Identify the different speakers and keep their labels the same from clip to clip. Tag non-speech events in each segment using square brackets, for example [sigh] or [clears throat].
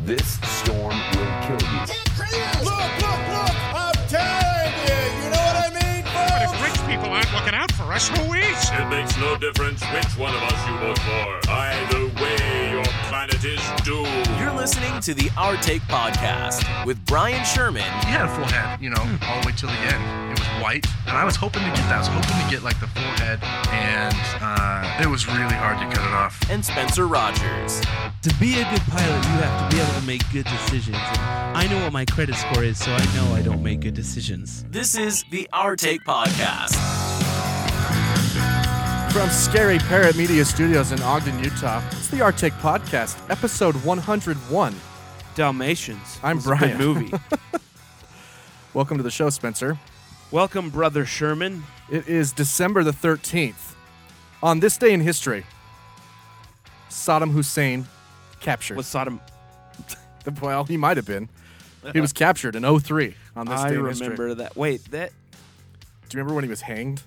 Speaker 1: This storm will kill you.
Speaker 2: Look, look, look! I'm telling you! You know what I mean,
Speaker 3: But
Speaker 2: folks?
Speaker 3: if rich people aren't looking out for us, who is?
Speaker 4: It makes no difference which one of us you vote for. Either way, your planet is doomed.
Speaker 5: You're listening to the Our Take Podcast with Brian Sherman
Speaker 6: He had a full head, you know,
Speaker 7: Hmm.
Speaker 6: all the way till the end. It was white, and I was hoping to get that. I was hoping to get like the full head, and uh, it was really hard to cut it off.
Speaker 5: and Spencer Rogers.
Speaker 8: To be a good pilot, you have to be able to make good decisions. And I know what my credit score is, so I know I don't make good decisions.
Speaker 5: This is the Our Take Podcast.
Speaker 7: From Scary Parrot Media Studios in Ogden, Utah, it's the Arctic Podcast, episode 101.
Speaker 8: Dalmatians.
Speaker 7: I'm
Speaker 8: It's a good
Speaker 7: Brian. [laughs]
Speaker 8: movie.
Speaker 7: Welcome to the show, Spencer.
Speaker 8: Welcome, brother Sherman.
Speaker 7: It is December the 13th. On this day in history, Saddam Hussein captured.
Speaker 8: Was Sodom?
Speaker 7: well, he might have been. He was captured in 03 on this
Speaker 8: I
Speaker 7: day in
Speaker 8: remember
Speaker 7: history. Do you
Speaker 8: that. Wait, that
Speaker 7: remember when he was hanged?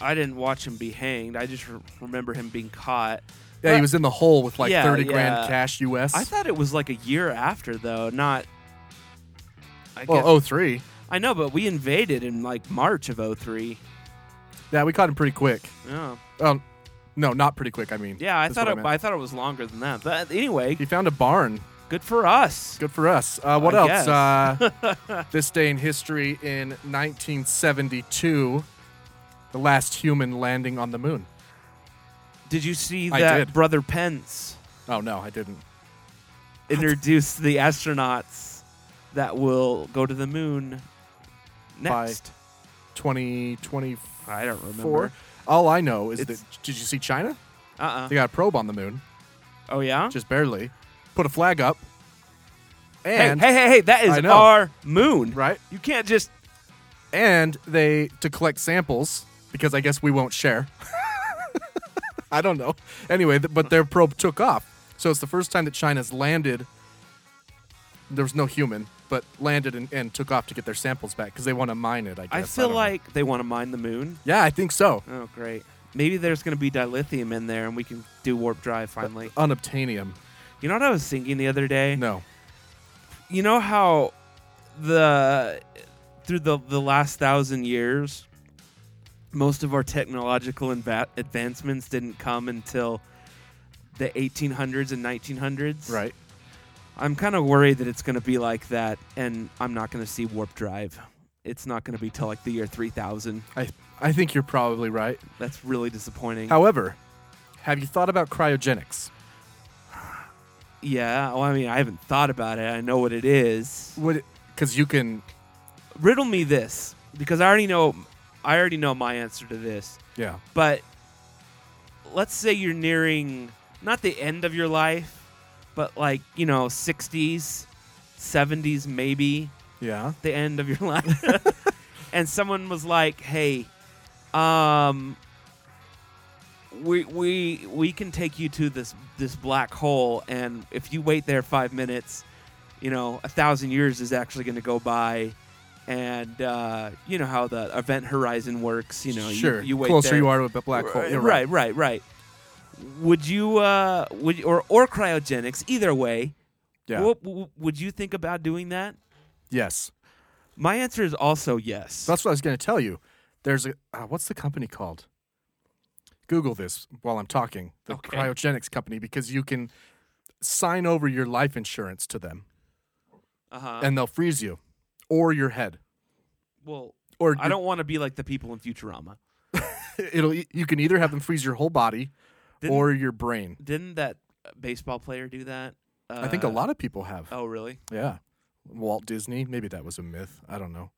Speaker 8: I didn't watch him be hanged. I just re- remember him being caught.
Speaker 7: Yeah,
Speaker 8: But
Speaker 7: he was in the hole with
Speaker 8: Uh,
Speaker 7: like
Speaker 8: Yeah,
Speaker 7: 30
Speaker 8: yeah.
Speaker 7: grand cash US.
Speaker 8: I thought it was like a year after, though. Not. I guess,
Speaker 7: well, oh. 03.
Speaker 8: I know, but we invaded in like March of 03.
Speaker 7: Yeah, we caught him pretty quick.
Speaker 8: Yeah.
Speaker 7: Um, no, not pretty quick, I mean.
Speaker 8: Yeah, I
Speaker 7: is
Speaker 8: thought
Speaker 7: what
Speaker 8: it,
Speaker 7: meant.
Speaker 8: I thought it was longer than that. But anyway,
Speaker 7: He found a barn
Speaker 8: good for us.
Speaker 7: Good for us. Uh, what
Speaker 8: I guess.
Speaker 7: else? Uh,
Speaker 8: [laughs]
Speaker 7: this day in history in 1972, the last human landing on the moon.
Speaker 8: Did you see
Speaker 7: I
Speaker 8: that
Speaker 7: did.
Speaker 8: Brother Pence
Speaker 7: Oh, no, I didn't.
Speaker 8: introduced the astronauts that will go to the moon
Speaker 7: By-
Speaker 8: next?
Speaker 7: 2024.
Speaker 8: I don't remember.
Speaker 7: All I know is
Speaker 8: It's-
Speaker 7: that. Did you see China?
Speaker 8: Uh uh
Speaker 7: They got a probe on the moon,
Speaker 8: Oh yeah.
Speaker 7: just barely. Put a flag up.
Speaker 8: Hey,
Speaker 7: And,
Speaker 8: hey, hey, hey! That
Speaker 7: I
Speaker 8: is
Speaker 7: know.
Speaker 8: our moon,
Speaker 7: Right.
Speaker 8: You can't just.
Speaker 7: and they, to collect samples, because I guess we won't share. [laughs] I don't know. Anyway, th- but their probe took off. So it's the first time that China's landed. There was no human, but landed and, and took off to get their samples back because they want to mine it, I guess.
Speaker 8: I feel
Speaker 7: don't know.
Speaker 8: like they want to mine the moon.
Speaker 7: Yeah, I think so.
Speaker 8: Oh great! Maybe there's going to be dilithium in there, and we can do warp drive finally.
Speaker 7: Unobtainium.
Speaker 8: You know what I was thinking the other day?
Speaker 7: No.
Speaker 8: you know how the through the the last thousand years most of our technological inva- advancements didn't come until the 1800s and 1900s
Speaker 7: Right.
Speaker 8: i'm kind of worried that it's going to be like that and i'm not going to see warp drive it's not going to be till like the year 3000
Speaker 7: I, I think you're probably right.
Speaker 8: that's really disappointing
Speaker 7: However, have you thought about cryogenics?
Speaker 8: yeah well i mean i haven't thought about it i know what it is
Speaker 7: Because you can.
Speaker 8: riddle me this because i already know i already know my answer to this
Speaker 7: Yeah.
Speaker 8: but let's say you're nearing not the end of your life, but like, you know, 60s, 70s, maybe
Speaker 7: Yeah.
Speaker 8: the end of your [laughs] life. and someone was like, hey, um, we, we we can take you to this this black hole and if you wait there five minutes you know a thousand years is actually going to go by and uh, you know how the event horizon works you know you-
Speaker 7: sure.
Speaker 8: you, wait
Speaker 7: Closer
Speaker 8: there.
Speaker 7: you are to a black hole.
Speaker 8: Right,
Speaker 7: You're
Speaker 8: right, right, right. Would you uh would or or cryogenics either way?
Speaker 7: Yeah.
Speaker 8: wo- wo- would you think about doing that?
Speaker 7: Yes.
Speaker 8: My answer is also yes.
Speaker 7: That's what I was going to tell you. There's a uh, what's the company called? Google this while I'm talking. The
Speaker 8: Okay.
Speaker 7: cryogenics company because you can sign over your life insurance to them
Speaker 8: uh-huh.
Speaker 7: and they'll freeze you or your head
Speaker 8: well,
Speaker 7: or
Speaker 8: I don't want to be like the people in Futurama.
Speaker 7: it'll you can either have them freeze your whole body
Speaker 8: Didn't-
Speaker 7: or your brain.
Speaker 8: Didn't that uh, baseball player do that? Uh,
Speaker 7: I think a lot of people have.
Speaker 8: Oh, really?
Speaker 7: Yeah. Walt Disney, maybe that was a myth. I don't know.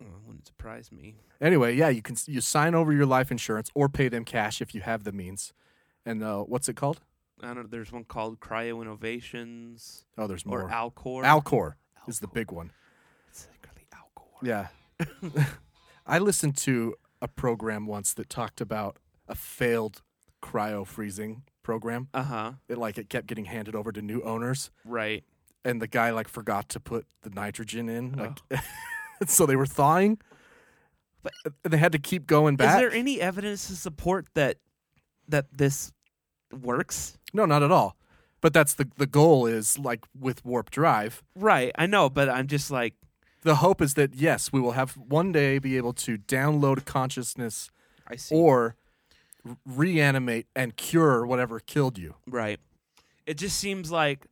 Speaker 8: Oh, it wouldn't surprise me.
Speaker 7: Anyway, yeah, you can s- you sign over your life insurance or pay them cash if you have the means. And uh, what's it called?
Speaker 8: I don't. There's one called Cryo Innovations
Speaker 7: Oh, there's
Speaker 8: or
Speaker 7: more.
Speaker 8: Alcor.
Speaker 7: Alcor is the
Speaker 8: Alcor.
Speaker 7: big one.
Speaker 8: Secretly Alcor.
Speaker 7: Yeah. [laughs] I listened to a program once that talked about a failed cryo freezing program.
Speaker 8: Uh huh.
Speaker 7: It like it kept getting handed over to new owners
Speaker 8: Right.
Speaker 7: and the guy like forgot to put the nitrogen in. Like [laughs] so they were thawing.
Speaker 8: Oh. But-
Speaker 7: And they had to keep going back.
Speaker 8: Is there any evidence to support that that this works?
Speaker 7: no, not at all. But that's the the goal is like with warp drive.
Speaker 8: Right, I know, but I'm just like,
Speaker 7: The hope is that yes, we will have one day be able to download consciousness
Speaker 8: I see.
Speaker 7: or r- reanimate and cure whatever killed you.
Speaker 8: Right. It just seems like,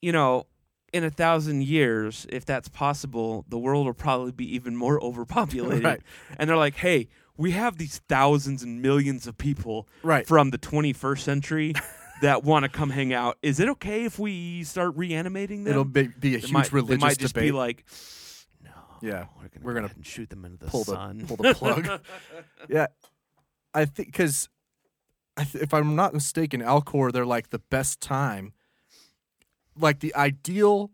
Speaker 8: you know, in a thousand years, if that's possible, the world will probably be even more [laughs] overpopulated.
Speaker 7: Right.
Speaker 8: And they're like, hey, we have these thousands and millions of people
Speaker 7: Right.
Speaker 8: from the 21st century [laughs] that want to come hang out. Is it okay if we start reanimating them?
Speaker 7: It'll be, be
Speaker 8: They
Speaker 7: a huge
Speaker 8: might,
Speaker 7: religious
Speaker 8: They might just
Speaker 7: debate.
Speaker 8: be like, "Oh,
Speaker 7: yeah,
Speaker 8: we're going
Speaker 7: We're
Speaker 8: to
Speaker 7: gonna
Speaker 8: shoot them into the
Speaker 7: pull the
Speaker 8: sun.
Speaker 7: pull the
Speaker 8: [laughs]
Speaker 7: plug. yeah, I think because th- if I'm not mistaken, Alcor they're like the best time. Like the ideal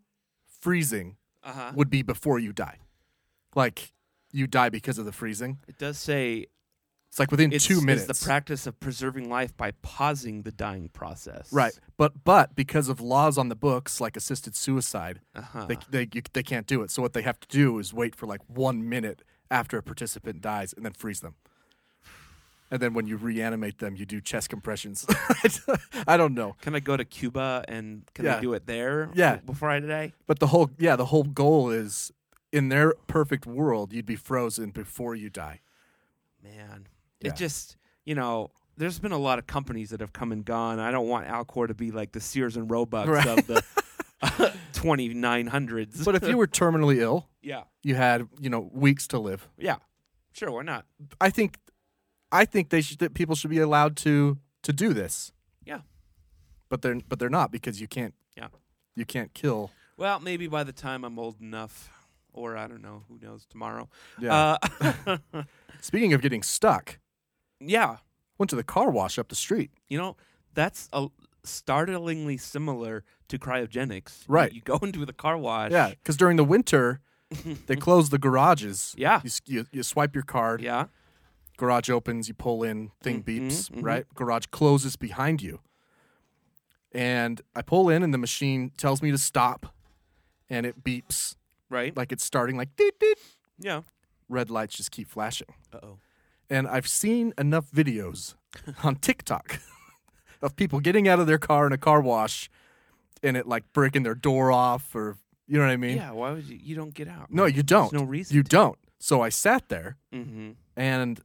Speaker 7: freezing
Speaker 8: uh-huh.
Speaker 7: would be before you die, like you die because of the freezing.
Speaker 8: It does say
Speaker 7: It's like within
Speaker 8: it's,
Speaker 7: two minutes.
Speaker 8: it's the practice of preserving life by pausing the dying process.
Speaker 7: Right, but but because of laws on the books like assisted suicide,
Speaker 8: Uh-huh.
Speaker 7: they they you, they can't do it. So what they have to do is wait for like one minute after a participant dies and then freeze them. And then when you reanimate them, you do chest compressions. [laughs] I don't know,
Speaker 8: Can I go to Cuba and can I
Speaker 7: Yeah.
Speaker 8: do it there?
Speaker 7: Yeah.
Speaker 8: b- Before I die?
Speaker 7: but the whole yeah the whole goal is in their perfect world you'd be frozen before you die.
Speaker 8: Man.
Speaker 7: Yeah.
Speaker 8: It just, you know, there's been a lot of companies that have come and gone. I don't want Alcor to be like the Sears and Roebucks
Speaker 7: Right.
Speaker 8: of the
Speaker 7: [laughs]
Speaker 8: [laughs] 2900s.
Speaker 7: But if you were terminally ill,
Speaker 8: yeah.
Speaker 7: you had you know weeks to live.
Speaker 8: Yeah. Sure, why not?
Speaker 7: I think, I think they should that people should be allowed to to do this.
Speaker 8: Yeah.
Speaker 7: but they're but they're not because you can't
Speaker 8: Yeah.
Speaker 7: you can't kill
Speaker 8: Well, maybe by the time I'm old enough or I don't know, who knows, tomorrow.
Speaker 7: Yeah. [laughs]
Speaker 8: Uh, [laughs]
Speaker 7: speaking of getting stuck
Speaker 8: yeah.
Speaker 7: went to the car wash up the street
Speaker 8: You know, that's a startlingly similar to cryogenics. You-
Speaker 7: Right.
Speaker 8: You, go [laughs] into the car wash.
Speaker 7: yeah because during the
Speaker 8: [laughs]
Speaker 7: winter they close the garages
Speaker 8: Yeah.
Speaker 7: you, s- you, you swipe your card
Speaker 8: Yeah. Mm-hmm,
Speaker 7: garage opens you pull in thing beeps right garage closes behind you and i pull in and the machine tells me to stop and it beeps
Speaker 8: Right.
Speaker 7: like it's starting like deet, deet.
Speaker 8: yeah.
Speaker 7: red lights just keep flashing
Speaker 8: Uh-oh.
Speaker 7: and I've seen enough videos [laughs] on TikTok [laughs] of people getting out of their car in a car wash and it like breaking their door off or you know what I mean?
Speaker 8: Yeah, why would you? You don't get out.
Speaker 7: No, you don't.
Speaker 8: There's no reason.
Speaker 7: You
Speaker 8: to.
Speaker 7: don't. So I sat there
Speaker 8: Mm-hmm.
Speaker 7: and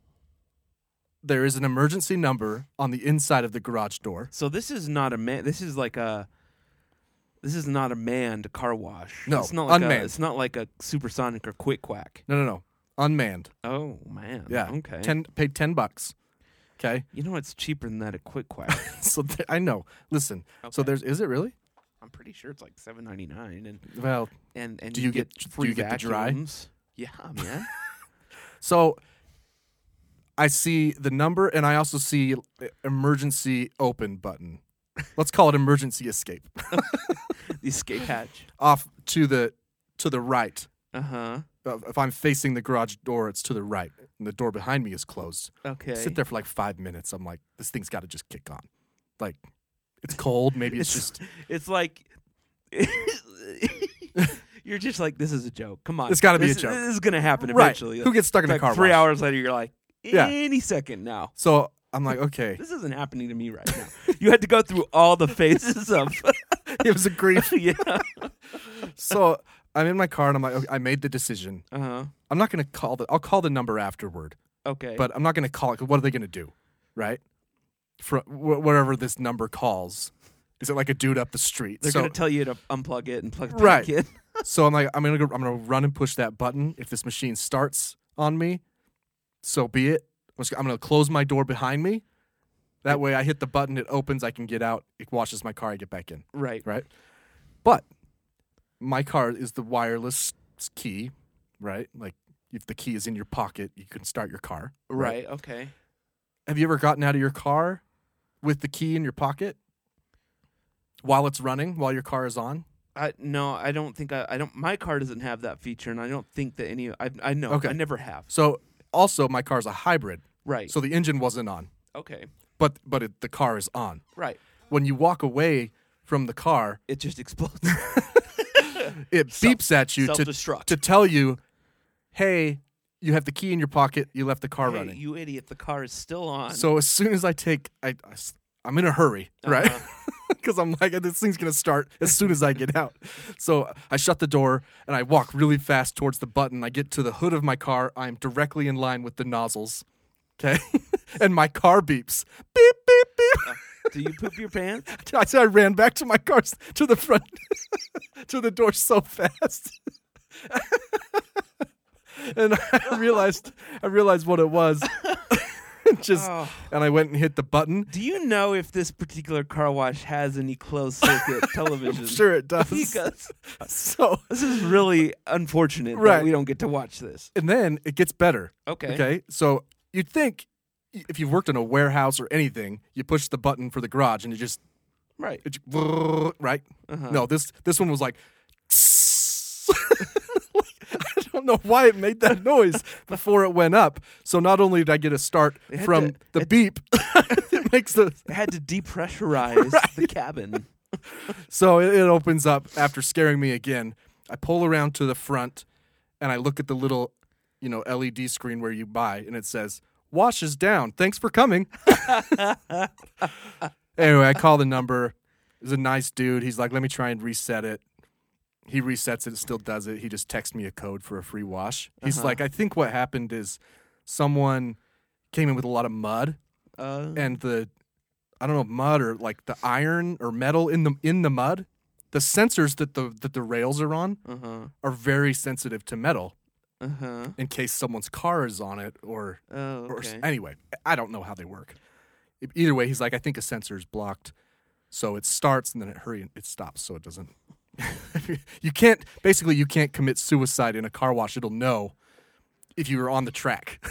Speaker 7: there is an emergency number on the inside of the garage door.
Speaker 8: So this is not a man. This is like a. This is not a manned car wash.
Speaker 7: No,
Speaker 8: it's not like
Speaker 7: unmanned.
Speaker 8: A, it's not like a supersonic or quick quack.
Speaker 7: No, no, no. Unmanned.
Speaker 8: Oh man.
Speaker 7: Yeah.
Speaker 8: Okay.
Speaker 7: 10 paid 10 bucks. Okay. [laughs]
Speaker 8: You know it's cheaper than that at quick quack.
Speaker 7: So th- I know. Listen. So
Speaker 8: Okay.
Speaker 7: there's is it really?
Speaker 8: [laughs] I'm pretty sure it's like seven ninety nine, and
Speaker 7: Well,
Speaker 8: and and
Speaker 7: Do
Speaker 8: you,
Speaker 7: you get- do
Speaker 8: free
Speaker 7: you get the dry?
Speaker 8: vacuums. Yeah, man.
Speaker 7: So I see the number and I also see emergency open button. Let's call it emergency escape.
Speaker 8: [laughs] the [laughs] escape hatch.
Speaker 7: Off to the to the right.
Speaker 8: Uh huh.
Speaker 7: Uh, If I'm facing the garage door, it's to the right. And the door behind me is closed.
Speaker 8: Okay.
Speaker 7: I sit there for like 5 minutes. I'm like this thing's got to just kick on. Like it's cold, maybe it's, just
Speaker 8: It's like [laughs] you're just like this is a joke. Come on,
Speaker 7: It's gotta be a
Speaker 8: This-
Speaker 7: joke.
Speaker 8: This is gonna happen
Speaker 7: Right.
Speaker 8: eventually.
Speaker 7: Who gets stuck in a
Speaker 8: like
Speaker 7: car
Speaker 8: Three
Speaker 7: wash?
Speaker 8: hours later, you're like
Speaker 7: Yeah.
Speaker 8: any second now.
Speaker 7: So I'm
Speaker 8: [laughs]
Speaker 7: like, okay.
Speaker 8: This isn't happening to me right
Speaker 7: [laughs]
Speaker 8: now. you had to go through all the phases of [laughs]
Speaker 7: it was a grief.
Speaker 8: yeah.
Speaker 7: So I'm in my car and I'm like, okay, I made the decision.
Speaker 8: Uh huh.
Speaker 7: I'm not going to call the I'll call the number afterward.
Speaker 8: Okay.
Speaker 7: but I'm not going to call it. 'cause What are they going to do, right? For wh- whatever this number calls, is it like a dude up the street?
Speaker 8: they're
Speaker 7: so,
Speaker 8: gonna tell you to unplug it and plug it
Speaker 7: [laughs] Right.
Speaker 8: back in.
Speaker 7: so I'm like, I'm gonna, go, I'm gonna run and push that button. If this machine starts on me, so be it. I'm just- I'm gonna close my door behind me. That way, I hit the button, it opens, I can get out, it washes my car, I get back in,
Speaker 8: Right.
Speaker 7: right? But my car is the wireless s- key, right? Like if the key is in your pocket, you can start your car,
Speaker 8: Right. Okay.
Speaker 7: Have you ever gotten out of your car with the key in your pocket while it's running, while your car is on?
Speaker 8: I no, I don't think I, I don't. My car doesn't have that feature, and I don't think that any. I I know.
Speaker 7: Okay.
Speaker 8: I never have.
Speaker 7: So also my car's a hybrid,
Speaker 8: Right.
Speaker 7: so the engine wasn't on,
Speaker 8: okay.
Speaker 7: but but it, the car is on.
Speaker 8: Right.
Speaker 7: When you walk away from the
Speaker 8: [laughs]
Speaker 7: car,
Speaker 8: It just explodes.
Speaker 7: it beeps at you to
Speaker 8: self-destruct.
Speaker 7: to tell you, "Hey, you have the key in your pocket. You left the car
Speaker 8: Hey,
Speaker 7: running."
Speaker 8: You idiot! The car is still on.
Speaker 7: so as soon as I take I I s- I'm in a hurry, right? [laughs] because I'm like, this thing's gonna start as soon as I get out. So I shut the door and I walk really fast towards the button. I get to the hood of my car. I'm directly in line with the nozzles. Okay, [laughs] and my car beeps. Beep beep beep.
Speaker 8: Do you poop your pants?
Speaker 7: I said I ran back to my car s- to the front [laughs] to the door so fast. [laughs] and I realized I realized what it was. [laughs] Just
Speaker 8: Oh.
Speaker 7: and I went and hit the button.
Speaker 8: Do you know if this particular car wash has any closed
Speaker 7: [laughs]
Speaker 8: circuit television?
Speaker 7: Sure it does.
Speaker 8: Because
Speaker 7: [laughs] So
Speaker 8: this is really unfortunate
Speaker 7: Right.
Speaker 8: that we don't get to watch this.
Speaker 7: and then it gets better.
Speaker 8: Okay.
Speaker 7: Okay. So you'd think y- if you've worked in a warehouse or anything, you push the button for the garage and it just
Speaker 8: Right. Uh-huh.
Speaker 7: It, ju- right? No, this this one was like. [laughs] I don't know why it made that noise before it went up. So not only did I get a start
Speaker 8: had
Speaker 7: from
Speaker 8: to-
Speaker 7: the beep, [laughs] it makes the
Speaker 8: It had to [laughs] depressurize the cabin.
Speaker 7: so it, it opens up after scaring me again. I pull around to the front and I look at the little, you know, LED screen where you buy, and it says "Wash is down. Thanks for coming." [laughs] anyway, I call the number. He's a nice dude. He's like, "Let me try and reset it." He resets it. It still does it. He just texts me a code for a free wash. He's like, "I think what happened is someone came in with a lot of mud."
Speaker 8: Uh,
Speaker 7: and the I don't know mud or like the iron or metal in the in the mud, the sensors that the that the rails are on
Speaker 8: uh-huh.
Speaker 7: are very sensitive to metal
Speaker 8: Uh-huh.
Speaker 7: in case someone's car is on it or
Speaker 8: Oh,
Speaker 7: or s-
Speaker 8: okay.
Speaker 7: anyway, I don't know how they work. E- Either way, he's like I think a sensor is blocked. So it starts and then it hurry it stops so it doesn't [laughs] you can't basically you can't commit suicide in a car wash it'll know if you were on the track.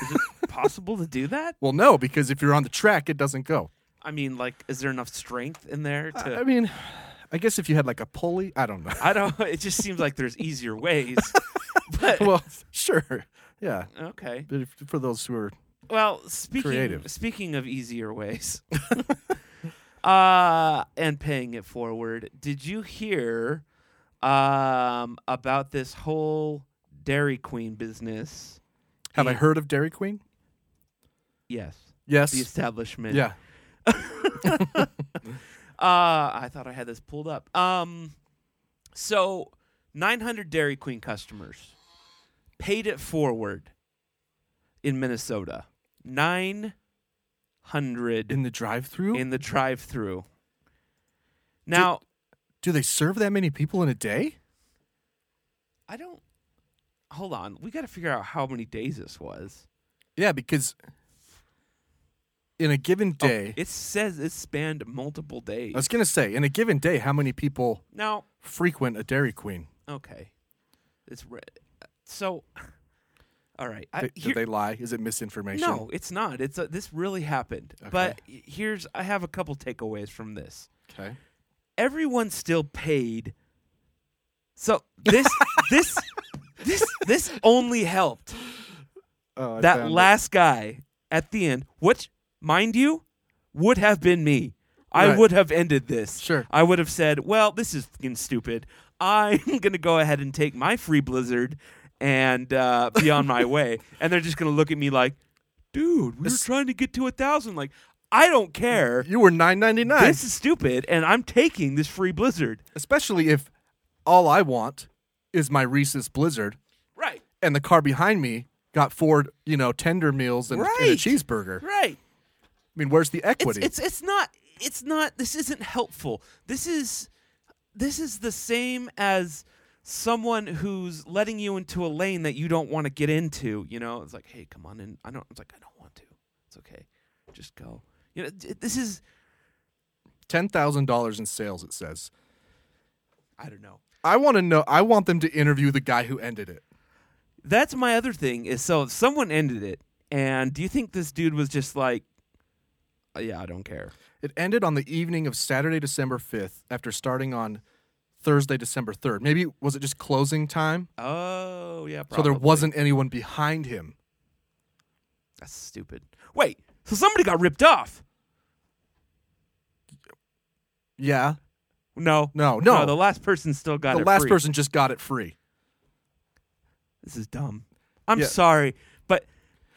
Speaker 8: Possible to do that?
Speaker 7: well no because if you're on the track it doesn't go.
Speaker 8: I mean, like, is there enough strength in there to?
Speaker 7: I mean, I guess if you had like a pulley, I don't know. [laughs]
Speaker 8: [laughs] I don't. It just seems like there's easier ways. but
Speaker 7: well, sure, yeah.
Speaker 8: okay.
Speaker 7: But if- for those who are
Speaker 8: Well, speaking
Speaker 7: Creative.
Speaker 8: speaking of easier ways, [laughs] uh, and paying it forward. Did you hear um, about this whole Dairy Queen business?
Speaker 7: have I
Speaker 8: Yeah.
Speaker 7: heard of Dairy Queen?
Speaker 8: Yes, the
Speaker 7: Yes.
Speaker 8: establishment.
Speaker 7: Yeah.
Speaker 8: Uh, I thought I had this pulled up. Um, so 900 Dairy Queen customers paid it forward in Minnesota. 900
Speaker 7: In the drive-through,
Speaker 8: in the drive-through. Now,
Speaker 7: do they serve that many people in a day?
Speaker 8: I don't. Hold on, we got to figure out how many days this was.
Speaker 7: Yeah, because in a given
Speaker 8: Oh,
Speaker 7: day,
Speaker 8: it says it spanned multiple days.
Speaker 7: I was gonna say, in a given day, how many people
Speaker 8: now,
Speaker 7: frequent a Dairy Queen?
Speaker 8: okay, it's re- so. [laughs] All right, I,
Speaker 7: They,
Speaker 8: here-
Speaker 7: did they lie? Is it misinformation?
Speaker 8: No, it's not. It's uh this really happened. But y- here's I have a couple takeaways from this.
Speaker 7: Okay.
Speaker 8: Everyone still paid. So this this this this only helped
Speaker 7: Oh, I
Speaker 8: that
Speaker 7: found it.
Speaker 8: last guy at the end, which mind you would have been me. I
Speaker 7: Right.
Speaker 8: would have ended this.
Speaker 7: Sure.
Speaker 8: I would have said, "Well, this is fucking stupid. I'm [laughs] gonna go ahead and take my free blizzard and uh, be on
Speaker 7: [laughs]
Speaker 8: my way." And they're just gonna look at me like, "Dude, we were trying to get to a thousand. Like, I don't care.
Speaker 7: You were nine ninety nine.
Speaker 8: This is stupid, and I'm taking this free blizzard."
Speaker 7: Especially if all I want is my Reese's Blizzard.
Speaker 8: Right.
Speaker 7: and the car behind me got four, you know, tender meals and, and a
Speaker 8: Right.
Speaker 7: cheeseburger. I
Speaker 8: Right.
Speaker 7: mean, where's the
Speaker 8: it's,
Speaker 7: equity?
Speaker 8: it's it's not it's not this isn't helpful this is this is the same as someone who's letting you into a lane that you don't want to get into you know it's like hey come on in i don't it's like i don't want to it's okay just go you know d- this is
Speaker 7: ten thousand dollars in sales. It says.
Speaker 8: i don't know
Speaker 7: I want to know. I want them to interview the guy who ended it.
Speaker 8: that's my other thing is so if someone ended it and do you think this dude was just like "Uh, yeah i don't care
Speaker 7: It ended on the evening of Saturday, December fifth, after starting on Thursday, December third. Maybe was it just closing time?
Speaker 8: oh yeah
Speaker 7: So there
Speaker 8: probably.
Speaker 7: wasn't anyone behind him.
Speaker 8: that's stupid wait so somebody got ripped off
Speaker 7: Yeah,
Speaker 8: No,
Speaker 7: No, no.
Speaker 8: The last person still got
Speaker 7: the
Speaker 8: it
Speaker 7: last
Speaker 8: free.
Speaker 7: person just got it free.
Speaker 8: This is dumb. I'm
Speaker 7: Yeah.
Speaker 8: sorry, but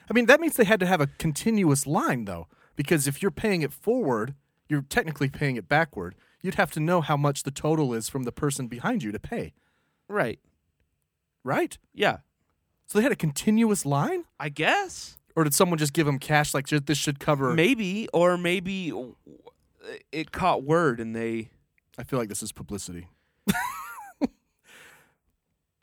Speaker 7: I mean, that means they had to have a continuous line though, because if you're paying it forward, you're technically paying it backward. you'd have to know how much the total is from the person behind you to pay,
Speaker 8: Right.
Speaker 7: right?
Speaker 8: Yeah.
Speaker 7: So they had a continuous line,
Speaker 8: I guess.
Speaker 7: or did someone just give them cash? Like ju- this should cover.
Speaker 8: Maybe or maybe w- it caught word and they
Speaker 7: I feel like this is
Speaker 8: [laughs]
Speaker 7: publicity.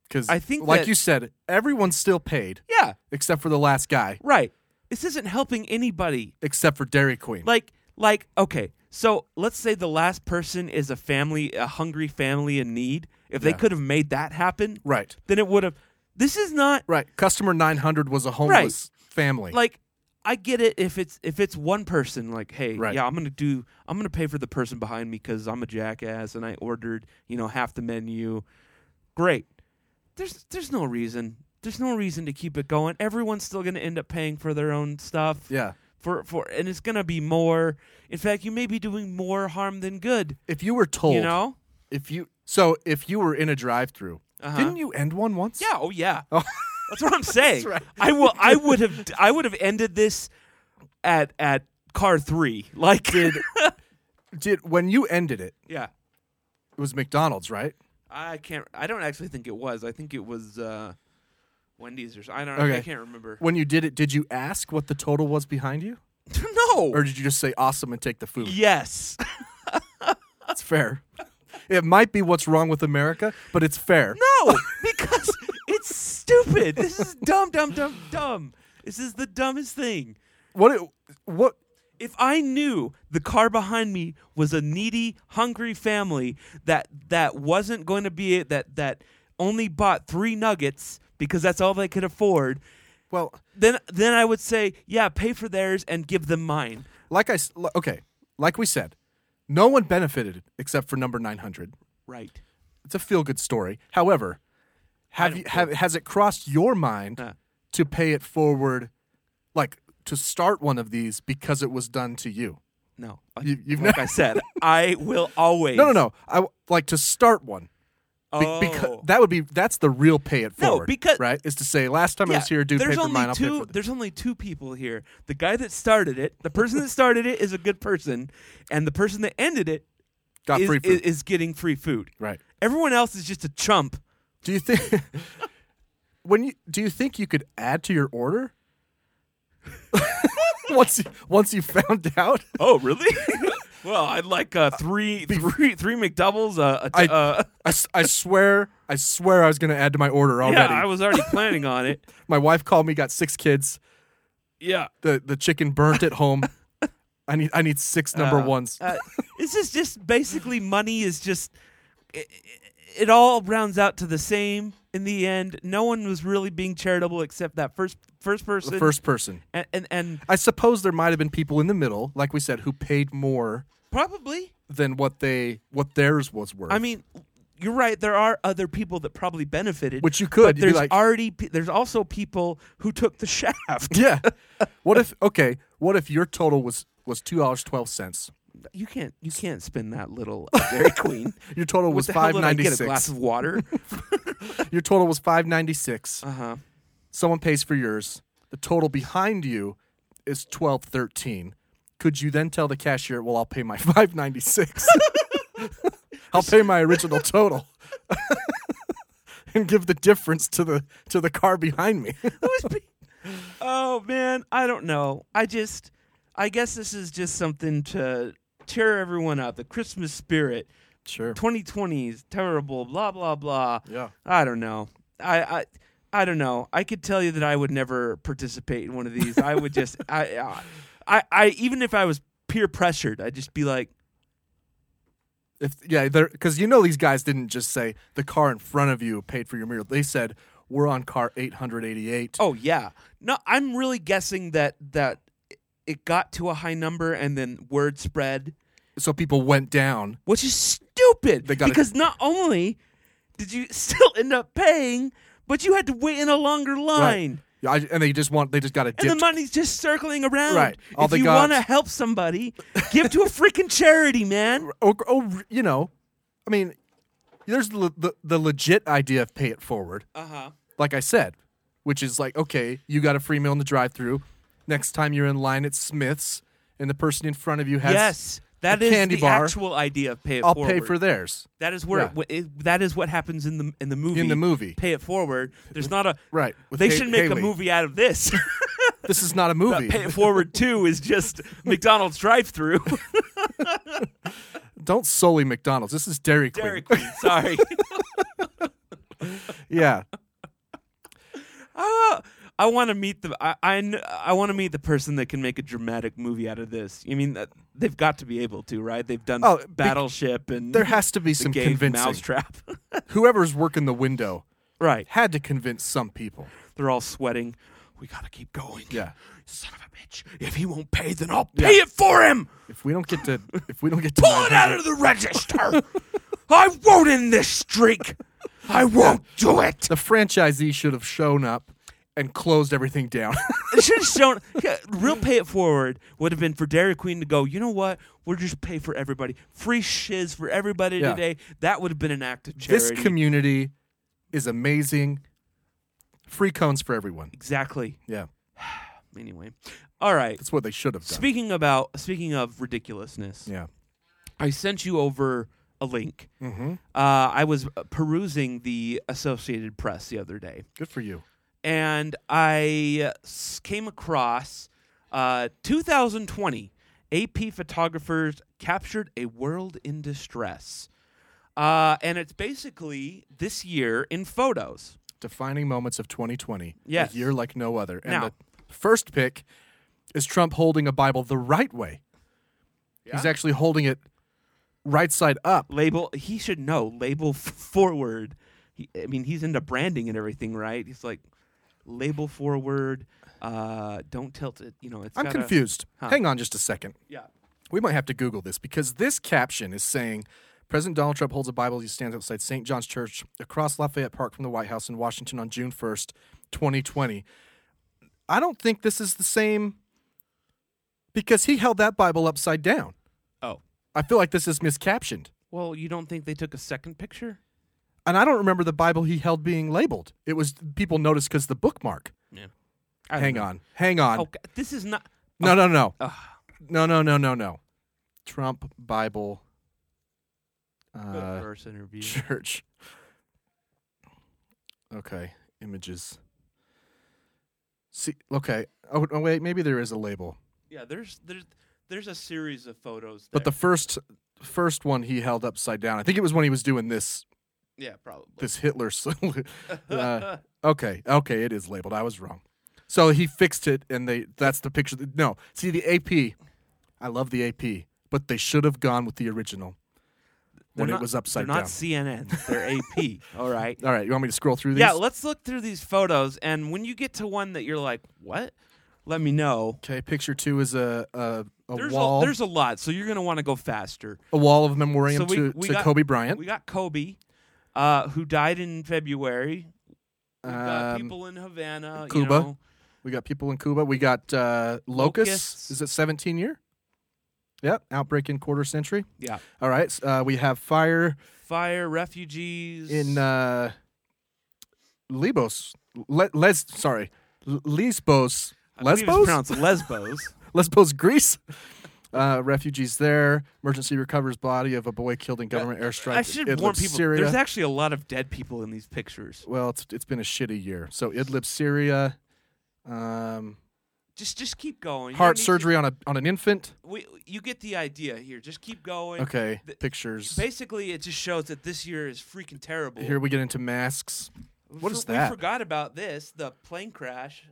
Speaker 7: Because
Speaker 8: I think
Speaker 7: like
Speaker 8: that-
Speaker 7: you said, everyone's still paid
Speaker 8: Yeah,
Speaker 7: except for the last guy,
Speaker 8: right. This isn't helping anybody.
Speaker 7: except for Dairy Queen.
Speaker 8: Like like okay. So, let's say the last person is a family, a hungry family in need. If they
Speaker 7: Yeah.
Speaker 8: could have made that happen,
Speaker 7: right,
Speaker 8: then it would have This is not
Speaker 7: right. Customer nine hundred was a homeless family.
Speaker 8: like I get it if it's if it's one person like hey
Speaker 7: Right.
Speaker 8: yeah I'm gonna do I'm gonna pay for the person behind me because I'm a jackass and I ordered you know half the menu, great. There's there's no reason there's no reason to keep it going. Everyone's still gonna end up paying for their own stuff.
Speaker 7: yeah.
Speaker 8: For for and it's gonna be more. In fact, you may be doing more harm than good.
Speaker 7: If you were told,
Speaker 8: You know?
Speaker 7: if you so if you were in a drive-through,
Speaker 8: Uh-huh.
Speaker 7: didn't you end one once?
Speaker 8: Yeah. Oh yeah.
Speaker 7: [laughs] Oh.
Speaker 8: That's what I'm saying.
Speaker 7: That's right.
Speaker 8: I will. I would have. I would have ended this at at car three. Like
Speaker 7: Did did when you ended it?
Speaker 8: [laughs] yeah.
Speaker 7: It was McDonald's, right?
Speaker 8: I can't. I don't actually think it was. I think it was uh, Wendy's or something. I don't. I
Speaker 7: Okay.
Speaker 8: can't remember.
Speaker 7: When you did it, did you ask what the total was behind you,
Speaker 8: [laughs] no.
Speaker 7: or did you just say awesome and take the food?
Speaker 8: yes.
Speaker 7: That's fair. [laughs] It might be what's wrong with America, but it's fair. [laughs]
Speaker 8: No. Because it's stupid. This is dumb, dumb, dumb, dumb. This is the dumbest thing.
Speaker 7: What? It, what?
Speaker 8: If I knew the car behind me was a needy, hungry family that that wasn't going to be it, that that only bought three nuggets because that's all they could afford,
Speaker 7: Well,
Speaker 8: then then I would say, yeah, pay for theirs and give them mine.
Speaker 7: like I s- li- okay, like we said, no one benefited except for number nine hundred.
Speaker 8: Right.
Speaker 7: It's a feel-good story. However, have you have has it crossed your mind
Speaker 8: Uh.
Speaker 7: to pay it forward, like to start one of these because it was done to you?
Speaker 8: No.
Speaker 7: You- you've
Speaker 8: like
Speaker 7: never-
Speaker 8: I said, I
Speaker 7: [laughs]
Speaker 8: will always.
Speaker 7: No, no, no. I w- like to start one. Be-
Speaker 8: Oh.
Speaker 7: Because that would be that's the real pay it
Speaker 8: No,
Speaker 7: forward.
Speaker 8: because-
Speaker 7: right is to say last time I
Speaker 8: Yeah,
Speaker 7: was here, dude, pay
Speaker 8: there's
Speaker 7: for
Speaker 8: only
Speaker 7: mine. I'll
Speaker 8: two.
Speaker 7: pay for the-
Speaker 8: There's only two people here. The guy that started it, the person that started it, is a good person, and the person that ended it
Speaker 7: Got
Speaker 8: is,
Speaker 7: free food.
Speaker 8: is- is getting free food.
Speaker 7: right.
Speaker 8: Everyone else is just a chump.
Speaker 7: Do you think [laughs] when you do you think you could add to your order? [laughs] once you, once you found out, [laughs]
Speaker 8: Oh, really? [laughs] well, I'd like uh, three, three, three McDoubles. Uh, a
Speaker 7: I-
Speaker 8: t- uh,
Speaker 7: I, s- I swear I swear I was going to add to my
Speaker 8: [laughs]
Speaker 7: order
Speaker 8: yeah,
Speaker 7: [laughs] already.
Speaker 8: I was already planning on it.
Speaker 7: my wife called me, got six kids.
Speaker 8: Yeah,
Speaker 7: The the chicken burnt at home. I need I
Speaker 8: [laughs]
Speaker 7: need six number
Speaker 8: Uh,
Speaker 7: ones.
Speaker 8: uh, this is just basically money is just it, it all rounds out to the same in the end. No one was really being charitable except that first first person.
Speaker 7: the first person.
Speaker 8: and and, and
Speaker 7: I suppose there might have been people in the middle, like we said, who paid more
Speaker 8: probably.
Speaker 7: than what they what theirs was worth.
Speaker 8: I mean, you're right. There are other people that probably benefited,
Speaker 7: Which you could,
Speaker 8: But
Speaker 7: you'd be
Speaker 8: there's
Speaker 7: like-
Speaker 8: already pe- there's also people who took the
Speaker 7: [laughs]
Speaker 8: shaft. [laughs]
Speaker 7: yeah. What if okay? What if your total was was two dollars twelve cents?
Speaker 8: You can't you can't spend that
Speaker 7: [laughs]
Speaker 8: little at Dairy Queen.
Speaker 7: Your total was
Speaker 8: What the hell
Speaker 7: five
Speaker 8: did I
Speaker 7: ninety
Speaker 8: get a glass
Speaker 7: six.
Speaker 8: of
Speaker 7: [laughs]
Speaker 8: water?
Speaker 7: Your total was five ninety six.
Speaker 8: Uh huh.
Speaker 7: Someone pays for yours. The total behind you is twelve thirteen. Could you then tell the cashier, "Well, I'll pay my [laughs] five ninety six. [laughs] I'll pay my original total." [laughs] and give the difference to the to the car behind me. [laughs]
Speaker 8: oh man, I don't know. I just, I guess this is just something to cheer everyone up. The Christmas spirit,
Speaker 7: sure.
Speaker 8: 2020 is terrible. Blah blah blah.
Speaker 7: Yeah.
Speaker 8: I don't know. I I. I don't know. I could tell you that I would never participate in one of these. I would just, I, [laughs] I, I, I, even if I was peer pressured, I'd just be like,
Speaker 7: If yeah, because you know these guys didn't just say the car in front of you paid for your meal. They said we're on car eight hundred eighty eight.
Speaker 8: Oh yeah. No, I'm really guessing that that it got to a high number and then word spread,
Speaker 7: So people went down.
Speaker 8: which is stupid
Speaker 7: They gotta-
Speaker 8: because not only did you [laughs] still end up paying, but you had to wait in a longer line.
Speaker 7: Yeah, I, and they just want they just got a
Speaker 8: And the
Speaker 7: dip.
Speaker 8: money's just circling around.
Speaker 7: Right. All
Speaker 8: if
Speaker 7: they
Speaker 8: you
Speaker 7: got-
Speaker 8: want to help somebody, give to a freaking charity,
Speaker 7: [laughs]
Speaker 8: man.
Speaker 7: Oh, oh, you know, I mean, there's le- the the legit idea of pay it forward.
Speaker 8: Uh huh.
Speaker 7: Like I said, which is like okay, you got a free meal in the drive through. Next time you're in line at Smith's and the person in front of you has
Speaker 8: Yes. That
Speaker 7: a
Speaker 8: is
Speaker 7: candy
Speaker 8: the
Speaker 7: bar.
Speaker 8: actual idea of pay it
Speaker 7: I'll
Speaker 8: forward.
Speaker 7: pay for theirs.
Speaker 8: That is where it, it, that is what happens in the in the movie.
Speaker 7: In the movie.
Speaker 8: pay it forward. There's not a
Speaker 7: Right, with
Speaker 8: they
Speaker 7: Ha-
Speaker 8: should make
Speaker 7: Haley.
Speaker 8: a movie out of
Speaker 7: [laughs]
Speaker 8: this.
Speaker 7: This
Speaker 8: [laughs]
Speaker 7: is not a movie.
Speaker 8: pay it forward two is
Speaker 7: [laughs]
Speaker 8: just McDonald's drive-through.
Speaker 7: Don't sully McDonald's. This is Dairy Queen.
Speaker 8: Dairy Queen. Sorry.
Speaker 7: [laughs] Yeah.
Speaker 8: I, I want to meet the I I, kn- I want to meet the person that can make a dramatic movie out of this. You mean that they've got to be able to, right? They've done
Speaker 7: Oh, bec-
Speaker 8: Battleship and
Speaker 7: There has to be
Speaker 8: the
Speaker 7: some
Speaker 8: game
Speaker 7: convincing.
Speaker 8: Mousetrap. [laughs]
Speaker 7: Whoever's working the window
Speaker 8: right.
Speaker 7: had to convince some people.
Speaker 8: They're all sweating. We got to keep going.
Speaker 7: Yeah.
Speaker 8: Son of a bitch. If he won't pay, then I'll pay it for him.
Speaker 7: If we don't get to, if we don't get to,
Speaker 8: Pull it out of the register. [laughs] I won't end this streak. I won't do it.
Speaker 7: the franchisee should have shown up and closed everything down. [laughs]
Speaker 8: It should have shown yeah, real pay it forward would have been for Dairy Queen to go, you know what? We'll just pay for everybody. Free shiz for everybody
Speaker 7: Yeah.
Speaker 8: today. That would have been an act of charity.
Speaker 7: this community is amazing. Free cones for everyone.
Speaker 8: exactly.
Speaker 7: Yeah,
Speaker 8: [sighs] Anyway. All right.
Speaker 7: that's what they should have done.
Speaker 8: Speaking about speaking of ridiculousness,
Speaker 7: yeah.
Speaker 8: I sent you over a link. Mm-hmm. Uh, I was perusing the Associated Press the other day.
Speaker 7: Good for you.
Speaker 8: and I s- came across uh, 2020 AP photographers captured a world in distress. Uh, and it's basically this year in photos.
Speaker 7: Defining moments of 2020.
Speaker 8: Yes.
Speaker 7: A year like no other. And
Speaker 8: Now-
Speaker 7: the first pick is Trump holding a Bible the right way. He's actually holding it right side up.
Speaker 8: Label, he should know, label f- forward. He, I mean, he's into branding and everything, right? He's like, label forward, uh, don't tilt it. You know, it's
Speaker 7: I'm
Speaker 8: gotta-
Speaker 7: confused.
Speaker 8: Huh.
Speaker 7: Hang on just a second.
Speaker 8: Yeah.
Speaker 7: We might have to Google this because this caption is saying President Donald Trump holds a Bible as he stands outside St. John's Church across Lafayette Park from the White House in Washington on June 1st, 2020. I don't think this is the same because he held that Bible upside down.
Speaker 8: Oh,
Speaker 7: I feel like this is miscaptioned.
Speaker 8: well, you don't think they took a second picture?
Speaker 7: And I don't remember the Bible he held being labeled. It was people noticed because the bookmark.
Speaker 8: Yeah.
Speaker 7: Hang on. Hang on.
Speaker 8: Okay, this is not.
Speaker 7: No, no, no.
Speaker 8: Ugh.
Speaker 7: No, no, no, no, no. Trump Bible [laughs]
Speaker 8: Go to
Speaker 7: uh,
Speaker 8: first interview.
Speaker 7: church. Okay, images. See, okay. Oh, oh, wait, maybe there is a label.
Speaker 8: Yeah, there's there's there's a series of photos.
Speaker 7: But the first first one he held upside down. I think it was when he was doing this
Speaker 8: yeah, probably.
Speaker 7: this Hitler salute. [laughs]
Speaker 8: [laughs]
Speaker 7: uh, okay, okay, it is labeled. I was wrong. So he fixed it, and they that's the picture. that- No, see the AP. I love the AP, but they should have gone with the original when it was upside
Speaker 8: they're
Speaker 7: down.
Speaker 8: not
Speaker 7: [laughs]
Speaker 8: CNN. They're AP. All right.
Speaker 7: All right, you want me to scroll through these?
Speaker 8: Yeah, let's look through these photos, and when you get to one that you're like, "What?" Let me know.
Speaker 7: Okay, picture two is a a, a
Speaker 8: There's
Speaker 7: wall,
Speaker 8: a, there's a lot, so you're gonna want to go faster.
Speaker 7: a wall of memoriam
Speaker 8: So we,
Speaker 7: to,
Speaker 8: we
Speaker 7: to
Speaker 8: got,
Speaker 7: Kobe Bryant.
Speaker 8: We got Kobe, uh, who died in February. We got
Speaker 7: Um,
Speaker 8: people in Havana, uh, You
Speaker 7: Cuba.
Speaker 8: know.
Speaker 7: we got people in Cuba. We got uh, locusts.
Speaker 8: Locusts.
Speaker 7: Is it 17 year? Yep, outbreak in quarter century.
Speaker 8: Yeah,
Speaker 7: All right, s- uh, we have fire
Speaker 8: fire, refugees
Speaker 7: in uh, Libos. Le- Les, sorry, L- Lesbos.
Speaker 8: I believe it's
Speaker 7: Lesbos.
Speaker 8: pronounced Lesbos.
Speaker 7: Lesbos, Greece. Uh, refugees there. Emergency recovers body of a boy killed in government airstrike.
Speaker 8: I should
Speaker 7: Idlib,
Speaker 8: warn people.
Speaker 7: Syria.
Speaker 8: There's actually a lot of dead people in these pictures.
Speaker 7: well, it's it's been a shitty year. So Idlib, Syria, um,
Speaker 8: Just just keep going. You
Speaker 7: heart
Speaker 8: don't need to-
Speaker 7: surgery on a on an infant.
Speaker 8: we, you get the idea here. Just keep going.
Speaker 7: Okay,
Speaker 8: Th-
Speaker 7: pictures.
Speaker 8: Basically, it just shows that this year is freaking terrible.
Speaker 7: Here we get into masks. What
Speaker 8: For-
Speaker 7: is
Speaker 8: We
Speaker 7: that?
Speaker 8: forgot about this. The plane crash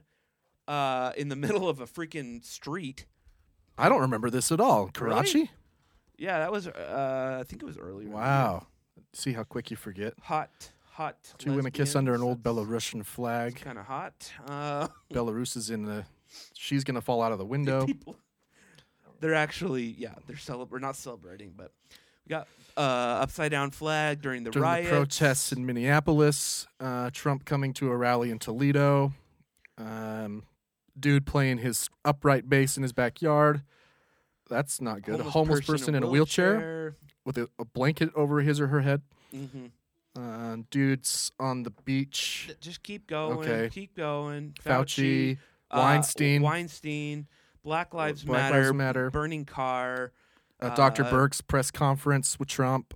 Speaker 8: uh, in the [laughs] middle of a freaking street.
Speaker 7: I don't remember this at all. Karachi.
Speaker 8: Yeah, that was. Uh, I think it was earlier.
Speaker 7: Wow. See how quick you forget.
Speaker 8: Hot, hot.
Speaker 7: Two women kiss under an old Belarusian flag.
Speaker 8: Kind of hot. Uh,
Speaker 7: Belarus is in the. She's gonna fall out of the window.
Speaker 8: people. [laughs] They're actually, yeah, they're celeb- we're not celebrating, but we got uh, upside down flag during the
Speaker 7: During
Speaker 8: riots.
Speaker 7: the protests in Minneapolis, uh, Trump coming to a rally in Toledo. Um, dude playing his upright bass in his backyard. That's not good. a homeless person, in a wheelchair, with a, a blanket over his or her head.
Speaker 8: Mhm.
Speaker 7: Uh, dudes on the beach.
Speaker 8: Th- Just keep going.
Speaker 7: Okay.
Speaker 8: Keep going.
Speaker 7: Fauci,
Speaker 8: uh,
Speaker 7: Weinstein.
Speaker 8: Weinstein. Black Lives
Speaker 7: Black
Speaker 8: Matter.
Speaker 7: Lives Matter.
Speaker 8: Burning car.
Speaker 7: Uh, Dr.
Speaker 8: Uh,
Speaker 7: Burke's press conference with Trump.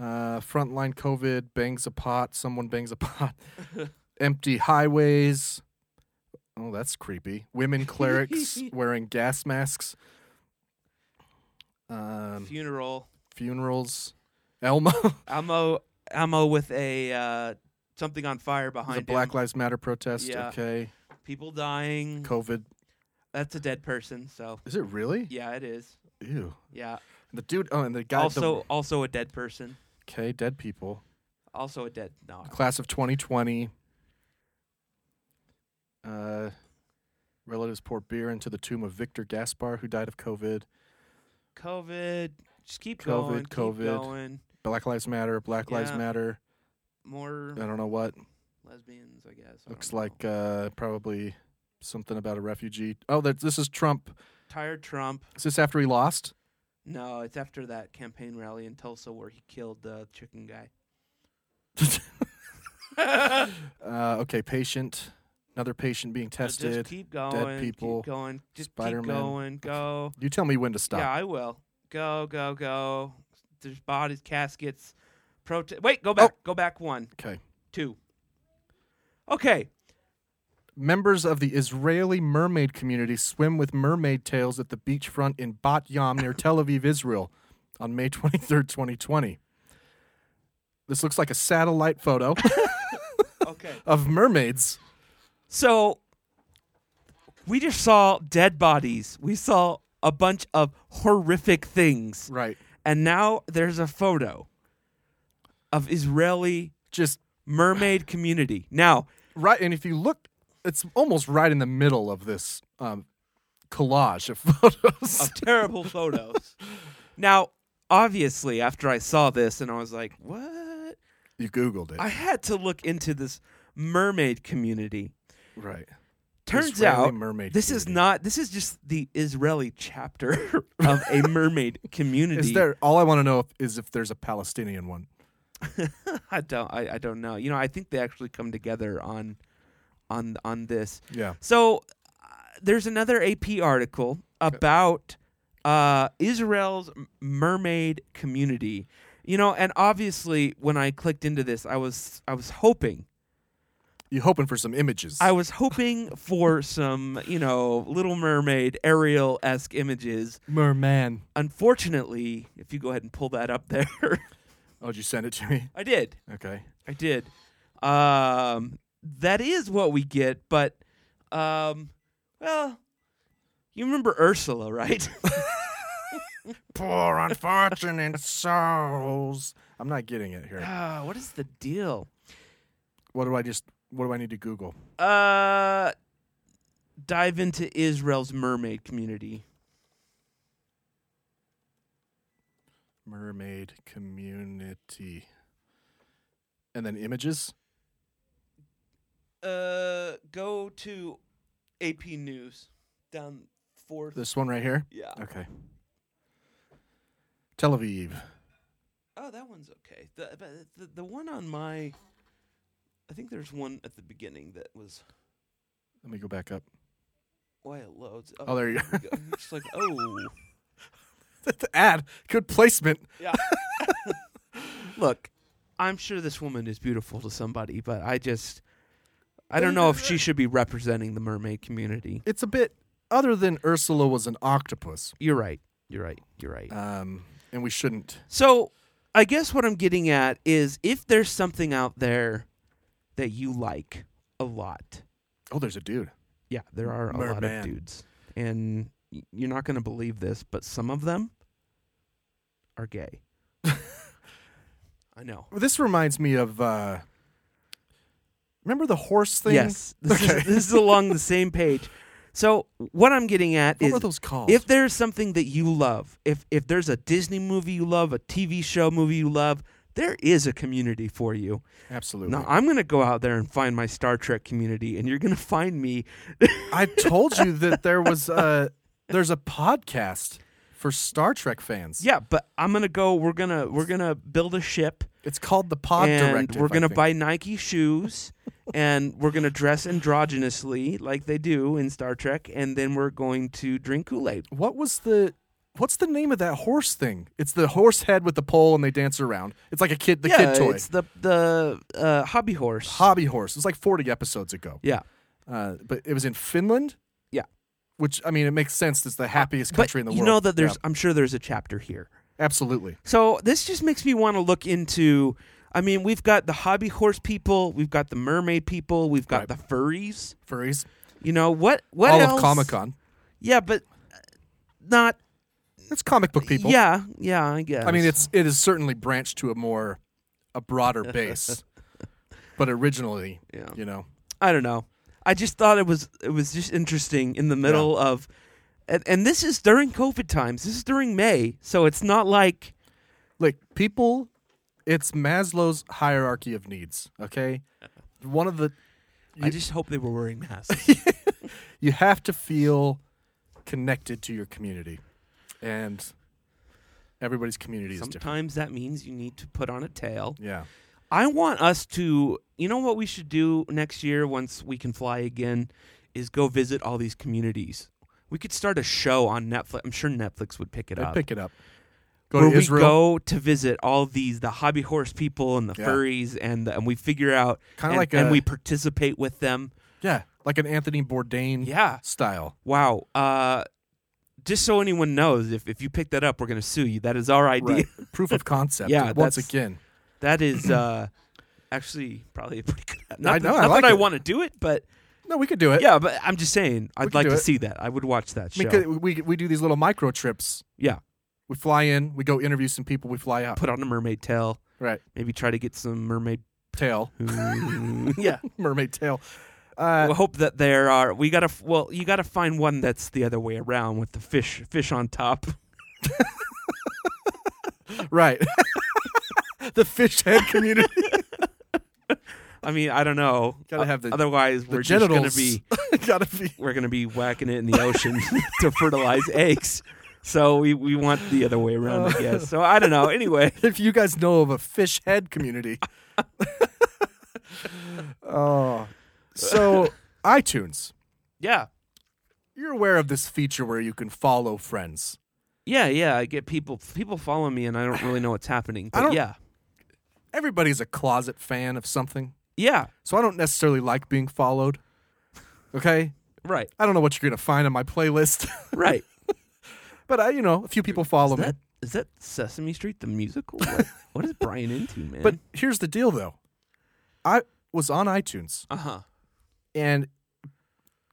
Speaker 7: Uh, frontline COVID bangs a pot. Someone bangs
Speaker 8: [laughs]
Speaker 7: a pot. Empty highways. Oh, that's creepy.
Speaker 8: [laughs]
Speaker 7: Women clerics wearing gas masks. Um,
Speaker 8: funeral.
Speaker 7: funerals. Elmo. [laughs]
Speaker 8: Elmo, Elmo with a uh, something on fire behind
Speaker 7: the
Speaker 8: him.
Speaker 7: Black Lives Matter protest.
Speaker 8: Yeah.
Speaker 7: Okay.
Speaker 8: People dying.
Speaker 7: COVID.
Speaker 8: That's a dead person. So
Speaker 7: Is it really?
Speaker 8: yeah, it is.
Speaker 7: Ew.
Speaker 8: Yeah.
Speaker 7: The dude. Oh, and the guy. the-
Speaker 8: also, also a dead person.
Speaker 7: okay. Dead people.
Speaker 8: Also a dead. No.
Speaker 7: class of 2020 uh, relatives pour beer into the tomb of victor gaspar who died of covid
Speaker 8: COVID. Just keep
Speaker 7: COVID,
Speaker 8: going. keep
Speaker 7: COVID.
Speaker 8: going.
Speaker 7: black lives matter black lives
Speaker 8: Yeah.
Speaker 7: matter
Speaker 8: More
Speaker 7: i don't know what
Speaker 8: lesbians, I guess. I don't
Speaker 7: looks
Speaker 8: know.
Speaker 7: like uh, probably something about a refugee oh that, this is trump
Speaker 8: tired Trump.
Speaker 7: is this after he lost
Speaker 8: No, it's after that campaign rally in Tulsa where he killed the chicken guy.
Speaker 7: uh, okay patient another patient being
Speaker 8: So just
Speaker 7: tested
Speaker 8: keep going.
Speaker 7: people,
Speaker 8: Keep going. Just
Speaker 7: Spider-Man.
Speaker 8: keep going. Go.
Speaker 7: you tell me when to stop
Speaker 8: Yeah, I will. Go, go, go. There's bodies, caskets, protest. Wait, go back.
Speaker 7: Oh.
Speaker 8: Go back one,
Speaker 7: okay
Speaker 8: two. Okay.
Speaker 7: Members of the Israeli mermaid community swim with mermaid tails at the beachfront in Bat Yam near Tel Aviv, Israel, on May 23rd, 2020. This looks like a satellite [laughs] photo
Speaker 8: Okay.
Speaker 7: of mermaids.
Speaker 8: so we just saw dead bodies. We saw a bunch of horrific things.
Speaker 7: Right.
Speaker 8: And now there's a photo of Israeli
Speaker 7: Just
Speaker 8: mermaid community. Now,
Speaker 7: right. And if you look, it's almost right in the middle of this um, collage of [laughs] photos.
Speaker 8: of terrible photos. [laughs] Now, obviously, after I saw this and I was like, what?
Speaker 7: you Googled it.
Speaker 8: I had to look into this mermaid community.
Speaker 7: right.
Speaker 8: Turns
Speaker 7: Israeli
Speaker 8: out,
Speaker 7: mermaid
Speaker 8: this is
Speaker 7: community.
Speaker 8: not, this is just the Israeli chapter [laughs] of a mermaid community.
Speaker 7: [laughs] Is there, all I want to know if- is if there's a Palestinian one.
Speaker 8: I don't, I, I don't know. You know, I think they actually come together on, on, on this.
Speaker 7: Yeah.
Speaker 8: So uh, there's another AP article about uh, Israel's m- mermaid community. You know, and obviously when I clicked into this, I was I was hoping
Speaker 7: You hoping for some images.
Speaker 8: I was
Speaker 7: [laughs]
Speaker 8: hoping for some, you know, Little Mermaid, Ariel esque images.
Speaker 7: Merman.
Speaker 8: Unfortunately, if you go ahead and pull that up there, [laughs]
Speaker 7: Oh, did you send it to me?
Speaker 8: I did.
Speaker 7: Okay.
Speaker 8: I did. Um, that is what we get, but um, well, you remember Ursula, right? [laughs]
Speaker 7: poor unfortunate souls. I'm not getting it here.
Speaker 8: uh, what is the deal?
Speaker 7: What do I just? What do I need to Google?
Speaker 8: Uh, dive into Israel's mermaid community.
Speaker 7: Mermaid community, and then images.
Speaker 8: Uh, go to AP News down fourth.
Speaker 7: This one right here.
Speaker 8: yeah.
Speaker 7: Okay. Tel Aviv.
Speaker 8: Oh, that one's okay. The, but the the one on my, I think there's one at the beginning that was
Speaker 7: Let me go back up.
Speaker 8: why it loads.
Speaker 7: Oh, there you
Speaker 8: we [laughs] go. I'm just like oh.
Speaker 7: [laughs] the ad. Good placement.
Speaker 8: Yeah. Look, I'm sure this woman is beautiful to somebody, but I just I don't know if she should be representing the mermaid community.
Speaker 7: It's a bit other than Ursula was an octopus.
Speaker 8: You're right. You're right. You're right.
Speaker 7: Um, and we shouldn't.
Speaker 8: So, I guess what I'm getting at is if there's something out there that you like a lot.
Speaker 7: Oh, there's a dude.
Speaker 8: Yeah, there are a lot of
Speaker 7: Merman.
Speaker 8: dudes. And y- you're not going to believe this, but some of them are gay. I know.
Speaker 7: This reminds me of. Uh, remember the horse thing? [laughs]
Speaker 8: Yes, this,
Speaker 7: Okay.
Speaker 8: is, this is along the same page. So what I'm getting at
Speaker 7: What
Speaker 8: is
Speaker 7: were those called?
Speaker 8: if there's something that you love, if if there's a Disney movie you love, a TV show movie you love, there is a community for you.
Speaker 7: Absolutely.
Speaker 8: Now I'm gonna go out there and find my Star Trek community, and you're gonna find me.
Speaker 7: I told you that there was a [laughs] there's a podcast for Star Trek fans.
Speaker 8: yeah, but I'm gonna go. We're gonna we're gonna build a ship,
Speaker 7: it's called the Pod
Speaker 8: and
Speaker 7: Directive.
Speaker 8: we're
Speaker 7: I
Speaker 8: gonna
Speaker 7: think.
Speaker 8: buy Nike shoes. [laughs] And we're gonna dress androgynously like they do in Star Trek, and then we're going to drink Kool Aid.
Speaker 7: What was the what's the name of that horse thing? It's the horse head with the pole and they dance around. It's like a kid, the
Speaker 8: yeah,
Speaker 7: kid toy,
Speaker 8: it's the the uh, hobby horse.
Speaker 7: hobby horse. It was like forty episodes ago.
Speaker 8: yeah,
Speaker 7: Uh, but it was in Finland,
Speaker 8: yeah.
Speaker 7: which I mean, it makes sense. It's the happiest
Speaker 8: But
Speaker 7: country in the
Speaker 8: you
Speaker 7: world.
Speaker 8: know that there's,
Speaker 7: Yeah,
Speaker 8: I'm sure there's a chapter here.
Speaker 7: absolutely.
Speaker 8: So this just makes me want to look into. I mean, we've got the hobby horse people, we've got the mermaid people, we've got
Speaker 7: Right.
Speaker 8: the furries.
Speaker 7: Furries,
Speaker 8: You know what? What
Speaker 7: all
Speaker 8: else?
Speaker 7: of Comic Con.
Speaker 8: Yeah, but uh, not.
Speaker 7: It's comic book people.
Speaker 8: Yeah, yeah, I guess.
Speaker 7: I mean, it's it is certainly branched to a more
Speaker 8: [laughs]
Speaker 7: a broader base, but originally,
Speaker 8: Yeah.
Speaker 7: you know,
Speaker 8: I don't know. I just thought it was it was just interesting in the middle of, and, and this is during COVID times. This is during May, so it's not like
Speaker 7: like people, it's Maslow's hierarchy of needs. Okay, one of the
Speaker 8: I just hope they were wearing masks.
Speaker 7: you have to feel connected to your community, and everybody's community is different.
Speaker 8: Sometimes that means you need to put on a tail.
Speaker 7: Yeah,
Speaker 8: I want us to, you know what we should do next year once we can fly again is go visit all these communities. We could start a show on Netflix. I'm sure Netflix would pick it
Speaker 7: I
Speaker 8: up.
Speaker 7: pick it up. Go
Speaker 8: where
Speaker 7: to
Speaker 8: we
Speaker 7: Israel.
Speaker 8: go to visit all these the hobby horse people and the
Speaker 7: Yeah.
Speaker 8: furries and the, and we figure out
Speaker 7: Kinda
Speaker 8: and,
Speaker 7: like
Speaker 8: and
Speaker 7: a-
Speaker 8: we participate with them.
Speaker 7: Yeah, like an Anthony Bourdain
Speaker 8: Yeah.
Speaker 7: style.
Speaker 8: Wow. Uh just so anyone knows, if, if you pick that up, we're gonna sue you. That is our idea.
Speaker 7: Right. Proof of concept.
Speaker 8: Yeah,
Speaker 7: once
Speaker 8: that's-
Speaker 7: again.
Speaker 8: That
Speaker 7: [clears throat]
Speaker 8: is uh actually probably a pretty good. Not
Speaker 7: I
Speaker 8: that-
Speaker 7: know, I
Speaker 8: not
Speaker 7: like
Speaker 8: that I
Speaker 7: it.
Speaker 8: want to do it, but
Speaker 7: No, we could do it.
Speaker 8: Yeah, but I'm just saying, I'd
Speaker 7: could
Speaker 8: like
Speaker 7: do
Speaker 8: to
Speaker 7: it.
Speaker 8: see that. I would watch that
Speaker 7: we,
Speaker 8: show.
Speaker 7: could, we we do these little micro trips.
Speaker 8: yeah,
Speaker 7: We fly in, we go interview some people, we fly out.
Speaker 8: put on a mermaid tail.
Speaker 7: right,
Speaker 8: Maybe try to get some mermaid.
Speaker 7: [laughs] tail,
Speaker 8: [laughs] yeah,
Speaker 7: mermaid tail. Uh,
Speaker 8: I hope that there are. We gotta. f- Well, you gotta find one that's the other way around with the fish, fish on top.
Speaker 7: Right, [laughs] the fish head community.
Speaker 8: I mean, I don't know.
Speaker 7: Gotta have the-
Speaker 8: Otherwise, [laughs]
Speaker 7: the
Speaker 8: we're
Speaker 7: genitals
Speaker 8: just gonna be
Speaker 7: [laughs] gotta be.
Speaker 8: we're gonna be whacking it in the ocean [laughs] to fertilize eggs. So we, we want the other way
Speaker 7: [laughs]
Speaker 8: around, I guess. So I don't know. Anyway,
Speaker 7: If you guys know of a fish
Speaker 8: [laughs]
Speaker 7: head community, [laughs] oh, so iTunes.
Speaker 8: yeah,
Speaker 7: You're aware of this feature where you can follow friends.
Speaker 8: yeah, yeah. I get people people follow me, and I don't really know what's
Speaker 7: [laughs]
Speaker 8: happening. But
Speaker 7: don't-
Speaker 8: yeah,
Speaker 7: Everybody's a closet fan of something,
Speaker 8: yeah,
Speaker 7: so I don't necessarily like being followed. Okay, [laughs]
Speaker 8: right.
Speaker 7: I don't know what you're gonna find on my playlist. [laughs]
Speaker 8: Right.
Speaker 7: But I, you know, a few people follow me.
Speaker 8: that is that Sesame Street the musical?
Speaker 7: [laughs]
Speaker 8: What, what is Brian into, man?
Speaker 7: But here's the deal, though. I was on iTunes,
Speaker 8: uh huh.
Speaker 7: and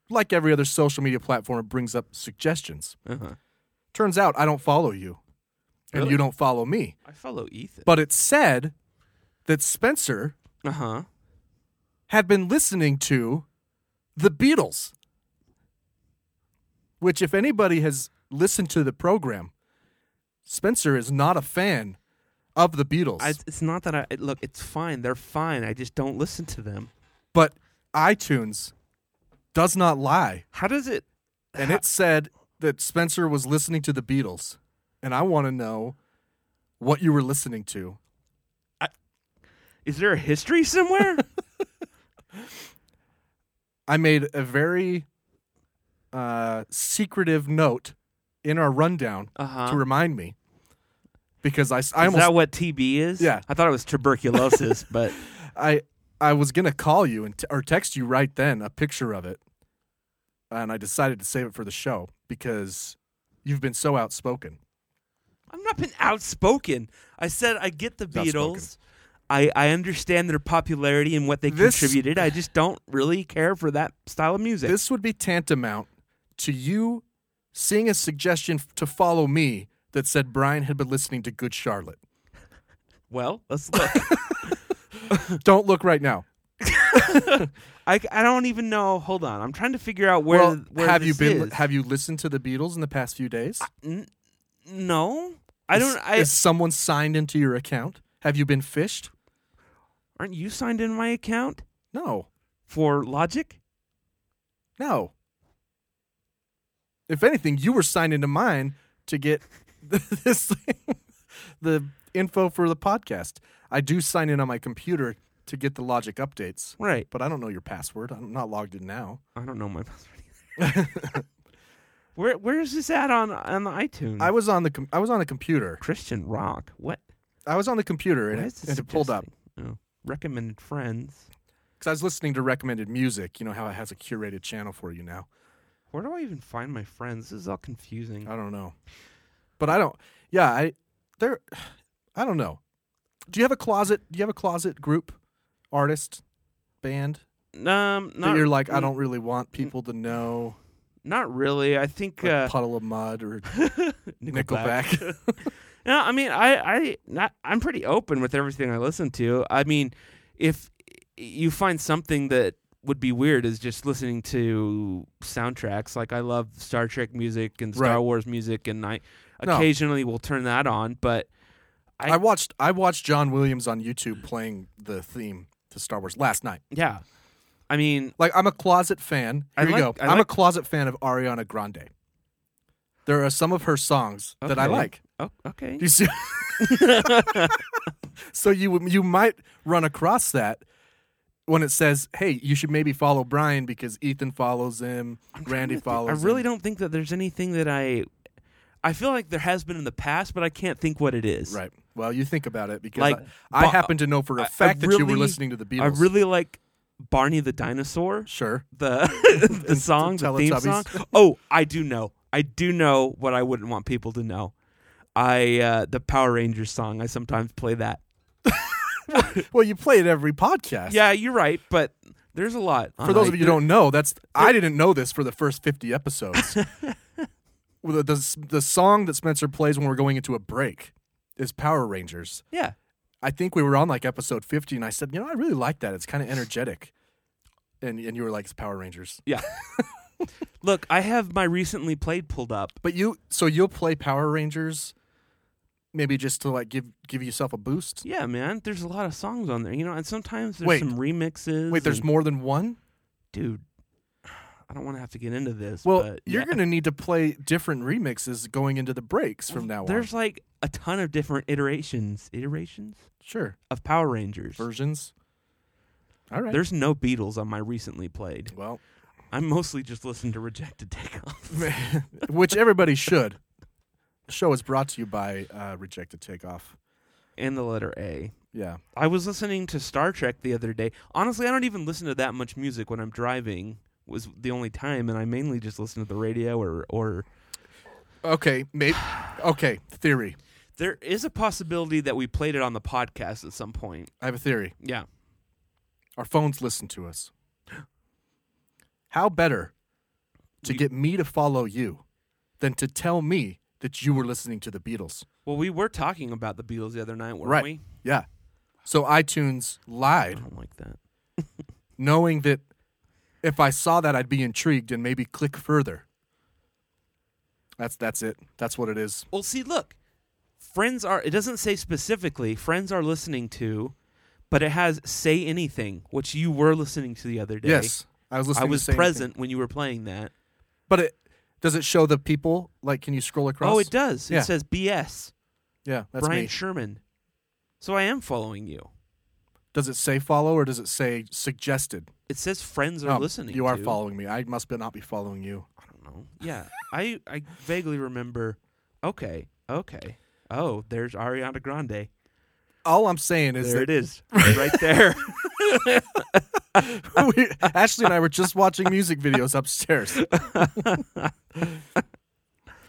Speaker 7: like every other social media platform, it brings up suggestions.
Speaker 8: Uh huh.
Speaker 7: Turns out I don't follow you, and
Speaker 8: Really?
Speaker 7: you don't follow me.
Speaker 8: I follow Ethan.
Speaker 7: But it said that Spencer
Speaker 8: Uh
Speaker 7: Uh-huh.
Speaker 8: huh.
Speaker 7: had been listening to the Beatles, which, if anybody has listened to the program, Spencer is not a fan of the Beatles.
Speaker 8: It's not that I it- look. It's fine. They're fine. I just don't listen to them.
Speaker 7: but iTunes does not lie.
Speaker 8: How does it?
Speaker 7: And it said that Spencer was listening to the Beatles. And I want to know what you were listening to.
Speaker 8: Is there a history somewhere?
Speaker 7: I made a very uh, secretive note in our rundown
Speaker 8: Uh-huh.
Speaker 7: to remind me because I, s- [laughs] I
Speaker 8: is that
Speaker 7: almost
Speaker 8: what TB is?
Speaker 7: Yeah.
Speaker 8: I thought it was
Speaker 7: [laughs]
Speaker 8: tuberculosis, but
Speaker 7: I I was gonna call you and t- or text you right then a picture of it, and I decided to save it for the show because you've been so outspoken.
Speaker 8: I've not been outspoken. I said I get the
Speaker 7: Outspoken.
Speaker 8: Beatles. I, I understand their popularity and what they
Speaker 7: This-
Speaker 8: contributed. I just don't really care for that style of music.
Speaker 7: This would be tantamount to you seeing a suggestion f- to follow me that said Brian had been listening to Good Charlotte.
Speaker 8: [laughs] well, let's
Speaker 7: [laughs]
Speaker 8: look.
Speaker 7: Don't look right now.
Speaker 8: I, I don't even know. Hold on, I'm trying to figure out where,
Speaker 7: well,
Speaker 8: where
Speaker 7: have you
Speaker 8: this
Speaker 7: been?
Speaker 8: is.
Speaker 7: Have you listened to the Beatles in the past few days?
Speaker 8: no, I don't.
Speaker 7: Is,
Speaker 8: I
Speaker 7: is someone signed into your account? Have you been fished?
Speaker 8: aren't you signed in my account
Speaker 7: No,
Speaker 8: for Logic?
Speaker 7: no. If anything, you were signed into mine to get [laughs] this thing, the info for the podcast. I do sign in on my computer to get the logic updates.
Speaker 8: Right.
Speaker 7: [laughs] but I don't know your password. I'm not logged in now.
Speaker 8: I don't know my password. either. Where where is this at on on the iTunes?
Speaker 7: I was on the com- I was on a computer.
Speaker 8: Christian rock. What?
Speaker 7: I was on the computer and
Speaker 8: Why
Speaker 7: it,
Speaker 8: is this
Speaker 7: and it pulled up
Speaker 8: suggesting- oh. Recommended friends.
Speaker 7: because I was listening to recommended music. You know how it has a curated channel for you now.
Speaker 8: Where do I even find my friends? This is all confusing.
Speaker 7: I don't know, but I don't. Yeah, I there. I don't know. Do you have a closet? Do you have a closet group, artist, band
Speaker 8: um,
Speaker 7: that
Speaker 8: not Mm.
Speaker 7: you're like I don't really want people to know?
Speaker 8: Not really. I think
Speaker 7: Like
Speaker 8: uh,
Speaker 7: puddle of mud or
Speaker 8: [laughs] Nickelback.
Speaker 7: Nickelback. [laughs]
Speaker 8: No, I mean, I, I, not, I'm pretty open with everything I listen to. I mean, if you find something that would be weird, is just listening to soundtracks. Like I love Star Trek music and Star
Speaker 7: Right.
Speaker 8: Wars music, and I
Speaker 7: No.
Speaker 8: occasionally will turn that on. But I-
Speaker 7: I watched I watched John Williams on YouTube playing the theme to Star Wars last night.
Speaker 8: yeah, I mean,
Speaker 7: Like I'm a closet fan.
Speaker 8: I
Speaker 7: Here you
Speaker 8: like-
Speaker 7: go.
Speaker 8: I
Speaker 7: I'm
Speaker 8: like-
Speaker 7: a closet fan of Ariana Grande. There are some of her songs that I
Speaker 8: Okay.
Speaker 7: like.
Speaker 8: oh, okay,
Speaker 7: Do
Speaker 8: [laughs]
Speaker 7: you see? so you you might run across that when it says, "Hey, you should maybe follow Brian because Ethan follows him, Randy follows."
Speaker 8: I really
Speaker 7: him.
Speaker 8: don't think that there's anything that I, I feel like there has been in the past, but I can't think what it is.
Speaker 7: Right. Well, you think about it because
Speaker 8: Like,
Speaker 7: I, I
Speaker 8: but-
Speaker 7: happen to know for
Speaker 8: I-
Speaker 7: a
Speaker 8: I
Speaker 7: fact that you were
Speaker 8: really-
Speaker 7: listening to the Beatles.
Speaker 8: I really like Barney the dinosaur.
Speaker 7: sure. [laughs]
Speaker 8: the [laughs] the
Speaker 7: And
Speaker 8: song, the theme song.
Speaker 7: Teletubbies.
Speaker 8: Oh, I do know. I do know what I wouldn't want people to know. I uh, the Power Rangers song. I sometimes play that.
Speaker 7: Well, you play it every podcast.
Speaker 8: Yeah, you're right, but there's a lot.
Speaker 7: For those of you who don't know,
Speaker 8: [laughs]
Speaker 7: that's I didn't know this for the first 50 episodes. Well, the, the the song that Spencer plays when we're going into a break is Power Rangers.
Speaker 8: yeah,
Speaker 7: I think we were on like episode 50 and I said, "You know, I really like that. It's kind of energetic." And and you were like, "It's Power Rangers." [laughs]
Speaker 8: yeah. Look, I have my recently played pulled up.
Speaker 7: But you so you'll play Power Rangers maybe just to like give give yourself a boost?
Speaker 8: Yeah, man. There's a lot of songs on there, you know. And sometimes there's
Speaker 7: Wait.
Speaker 8: some remixes.
Speaker 7: Wait, there's
Speaker 8: and-
Speaker 7: more than one?
Speaker 8: dude. I don't want to have to get into this.
Speaker 7: Well,
Speaker 8: but
Speaker 7: you're
Speaker 8: yeah.
Speaker 7: going to need to play different remixes going into the breaks from now
Speaker 8: There's
Speaker 7: on.
Speaker 8: like a ton of different iterations, iterations
Speaker 7: Sure.
Speaker 8: of Power Rangers.
Speaker 7: Versions. All right.
Speaker 8: There's no Beatles on my recently played.
Speaker 7: Well,
Speaker 8: I mostly just listen to Rejected
Speaker 7: [laughs]
Speaker 8: Takeoff.
Speaker 7: which everybody should. The show is brought to you by uh, Rejected Takeoff.
Speaker 8: and the letter A.
Speaker 7: Yeah.
Speaker 8: I was listening to Star Trek the other day. Honestly, I don't even listen to that much music when I'm driving. Was the only time, and I mainly just listen to the radio or or.
Speaker 7: Okay. Maybe. Okay. Theory.
Speaker 8: There is a possibility that we played it on the podcast at some point.
Speaker 7: I have a theory.
Speaker 8: Yeah.
Speaker 7: Our phones listen to us. How better to get me to follow you than to tell me that you were listening to the Beatles?
Speaker 8: Well, we were talking about the Beatles the other night, weren't
Speaker 7: right.
Speaker 8: we?
Speaker 7: Yeah. So iTunes
Speaker 8: I
Speaker 7: lied,
Speaker 8: don't like that.
Speaker 7: knowing that if I saw that, I'd be intrigued and maybe click further. That's that's it. That's what it is.
Speaker 8: Well, see, look, friends are. It doesn't say specifically friends are listening to, but it has say anything, which you were listening to the other day.
Speaker 7: Yes, I was
Speaker 8: I
Speaker 7: listening. to
Speaker 8: was
Speaker 7: Say Anything.
Speaker 8: present when you were playing that.
Speaker 7: but it does it show the people? Like, can you scroll across?
Speaker 8: Oh, it does.
Speaker 7: Yeah.
Speaker 8: It says BS
Speaker 7: Yeah, that's
Speaker 8: Brian
Speaker 7: me.
Speaker 8: Sherman. So I am following you.
Speaker 7: does it say follow or does it say suggested?
Speaker 8: It says friends are
Speaker 7: Oh,
Speaker 8: listening.
Speaker 7: You are
Speaker 8: to.
Speaker 7: following me. I must be- not be following you.
Speaker 8: I don't know. Yeah, I I vaguely remember. Okay, okay. Oh, there's Ariana Grande.
Speaker 7: All I'm saying is
Speaker 8: there it
Speaker 7: that
Speaker 8: is, right there. [laughs]
Speaker 7: [laughs] we, Ashley and I were just watching music
Speaker 8: [laughs]
Speaker 7: videos upstairs.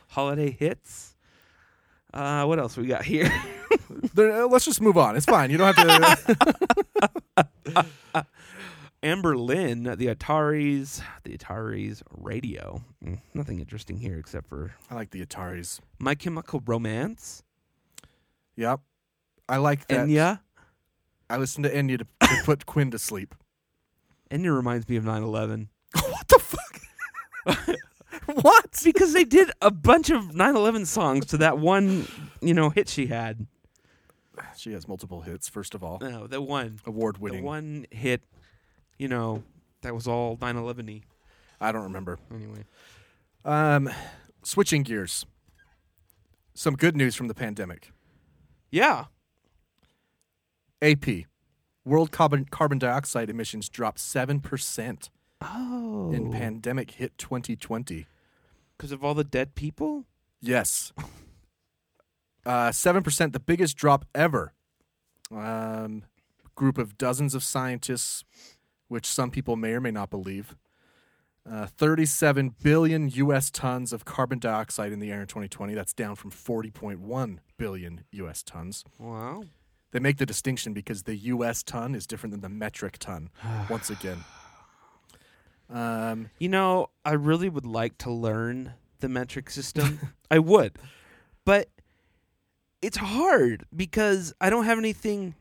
Speaker 8: Holiday hits. Uh, what else we got here? [laughs]
Speaker 7: There- uh, let's just move on. It's fine. You don't have
Speaker 8: [laughs]
Speaker 7: to.
Speaker 8: Amber Lynn, the Ataris, the Ataris radio. Mm, Nothing interesting here except for
Speaker 7: I like the Ataris.
Speaker 8: My Chemical Romance,
Speaker 7: Yep. I like that.
Speaker 8: Enya.
Speaker 7: I listened to Enya to, to put Quinn to sleep.
Speaker 8: Enya reminds me of 9 11.
Speaker 7: [laughs] what the fuck? [laughs] what?
Speaker 8: Because they did a bunch of 9 11 songs to that one, you know, hit she had.
Speaker 7: She has multiple hits. First
Speaker 8: [laughs]
Speaker 7: of all,
Speaker 8: No, that one.
Speaker 7: award
Speaker 8: The
Speaker 7: winning.
Speaker 8: one hit, you know, that was all 9 11 y.
Speaker 7: I don't remember.
Speaker 8: Anyway.
Speaker 7: Um, switching gears. Some good news from the pandemic.
Speaker 8: Yeah.
Speaker 7: AP, world carbon carbon dioxide emissions dropped seven percent
Speaker 8: Oh.
Speaker 7: in pandemic hit 2020.
Speaker 8: because of all the dead people?
Speaker 7: Yes. Uh, Seven percent, the biggest drop ever. Um, group of dozens of scientists, which some people may or may not believe. Uh, 37 billion U.S. tons of carbon dioxide in the air in 2020. That's down from 40.1 billion U.S. tons.
Speaker 8: Wow.
Speaker 7: They make the distinction because the U.S. ton is different than the metric ton. once again, um,
Speaker 8: You know, I really would like to learn the metric
Speaker 7: [laughs]
Speaker 8: system. I would. But it's hard because I don't have anything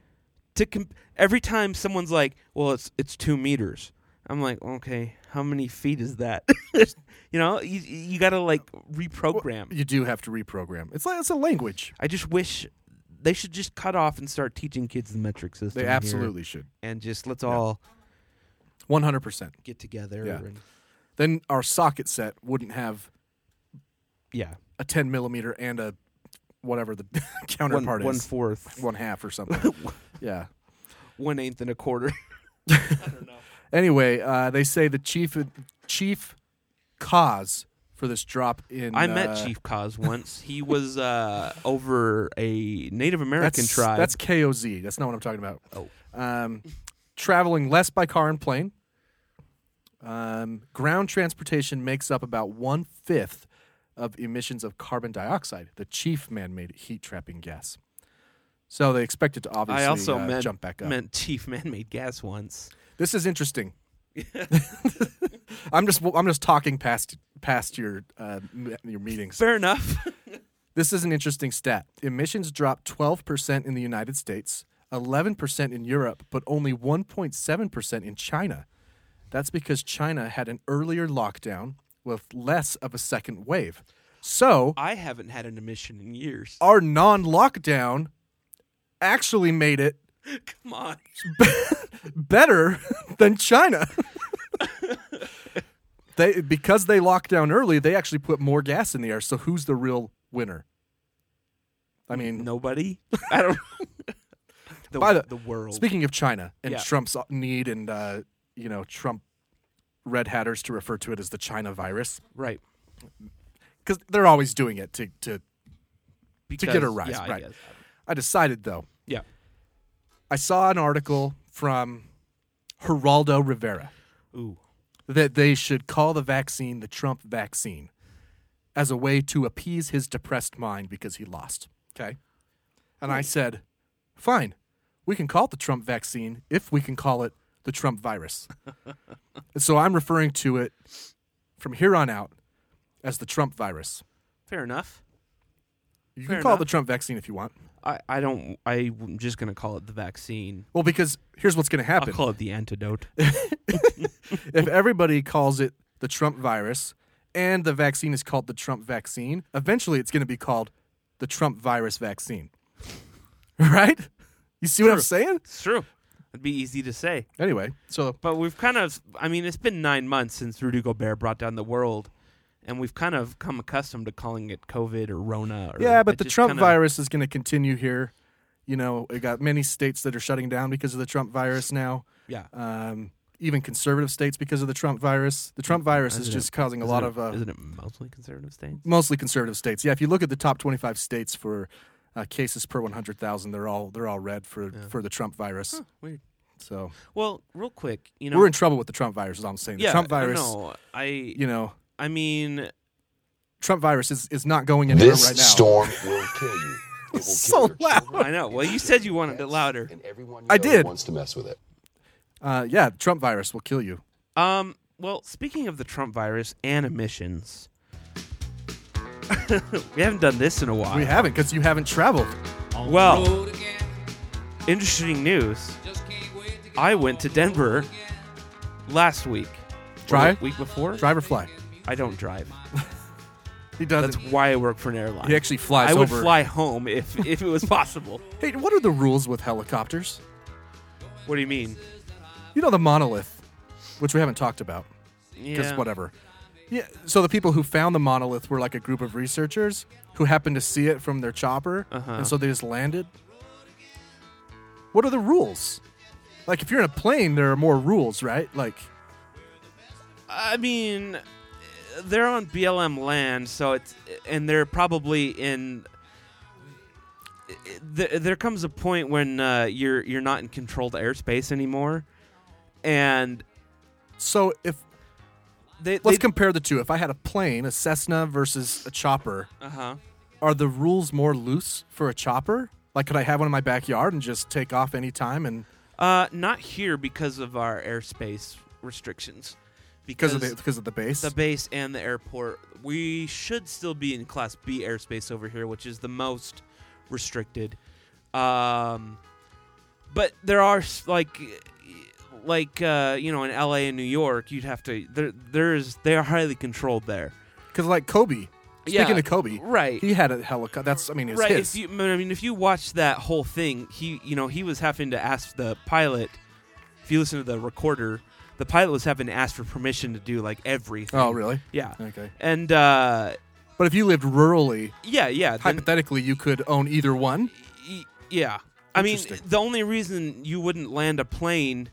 Speaker 8: to comp- every time someone's like, "Well, it's it's 2 meters." I'm like, "Okay, how many feet is that?" [laughs] you know, you you got to like reprogram.
Speaker 7: you do have to reprogram. It's like it's a language.
Speaker 8: I just wish they should just cut off and start teaching kids the metric system.
Speaker 7: They
Speaker 8: here
Speaker 7: absolutely should.
Speaker 8: and just let's all
Speaker 7: 100 percent.
Speaker 8: get together
Speaker 7: Yeah.
Speaker 8: and
Speaker 7: then our socket set wouldn't have
Speaker 8: yeah,
Speaker 7: a 10 millimeter and a whatever the [laughs]
Speaker 8: one
Speaker 7: counterpart
Speaker 8: one
Speaker 7: is
Speaker 8: fourth,
Speaker 7: one half
Speaker 8: [laughs]
Speaker 7: or something yeah
Speaker 8: one eighth and a quarter.
Speaker 7: anyway uh, they say the chief chief cause for this drop in
Speaker 8: I met
Speaker 7: uh,
Speaker 8: Chief Cos once. He was uh, over a Native American
Speaker 7: that's,
Speaker 8: tribe.
Speaker 7: that's koz that's not what i'm talking about
Speaker 8: Oh.
Speaker 7: um, traveling less by car and plane um, ground transportation makes up about one fifth of emissions of carbon dioxide, the chief man-made heat-trapping gas. So they expect it to obviously
Speaker 8: I also
Speaker 7: uh,
Speaker 8: met
Speaker 7: jump back up.
Speaker 8: met Chief Man-Made Gas once.
Speaker 7: This is interesting. [laughs] I'm just I'm just talking past past your uh, m- your meetings.
Speaker 8: Fair enough. [laughs]
Speaker 7: This is an interesting stat. Emissions dropped 12% in the United States, 11% in Europe, but only 1.7% in China. That's because China had an earlier lockdown with less of a second wave. So,
Speaker 8: I haven't had an emission in years.
Speaker 7: our non-lockdown actually made it
Speaker 8: Come on.
Speaker 7: better [laughs] than China.
Speaker 8: [laughs]
Speaker 7: they because they locked down early, they actually put more gas in the air. So who's the real winner? I mean,
Speaker 8: Nobody. I don't. [laughs] the,
Speaker 7: By the-
Speaker 8: world.
Speaker 7: speaking of China and
Speaker 8: Yeah.
Speaker 7: Trump's need and uh, you know Trump red hatters to refer to it as the China virus
Speaker 8: right.
Speaker 7: because they're always doing it to to.
Speaker 8: Because,
Speaker 7: get a rise,
Speaker 8: Yeah, I
Speaker 7: right.
Speaker 8: guess.
Speaker 7: I decided though,
Speaker 8: Yeah.
Speaker 7: I saw an article from Geraldo Rivera.
Speaker 8: Ooh.
Speaker 7: that they should call the vaccine the Trump vaccine as a way to appease his depressed mind because he lost. Okay. And
Speaker 8: Hmm.
Speaker 7: I said, fine, we can call it the Trump vaccine if we can call it the Trump
Speaker 8: [laughs]
Speaker 7: virus. and so I'm referring to it from here on out as the Trump virus.
Speaker 8: Fair enough.
Speaker 7: You
Speaker 8: Fair
Speaker 7: can call it
Speaker 8: enough.
Speaker 7: the Trump vaccine if you want.
Speaker 8: I, I don't. I'm just gonna call it the vaccine.
Speaker 7: Well, because here's what's going to happen.
Speaker 8: I'll call it the
Speaker 7: [laughs]
Speaker 8: antidote.
Speaker 7: if everybody calls it the Trump virus and the vaccine is called the Trump vaccine, eventually it's going to be called the Trump virus vaccine. [laughs] Right? You see what I'm saying?
Speaker 8: it's true. It'd be easy to say.
Speaker 7: Anyway, so
Speaker 8: But we've kind of, I mean, it's been nine months since Rudy Gobert brought down the world, and we've kind of come accustomed to calling it COVID or Rona. Or
Speaker 7: yeah, but
Speaker 8: it
Speaker 7: the
Speaker 8: just
Speaker 7: Trump
Speaker 8: kinda-
Speaker 7: virus is going to continue here. You know, we got many states that are shutting down because of the Trump virus now.
Speaker 8: Yeah.
Speaker 7: Um, even conservative states because of the Trump virus. The Trump virus is
Speaker 8: Isn't
Speaker 7: just
Speaker 8: it-
Speaker 7: causing a
Speaker 8: isn't
Speaker 7: lot
Speaker 8: it-
Speaker 7: of uh,
Speaker 8: Isn't it mostly conservative states?
Speaker 7: mostly conservative states. Yeah, if you look at the top 25 states for uh, cases per 100,000, they're all they're all red for for the Trump virus.
Speaker 8: Weird.
Speaker 7: So
Speaker 8: Well, real quick, you know.
Speaker 7: we're in trouble with the Trump virus. Is all I'm saying.
Speaker 8: yeah,
Speaker 7: the Trump
Speaker 8: I don't
Speaker 7: virus.
Speaker 8: know. I,
Speaker 7: You know,
Speaker 8: I
Speaker 7: [laughs]
Speaker 8: mean,
Speaker 7: Trump virus is, is not going anywhere
Speaker 1: This
Speaker 7: right now.
Speaker 1: storm will kill you. It will kill
Speaker 7: So
Speaker 1: your
Speaker 7: loud.
Speaker 1: children,
Speaker 8: I know. Well, you said you wanted it louder.
Speaker 1: And everyone you
Speaker 7: I
Speaker 1: know
Speaker 7: did.
Speaker 1: wants to mess with it.
Speaker 7: Uh, yeah, Trump virus will kill you.
Speaker 8: Um, well, speaking of the Trump virus and emissions, [laughs] we haven't done this in a while.
Speaker 7: We haven't because you haven't traveled.
Speaker 8: Well, interesting news. I went to Denver last week. Or
Speaker 7: Drive?
Speaker 8: Week before?
Speaker 7: Drive or fly.
Speaker 8: I don't drive.
Speaker 7: He doesn't.
Speaker 8: That's why I work for an airline.
Speaker 7: He actually flies
Speaker 8: I would
Speaker 7: over-
Speaker 8: fly home if, [laughs] if it was possible.
Speaker 7: Hey, what are the rules with helicopters?
Speaker 8: what do you mean?
Speaker 7: You know the monolith, which we haven't talked about. because
Speaker 8: Yeah.
Speaker 7: whatever. Yeah. So the people who found the monolith were like a group of researchers who happened to see it from their chopper,
Speaker 8: Uh-huh.
Speaker 7: and so they just landed. What are the rules? Like if you're in a plane, there are more rules, right? Like
Speaker 8: I mean, they're on BLM land, so it's and they're probably in. There, there comes a point when uh, you're you're not in controlled airspace anymore, and
Speaker 7: So if
Speaker 8: they they,
Speaker 7: let's compare the two. If I had a plane, a Cessna versus a chopper,
Speaker 8: uh huh.
Speaker 7: are the rules more loose for a chopper? Like, could I have one in my backyard and just take off any time? And
Speaker 8: Uh, not here because of our airspace restrictions.
Speaker 7: because of the because of the base,
Speaker 8: the base and the airport, we should still be in Class B airspace over here, which is the most restricted. Um, but there are s- like, like uh, you know, in LA and New York, you'd have to there. There's they are highly controlled there.
Speaker 7: because like Kobe.
Speaker 8: Yeah,
Speaker 7: Speaking of Kobe,
Speaker 8: right.
Speaker 7: He had a helicopter. That's I mean, it was
Speaker 8: right?
Speaker 7: his.
Speaker 8: If you, I mean, if you watch that whole thing, he, you know, he was having to ask the pilot. If you listen to the recorder, the pilot was having to ask for permission to do like everything.
Speaker 7: oh, really?
Speaker 8: Yeah.
Speaker 7: Okay.
Speaker 8: And uh,
Speaker 7: But if you lived rurally,
Speaker 8: yeah, yeah. then-
Speaker 7: hypothetically, you could own either one.
Speaker 8: Y- yeah. I mean,
Speaker 7: Interesting.
Speaker 8: the only reason you wouldn't land a plane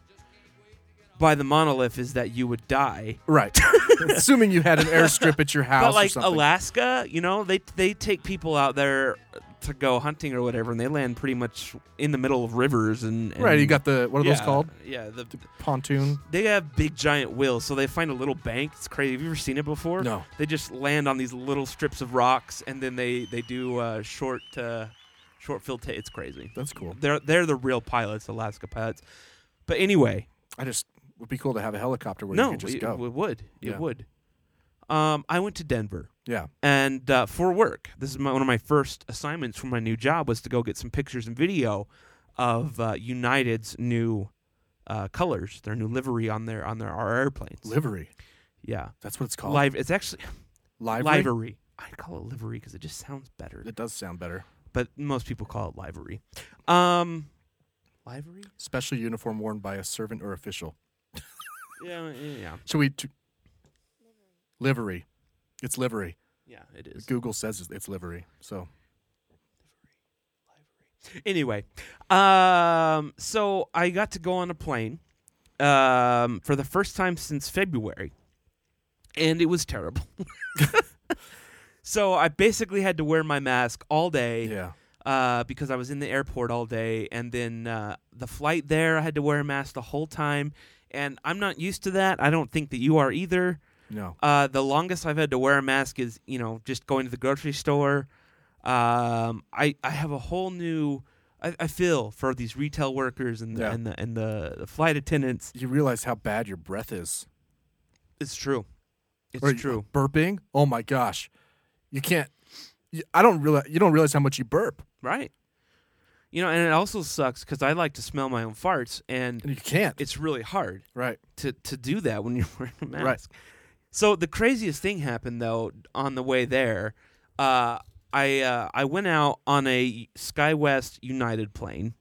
Speaker 8: by the monolith is that you would die.
Speaker 7: Right. [laughs] Assuming you had an airstrip at your
Speaker 8: [laughs]
Speaker 7: house
Speaker 8: But
Speaker 7: or
Speaker 8: like
Speaker 7: something.
Speaker 8: Alaska, you know, they they take people out there to go hunting or whatever, and they land pretty much in the middle of rivers and, and-
Speaker 7: right. You got the what are those
Speaker 8: yeah,
Speaker 7: called?
Speaker 8: Yeah, the,
Speaker 7: Pontoon.
Speaker 8: they have big giant wheels, so they find a little bank. It's crazy. Have you ever seen it before?
Speaker 7: No.
Speaker 8: They just land on these little strips of rocks, and then they they do uh, short uh, short field. ta it's crazy.
Speaker 7: That's cool.
Speaker 8: They're they're the real pilots, Alaska pilots. But anyway,
Speaker 7: I just would be cool to have a helicopter where
Speaker 8: no,
Speaker 7: you could just
Speaker 8: it,
Speaker 7: go.
Speaker 8: it would. It
Speaker 7: Yeah.
Speaker 8: would. Um, I went to Denver
Speaker 7: yeah.
Speaker 8: and uh, for work. This is my, one of my first assignments for my new job was to go get some pictures and video of uh, United's new uh, colors, their new livery on their on their our airplanes.
Speaker 7: Livery.
Speaker 8: yeah,
Speaker 7: That's what it's called.
Speaker 8: live. It's actually
Speaker 7: Livery.
Speaker 8: livery. I call it livery because it just sounds better.
Speaker 7: It does sound better.
Speaker 8: But most people call it livery. Um, livery.
Speaker 7: Special uniform worn by a servant or official.
Speaker 8: Yeah, yeah, yeah.
Speaker 7: Should we? T- livery. It's livery.
Speaker 8: Yeah, it is.
Speaker 7: Google says it's- it's livery. So
Speaker 8: Anyway, um, so I got to go on a plane um, for the first time since February, and it was terrible. [laughs] so I basically had to wear my mask all day
Speaker 7: yeah.
Speaker 8: uh, because I was in the airport all day, and then uh, the flight there, I had to wear a mask the whole time. And I'm not used to that. I don't think that you are either.
Speaker 7: No.
Speaker 8: Uh, the longest I've had to wear a mask is, you know, just going to the grocery store. Um, I I have a whole new. I, I feel for these retail workers and the,
Speaker 7: Yeah.
Speaker 8: and the and the, the flight attendants.
Speaker 7: You realize how bad your breath is.
Speaker 8: It's true. It's
Speaker 7: Or you-
Speaker 8: true.
Speaker 7: Burping. Oh my gosh. You can't. You, I don't realize. You don't realize how much you burp,
Speaker 8: Right. You know, and it also sucks because I like to smell my own farts, and
Speaker 7: and you can't.
Speaker 8: it's really hard
Speaker 7: right.
Speaker 8: to to do that when [laughs] you're wearing a mask. So the craziest thing happened though on the way there. Uh, I uh, I went out on a SkyWest United plane.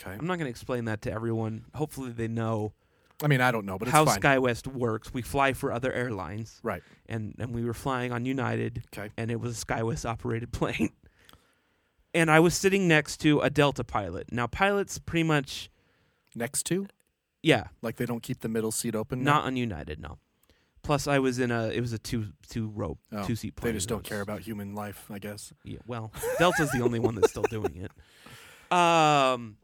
Speaker 7: Okay.
Speaker 8: I'm not going to explain that to everyone. Hopefully, they know
Speaker 7: I mean, I don't know, but it's
Speaker 8: how
Speaker 7: fine.
Speaker 8: SkyWest works. We fly for other airlines,
Speaker 7: right.
Speaker 8: and and we were flying on United,
Speaker 7: Okay.
Speaker 8: and it was a SkyWest operated [laughs] plane. And I was sitting next to a Delta pilot. Now, pilots pretty much,
Speaker 7: Next to,
Speaker 8: yeah,
Speaker 7: like they don't keep the middle seat open.
Speaker 8: not on United, no. Plus, I was in a it was a two two rope
Speaker 7: Oh,
Speaker 8: two seat plane.
Speaker 7: They just
Speaker 8: so
Speaker 7: don't care
Speaker 8: it's-
Speaker 7: about human life, I guess.
Speaker 8: Yeah, well, Delta's the only one that's still doing it.
Speaker 7: [laughs]
Speaker 8: Um,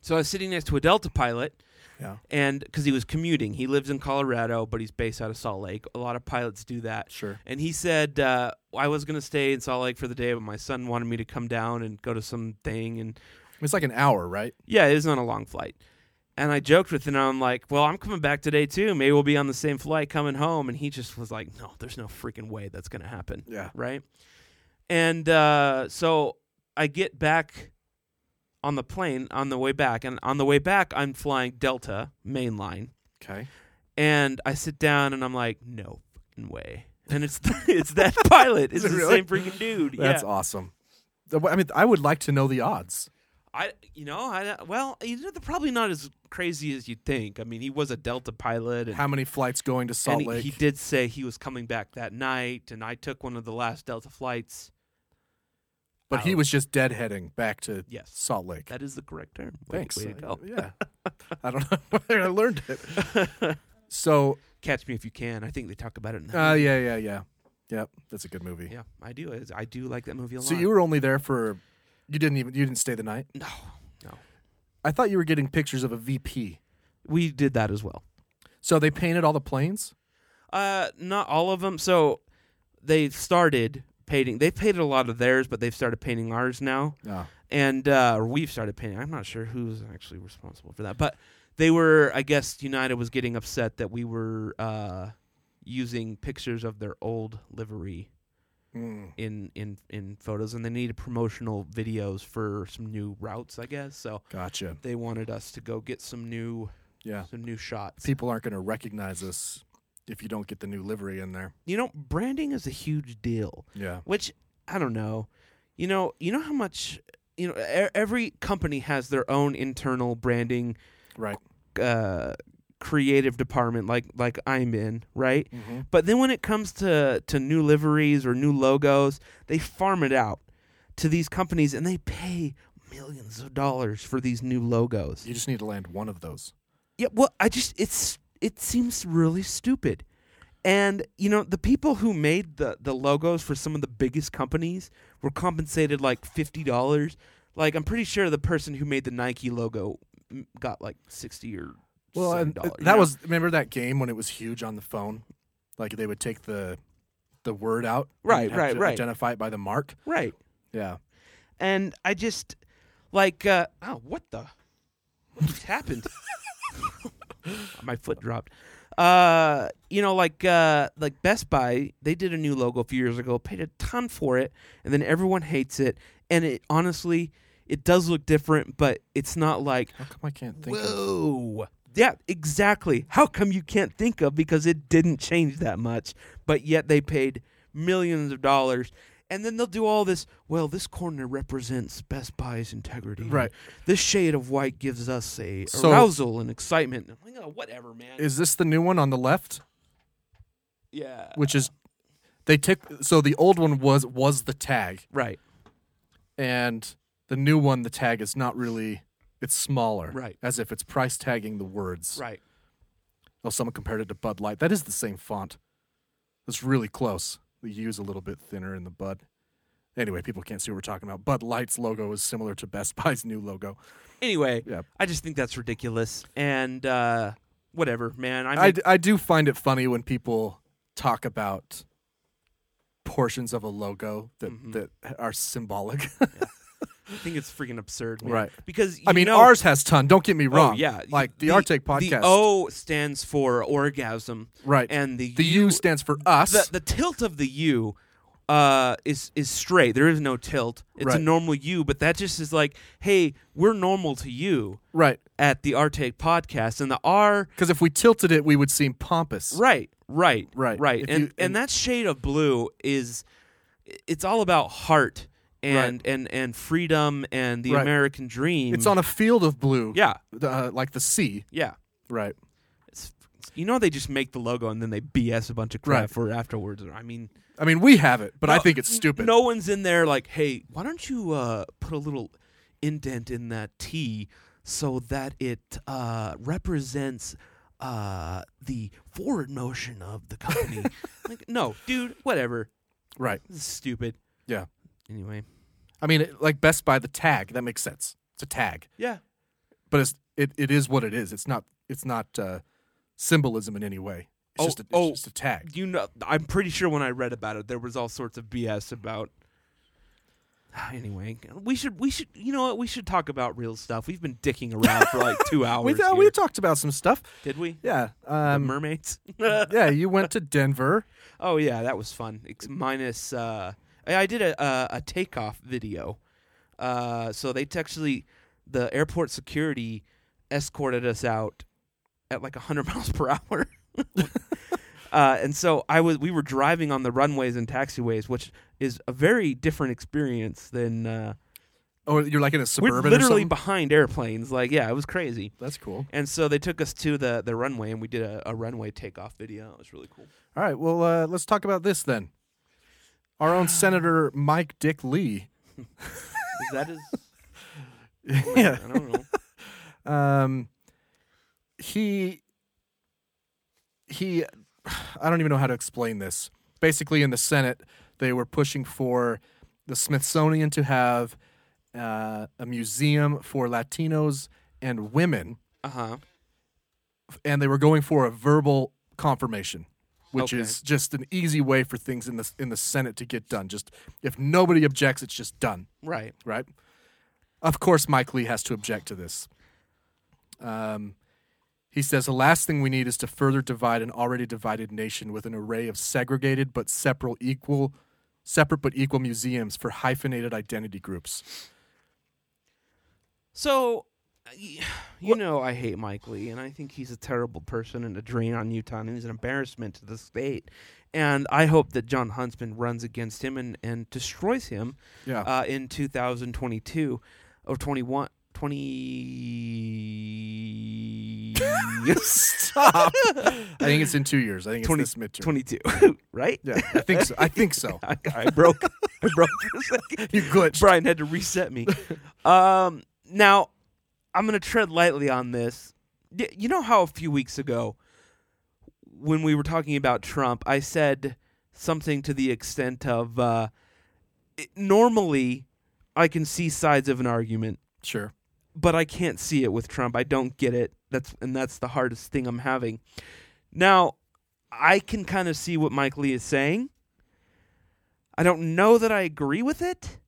Speaker 8: so I was sitting next to a Delta pilot,
Speaker 7: Yeah.
Speaker 8: and because he was commuting, he lives in Colorado, but he's based out of Salt Lake. A lot of pilots do that.
Speaker 7: Sure.
Speaker 8: And he said, uh, I was going to stay in Salt Lake for the day, but my son wanted me to come down and go to something. And
Speaker 7: It's like an hour, right?
Speaker 8: yeah, it is on a long flight. And I joked with him, and I'm like, well, I'm coming back today too. Maybe we'll be on the same flight coming home. And he just was like, no, there's no freaking way that's going to happen.
Speaker 7: Yeah.
Speaker 8: Right. And uh, so I get back on the plane on the way back. And on the way back, I'm flying Delta mainline.
Speaker 7: Okay.
Speaker 8: And I sit down and I'm like, no fucking way. And it's [laughs] it's
Speaker 7: [laughs]
Speaker 8: that pilot. It's
Speaker 7: Is it
Speaker 8: the
Speaker 7: really?
Speaker 8: same freaking dude.
Speaker 7: That's
Speaker 8: yeah.
Speaker 7: awesome. The- I mean, I would like to know the odds.
Speaker 8: I you know I well you know they're probably not as crazy as you'd think. I mean he was a Delta pilot and,
Speaker 7: How many flights going to
Speaker 8: and
Speaker 7: Salt
Speaker 8: he-
Speaker 7: Lake?
Speaker 8: he did say he was coming back that night and I took one of the last Delta flights.
Speaker 7: but he
Speaker 8: out.
Speaker 7: was just deadheading back to
Speaker 8: Yes.
Speaker 7: Salt Lake.
Speaker 8: That is the correct term. Way-
Speaker 7: Thanks.
Speaker 8: Way to
Speaker 7: [laughs] I-
Speaker 8: go.
Speaker 7: [laughs]
Speaker 8: [laughs]
Speaker 7: yeah. I don't know where I learned it. So
Speaker 8: Catch Me If You Can. I think they talk about it in that.
Speaker 7: Uh, yeah, yeah, yeah. Yep, that's a good movie.
Speaker 8: yeah, I do. I- I do like that movie a lot.
Speaker 7: So you were only there for you didn't even you didn't stay the night.
Speaker 8: no, no.
Speaker 7: I thought you were getting pictures of a VP.
Speaker 8: We did that as well.
Speaker 7: So they painted all the planes.
Speaker 8: Uh, not all of them. So they've started painting. They've painted a lot of theirs, but they've started painting ours now.
Speaker 7: Oh.
Speaker 8: And uh, or we've started painting. I'm not sure who's actually responsible for that, but they were. I guess United was getting upset that we were uh, using pictures of their old livery
Speaker 7: Hmm.
Speaker 8: in in in photos, and they needed promotional videos for some new routes. I guess so.
Speaker 7: Gotcha.
Speaker 8: They wanted us to go get some new
Speaker 7: Yeah.
Speaker 8: some new shots.
Speaker 7: People aren't going to recognize us if you don't get the new livery in there.
Speaker 8: you know, branding is a huge deal.
Speaker 7: Yeah.
Speaker 8: Which I don't know. You know, you know how much you know. e- Every company has their own internal branding
Speaker 7: Right.
Speaker 8: uh, creative department, like like I'm in, right?
Speaker 7: Mm-hmm.
Speaker 8: But then when it comes to to new liveries or new logos, they farm it out to these companies, and they pay millions of dollars for these new logos.
Speaker 7: You just need to land one of those.
Speaker 8: Yeah, well, I just it's it seems really stupid. And you know, the people who made the the logos for some of the biggest companies were compensated like $50. Like I'm pretty sure the person who made the Nike logo mm, got like 60 or
Speaker 7: Well, and uh,
Speaker 8: $70, you
Speaker 7: that
Speaker 8: know?
Speaker 7: was remember that game when it was huge on the phone. Like they would take the the word out. and
Speaker 8: Right,
Speaker 7: you'd have
Speaker 8: right,
Speaker 7: to
Speaker 8: right.
Speaker 7: Identify it by the mark.
Speaker 8: right.
Speaker 7: Yeah.
Speaker 8: And I just like uh oh, what the what just happened? [laughs] My foot dropped. Uh, you know, like uh, like Best Buy, they did a new logo a few years ago, paid a ton for it, and then everyone hates it. And it honestly, it does look different, but it's not like
Speaker 7: How come I can't think? of
Speaker 8: whoa. Yeah, exactly. How come you can't think of because it didn't change that much, but yet they paid millions of dollars. And then they'll do all this. Well, this corner represents Best Buy's integrity.
Speaker 7: Right.
Speaker 8: This shade of white gives us a
Speaker 7: So-
Speaker 8: arousal and excitement. I'm like, oh, whatever, man.
Speaker 7: Is this the new one on the left?
Speaker 8: yeah.
Speaker 7: Which is they took so the old one was was the tag
Speaker 8: Right.
Speaker 7: and the new one the tag is not really it's smaller.
Speaker 8: Right.
Speaker 7: As if it's price tagging the words.
Speaker 8: Right.
Speaker 7: Oh, someone compared it to Bud Light. That is the same font. It's really close. The U's a little bit thinner in the Bud. Anyway, people can't see what we're talking about. Bud Light's logo is similar to Best Buy's new logo.
Speaker 8: Anyway,
Speaker 7: Yeah.
Speaker 8: I just think that's ridiculous. And uh, whatever, man. I,
Speaker 7: I,
Speaker 8: mean,
Speaker 7: d- I do find it funny when people talk about portions of a logo that, that are symbolic. [laughs]
Speaker 8: I think it's freaking absurd, man.
Speaker 7: Right.
Speaker 8: Because you
Speaker 7: I mean,
Speaker 8: know-
Speaker 7: ours has ton. Don't get me wrong.
Speaker 8: Oh, yeah,
Speaker 7: like the, Arctic podcast.
Speaker 8: The O stands for orgasm,
Speaker 7: right.
Speaker 8: And the
Speaker 7: the U, stands for us.
Speaker 8: the, the tilt of the U uh, is is straight. There is no tilt. It's
Speaker 7: Right.
Speaker 8: a normal U, but that just is like, hey, we're normal to you
Speaker 7: right.
Speaker 8: at the Arctic podcast, and the R,
Speaker 7: Because if we tilted it, we would seem pompous.
Speaker 8: right, right,
Speaker 7: Right.
Speaker 8: right,
Speaker 7: If
Speaker 8: and,
Speaker 7: you-
Speaker 8: and
Speaker 7: and-
Speaker 8: that shade of blue is, it's all about heart and and and freedom and the
Speaker 7: Right.
Speaker 8: American dream.
Speaker 7: It's on a field of blue.
Speaker 8: Yeah.
Speaker 7: Uh, like the sea.
Speaker 8: yeah.
Speaker 7: Right.
Speaker 8: It's- You know they just make the logo and then they BS a bunch of crap
Speaker 7: Right.
Speaker 8: for afterwards. I mean,
Speaker 7: I mean, we have it, but I
Speaker 8: No,
Speaker 7: think it's stupid.
Speaker 8: No one's in there like, hey, why don't you uh, put a little indent in that T so that it uh, represents uh, the forward motion of the
Speaker 7: [laughs]
Speaker 8: company? like, no, dude, whatever.
Speaker 7: Right.
Speaker 8: This is stupid.
Speaker 7: Yeah.
Speaker 8: Anyway.
Speaker 7: I mean, it- like Best Buy, the tag that makes sense. It's a tag,
Speaker 8: Yeah.
Speaker 7: but it's it, it is what it is. It's not it's not uh, symbolism in any way.
Speaker 8: Oh,
Speaker 7: It's just a, it's
Speaker 8: oh.
Speaker 7: just a tag.
Speaker 8: You know, I'm pretty sure when I read about it, there was all sorts of BS about. [sighs] Anyway, we should we should you know what we should talk about real stuff. We've been dicking around for like two hours.
Speaker 7: [laughs] We thought
Speaker 8: here.
Speaker 7: we talked about some stuff.
Speaker 8: Did we?
Speaker 7: Yeah.
Speaker 8: The
Speaker 7: Um,
Speaker 8: mermaids. [laughs]
Speaker 7: yeah. You went to Denver.
Speaker 8: Oh yeah, that was fun. Ex- minus, uh, I I did a a, a takeoff video. Uh, so they t- actually, the airport security escorted us out at like 100 [laughs] miles per hour. Uh, and so I was, we were driving on the runways and taxiways, which is a very different experience than uh,
Speaker 7: Or you're like in a
Speaker 8: we're
Speaker 7: suburban. or
Speaker 8: literally
Speaker 7: something?
Speaker 8: behind airplanes. Like, yeah, it was crazy.
Speaker 7: That's cool.
Speaker 8: And so they took us to the, the runway, and we did a, a runway takeoff video. It was really cool.
Speaker 7: All right. Well, uh, let's talk about this then. Our own Senator Mike Dick Lee.
Speaker 8: Is that [laughs] his?
Speaker 7: yeah.
Speaker 8: I
Speaker 7: [laughs]
Speaker 8: don't know.
Speaker 7: Um, he he I don't even know how to explain this. Basically, in the Senate, they were pushing for the Smithsonian to have uh, a museum for Latinos and women,
Speaker 8: Uh huh.
Speaker 7: and they were going for a verbal confirmation, which
Speaker 8: Okay.
Speaker 7: is just an easy way for things in the in the Senate to get done. Just if nobody objects, it's just done
Speaker 8: Right.
Speaker 7: right? Of course, Mike Lee has to object to this. Um, he says the last thing we need is to further divide an already divided nation with an array of segregated but separate equal, separate but equal museums for hyphenated identity groups.
Speaker 8: So, uh, y- [sighs] you know, I hate Mike Lee, and I think he's a terrible person and a drain on Utah, and he's an embarrassment to the state. And I hope that John Huntsman runs against him and, and destroys him
Speaker 7: Yeah.
Speaker 8: uh, in 2022 or 21. [laughs] 20
Speaker 7: Stop. I think it's in two years. I think
Speaker 8: 20
Speaker 7: it's this midterm.
Speaker 8: 22 [laughs] right
Speaker 7: Yeah, I think so. I think so.
Speaker 8: I, I broke I broke for a second.
Speaker 7: You glitched.
Speaker 8: Brian had to reset me. um, now, I'm going to tread lightly on this. Y- You know how a few weeks ago, when we were talking about Trump, I said something to the extent of uh, it- normally I can see sides of an argument,
Speaker 7: Sure.
Speaker 8: but I can't see it with Trump. I don't get it. That's and that's the hardest thing I'm having. Now, I can kind of see what Mike Lee is saying. I don't know that I agree with it.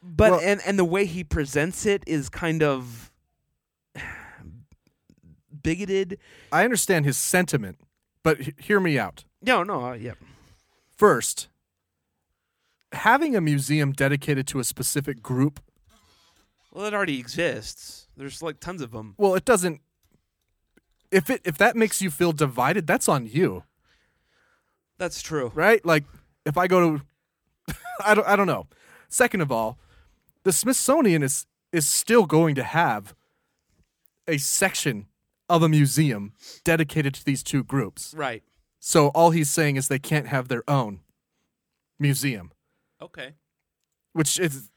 Speaker 8: But
Speaker 7: Well-
Speaker 8: and and the way he presents it is kind of bigoted.
Speaker 7: I understand his sentiment, but he- hear me out.
Speaker 8: No, no, uh, yeah.
Speaker 7: First, having a museum dedicated to a specific group
Speaker 8: Well, it already exists. There's like tons of them.
Speaker 7: Well, it doesn't. If it if that makes you feel divided, that's on you,
Speaker 8: That's true.
Speaker 7: right? Like if I go to, [laughs] I don't I don't know. Second of all, the Smithsonian is is still going to have a section of a museum dedicated to these two groups.
Speaker 8: Right.
Speaker 7: So all he's saying is they can't have their own museum,
Speaker 8: Okay.
Speaker 7: which is.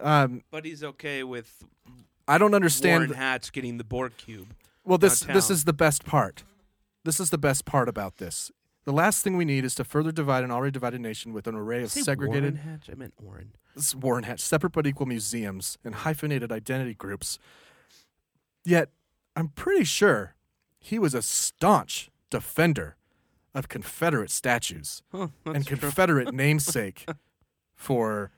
Speaker 7: um,
Speaker 8: But he's okay with
Speaker 7: I don't understand.
Speaker 8: Warren Hatch getting the Borg cube.
Speaker 7: Well, this this
Speaker 8: downtown.
Speaker 7: is the best part. This is the best part about this. The last thing we need is to further divide an already divided nation with an array of
Speaker 8: Say
Speaker 7: segregated,
Speaker 8: Warren Hatch. I meant Warren.
Speaker 7: this is Warren Hatch, separate but equal museums and hyphenated identity groups. Yet, I'm pretty sure he was a staunch defender of Confederate statues
Speaker 8: Huh,
Speaker 7: and
Speaker 8: [laughs]
Speaker 7: Confederate namesake for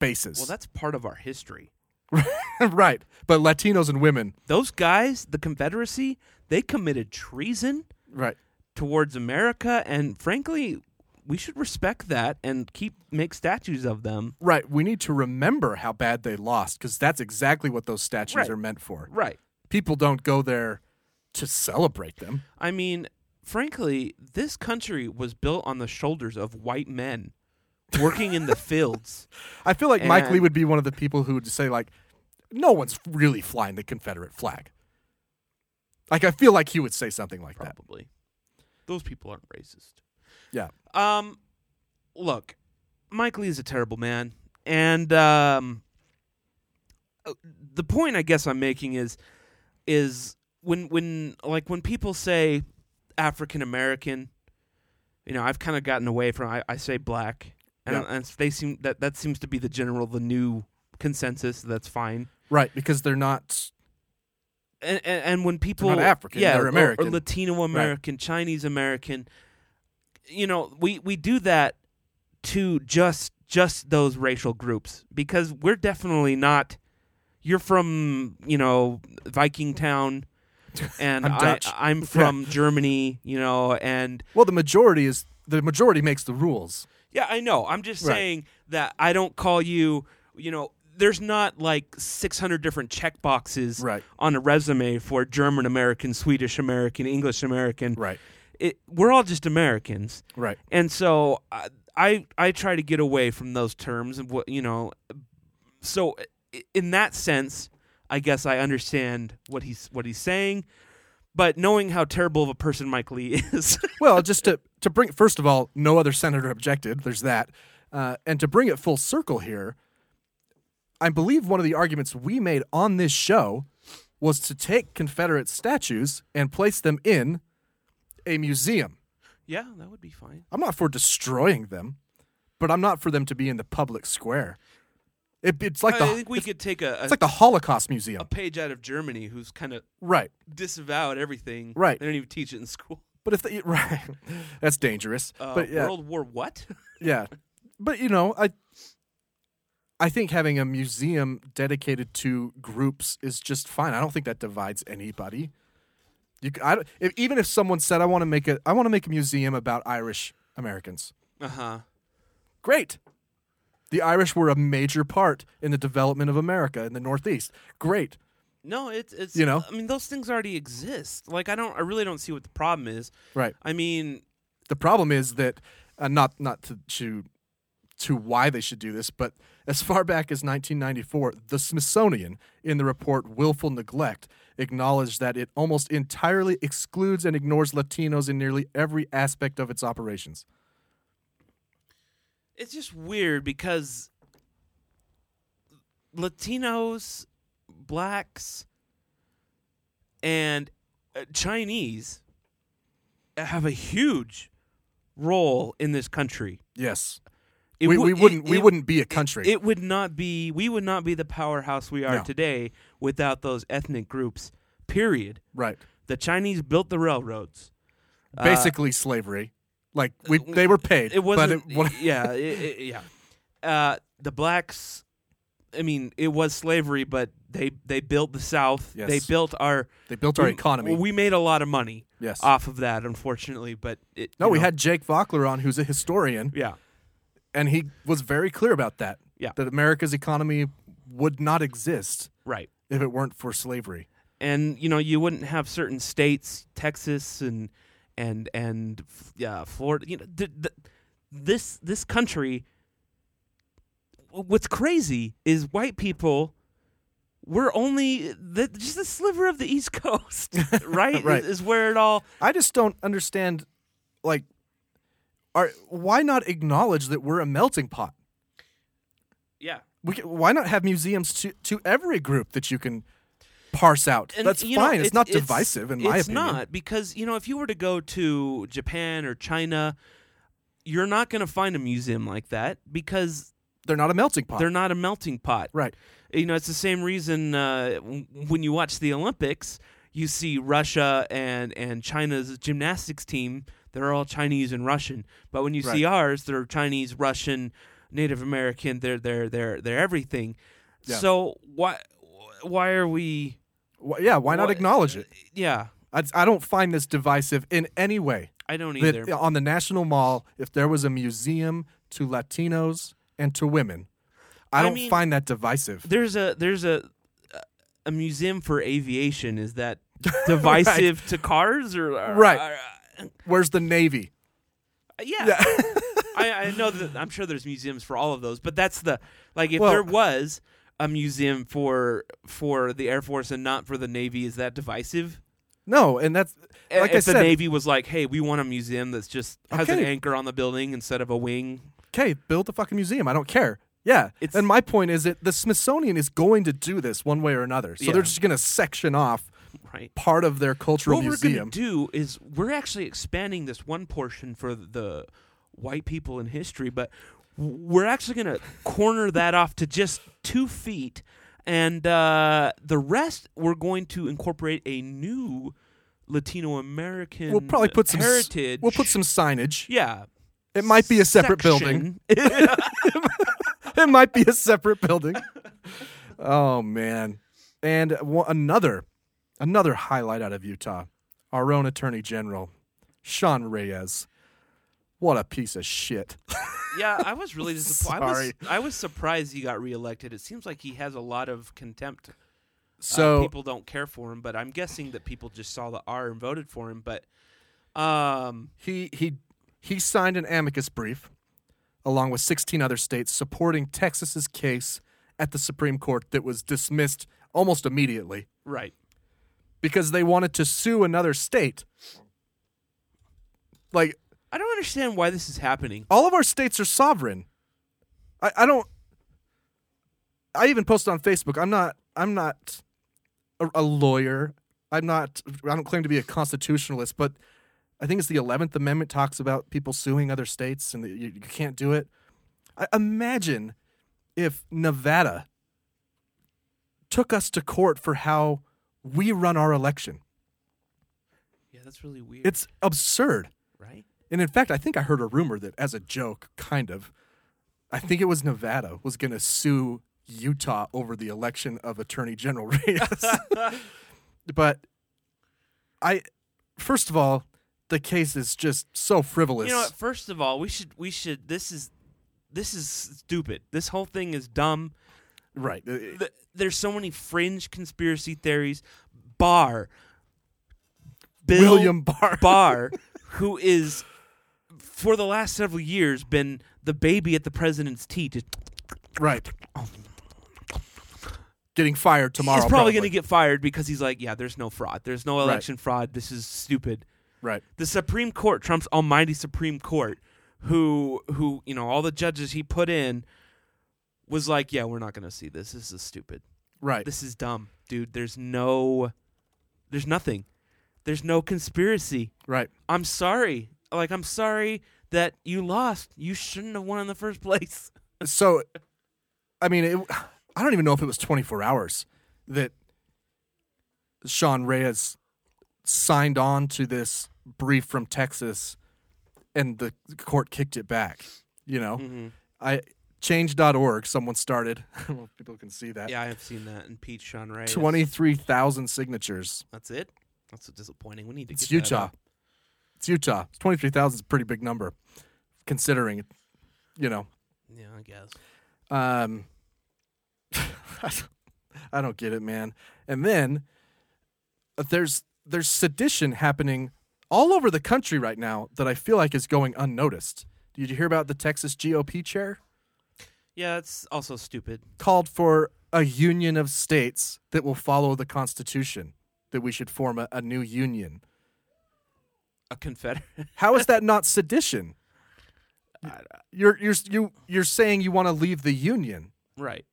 Speaker 7: bases.
Speaker 8: well, that's part of our history.
Speaker 7: [laughs] right. But Latinos and women,
Speaker 8: Those guys, the Confederacy, they committed treason
Speaker 7: right?
Speaker 8: towards America, and frankly, we should respect that and keep make statues of them.
Speaker 7: Right. We need to remember how bad they lost because that's exactly what those statues
Speaker 8: Right.
Speaker 7: are meant for.
Speaker 8: Right.
Speaker 7: People don't go there to celebrate them.
Speaker 8: I mean, frankly, this country was built on the shoulders of white men working
Speaker 7: [laughs]
Speaker 8: in the fields.
Speaker 7: I feel like Mike Lee
Speaker 8: And-
Speaker 7: would be one of the people who would say, like, no one's really flying the Confederate flag. Like, I feel like he would say something like that.
Speaker 8: Probably. Those people aren't racist.
Speaker 7: Yeah.
Speaker 8: Um, look, Mike Lee is a terrible man, and um, uh, the point I guess I'm making is is when when like when people say African American, you know, I've kind of gotten away from I, I say black, and,
Speaker 7: Yeah.
Speaker 8: and they seem that that seems to be the general the new consensus. That's fine.
Speaker 7: Right. Because they're not.
Speaker 8: And, and, and when people
Speaker 7: African,
Speaker 8: yeah,
Speaker 7: they're
Speaker 8: or- or
Speaker 7: American.
Speaker 8: Latino American, Chinese American, you know, we we do that to just just those racial groups because we're definitely not. You're from you know Viking
Speaker 7: [laughs]
Speaker 8: town, and
Speaker 7: I'm Dutch.
Speaker 8: I,
Speaker 7: [laughs]
Speaker 8: am from Germany, you know, and
Speaker 7: Well, the majority is. The majority makes the rules.
Speaker 8: yeah, I know. I'm just
Speaker 7: Right.
Speaker 8: saying that I don't call you, you know, there's not like 600 different check boxes
Speaker 7: Right.
Speaker 8: on a resume for German American, Swedish American, English American.
Speaker 7: Right.
Speaker 8: It, we're all just Americans.
Speaker 7: Right.
Speaker 8: And so I, I I try to get away from those terms and what, you know, so i- in that sense, I guess I understand what he's what he's saying, but knowing how terrible of a person Mike Lee [laughs] is.
Speaker 7: Well, just to to bring first of all, no other senator objected. There's that, uh, and to bring it full circle here, I believe one of the arguments we made on this show was to take Confederate statues and place them in a museum.
Speaker 8: Yeah, that would be fine.
Speaker 7: I'm not for destroying them, but I'm not for them to be in the public square. It, it's like
Speaker 8: I
Speaker 7: the
Speaker 8: think we could take a, a,
Speaker 7: it's like the Holocaust Museum,
Speaker 8: a page out of Germany, who's kind of
Speaker 7: right?
Speaker 8: disavowed everything.
Speaker 7: Right.
Speaker 8: They don't even teach it in school. [laughs]
Speaker 7: But if they, [laughs] right, that's dangerous.
Speaker 8: Uh,
Speaker 7: but yeah,
Speaker 8: World War what? [laughs]
Speaker 7: yeah, but you know, I I think having a museum dedicated to groups is just fine. I don't think that divides anybody. You, c- I, don't- if, even if someone said, "I want to make a, I want to make a museum about Irish Americans,"
Speaker 8: Uh huh.
Speaker 7: Great. The Irish were a major part in the development of America in the Northeast. Great.
Speaker 8: No, it's it's
Speaker 7: You know?
Speaker 8: I mean, those things already exist. Like I don't, I really don't see what the problem is.
Speaker 7: Right.
Speaker 8: I mean,
Speaker 7: The problem is that uh, not not to, to to why they should do this, but as far back as 1994, the Smithsonian in the report Willful Neglect acknowledged that it almost entirely excludes and ignores Latinos in nearly every aspect of its operations.
Speaker 8: it's just weird because Latinos, blacks, and uh, Chinese have a huge role in this country.
Speaker 7: Yes.
Speaker 8: It
Speaker 7: we,
Speaker 8: wou-
Speaker 7: we
Speaker 8: it-
Speaker 7: wouldn't we
Speaker 8: it-
Speaker 7: wouldn't be a country.
Speaker 8: It would not be we would not be the powerhouse we are
Speaker 7: No.
Speaker 8: today without those ethnic groups. Period.
Speaker 7: right.
Speaker 8: The Chinese built the railroads.
Speaker 7: Basically slavery. Like we they were paid.
Speaker 8: Uh, It wasn't.
Speaker 7: but it, wa-
Speaker 8: [laughs] yeah, it, it- yeah. Uh, the blacks. I mean, it was slavery, but they they built the South.
Speaker 7: Yes.
Speaker 8: They built our
Speaker 7: [laughs] They built our
Speaker 8: we-
Speaker 7: economy.
Speaker 8: We made a lot of money.
Speaker 7: Yes.
Speaker 8: Off of that, unfortunately, but it,
Speaker 7: no,
Speaker 8: you
Speaker 7: we
Speaker 8: know,
Speaker 7: had Jake Vockler on, who's a historian,
Speaker 8: yeah.
Speaker 7: and he was very clear about that.
Speaker 8: Yeah.
Speaker 7: That America's economy would not exist
Speaker 8: Right.
Speaker 7: if it weren't for slavery.
Speaker 8: and you know you wouldn't have certain states, Texas and and and f- yeah, Florida. You know, th- th- this this country. What's crazy is white people. We're only the, just a sliver of the East [laughs] Coast, right?
Speaker 7: Right.
Speaker 8: Is, is where it all.
Speaker 7: I just don't understand, like, are, why not acknowledge that we're a melting pot?
Speaker 8: Yeah.
Speaker 7: We can, why not have museums to, to every group that you can parse out?
Speaker 8: And,
Speaker 7: That's
Speaker 8: you know,
Speaker 7: fine. it's
Speaker 8: it-
Speaker 7: not divisive, in my
Speaker 8: it's
Speaker 7: opinion.
Speaker 8: not because you know if you were to go to Japan or China, you're not going to find a museum like that because
Speaker 7: They're not a melting pot.
Speaker 8: they're not a melting pot.
Speaker 7: right.
Speaker 8: you know it's the same reason uh, w- when you watch the olympics you see russia and and china's gymnastics team they're all chinese and russian but when you see
Speaker 7: Right.
Speaker 8: ours they're chinese russian native american they're they're they're they're everything
Speaker 7: Yeah.
Speaker 8: so why why are we
Speaker 7: Wh- yeah. Why not
Speaker 8: Why- uh,
Speaker 7: acknowledge it?
Speaker 8: yeah
Speaker 7: I, I don't find this divisive in any way.
Speaker 8: i don't either
Speaker 7: That on the National Mall, if there was a museum to Latinos and to women, I,
Speaker 8: I
Speaker 7: don't
Speaker 8: mean-
Speaker 7: find that divisive.
Speaker 8: there's a there's a a museum for aviation is
Speaker 7: [laughs]
Speaker 8: that divisive to cars or, or
Speaker 7: Right.
Speaker 8: or-
Speaker 7: Where's the Navy?
Speaker 8: Uh, Yeah. I, I know that I'm sure there's museums for all of those, but that's the like if
Speaker 7: Well-
Speaker 8: there was a museum for for the Air Force and not for the Navy, is that divisive?
Speaker 7: No, and that's
Speaker 8: A-
Speaker 7: like
Speaker 8: if
Speaker 7: I said.
Speaker 8: the Navy was like, "Hey, we want a museum that's just has an
Speaker 7: Okay.
Speaker 8: anchor on the building instead of a wing,"
Speaker 7: Okay, build the fucking museum. I don't care. Yeah,
Speaker 8: It's-
Speaker 7: and my point is that the Smithsonian is going to do this one way or another. So
Speaker 8: Yeah.
Speaker 7: they're just going to section off
Speaker 8: right?
Speaker 7: part of their cultural
Speaker 8: What we're
Speaker 7: museum.
Speaker 8: gonna do is we're actually expanding this one portion for the white people in history, but w- we're actually gonna corner that off to just two feet, and uh, the rest we're going to incorporate a new Latino American.
Speaker 7: we'll probably put some s-
Speaker 8: heritage.
Speaker 7: We'll put some signage.
Speaker 8: yeah.
Speaker 7: It might be a separate building.
Speaker 8: [laughs] section.
Speaker 7: it might be a separate building. Oh man! And one, another, another highlight out of Utah, our own Attorney General, Sean Reyes. What a piece of shit!
Speaker 8: Uh, yeah, I was really disappointed. I was,
Speaker 7: Sorry.
Speaker 8: I was surprised he got reelected. It seems like he has a lot of contempt
Speaker 7: So
Speaker 8: uh, people don't care for him, but I'm guessing that people just saw the R and voted for him. But um,
Speaker 7: he he he signed an amicus brief, along with 16 other states supporting Texas's case at the Supreme Court that was dismissed almost immediately
Speaker 8: right,
Speaker 7: because they wanted to sue another state. Like
Speaker 8: I don't understand why this is happening.
Speaker 7: all of our states are sovereign. I, I don't. I even posted on Facebook. I'm not. I'm not a, a lawyer. I'm not. I don't claim to be a constitutionalist, but I think it's the Eleventh Amendment talks about people suing other states, and that you, you can't do it. I, imagine if Nevada took us to court for how we run our election.
Speaker 8: Yeah, that's really weird.
Speaker 7: It's absurd.
Speaker 8: right.
Speaker 7: And in fact, I think I heard a rumor that, as a joke, kind of, I think it was Nevada was going to sue Utah over the election of Attorney General [laughs]
Speaker 8: [laughs]
Speaker 7: Reyes. but I, first of all, the case is just so frivolous.
Speaker 8: You know what? First of all, we should we should this is this is stupid. This whole thing is dumb.
Speaker 7: right. Uh,
Speaker 8: Th- there's so many fringe conspiracy theories. Barr, Bill
Speaker 7: William Barr.
Speaker 8: Barr, [laughs] who is for the last several years been the baby at the president's tea. Just,
Speaker 7: [laughs] Right. Getting fired tomorrow.
Speaker 8: he's probably going to get fired because he's like, yeah, there's no fraud. There's no election fraud. This is stupid.
Speaker 7: Right.
Speaker 8: the Supreme Court, Trump's almighty Supreme Court, who who you know all the judges he put in, was like, yeah, we're not gonna see this. This is stupid.
Speaker 7: Right.
Speaker 8: This is dumb, dude. There's no, there's nothing. There's no conspiracy.
Speaker 7: right.
Speaker 8: I'm sorry. Like I'm sorry that you lost. You shouldn't have won in the first
Speaker 7: [laughs]
Speaker 8: place.
Speaker 7: so i mean it, i don't even know if it was 24 hours that sean reyes signed on to this brief from texas and the court kicked it back you know
Speaker 8: Mm-hmm.
Speaker 7: i change.org someone started [laughs] I don't know if people can see that
Speaker 8: Yeah, I have seen that impeach Sean Ray.
Speaker 7: 23000 signatures
Speaker 8: That's it. That's so disappointing. We need to
Speaker 7: it's
Speaker 8: get that
Speaker 7: utah
Speaker 8: up.
Speaker 7: it's utah 23000 is a pretty big number considering you know
Speaker 8: Yeah, I guess.
Speaker 7: Um, [laughs] I don't- I don't get it, man. And then uh, there's there's sedition happening all over the country right now that I feel like is going unnoticed. Did you hear about the Texas GOP chair
Speaker 8: Yeah, it's also stupid.
Speaker 7: called for a union of states that will follow the Constitution? That we should form a, a new union.
Speaker 8: A Confederate. [laughs]
Speaker 7: How is that not sedition? You're you're you you're saying you want to leave the union.
Speaker 8: right.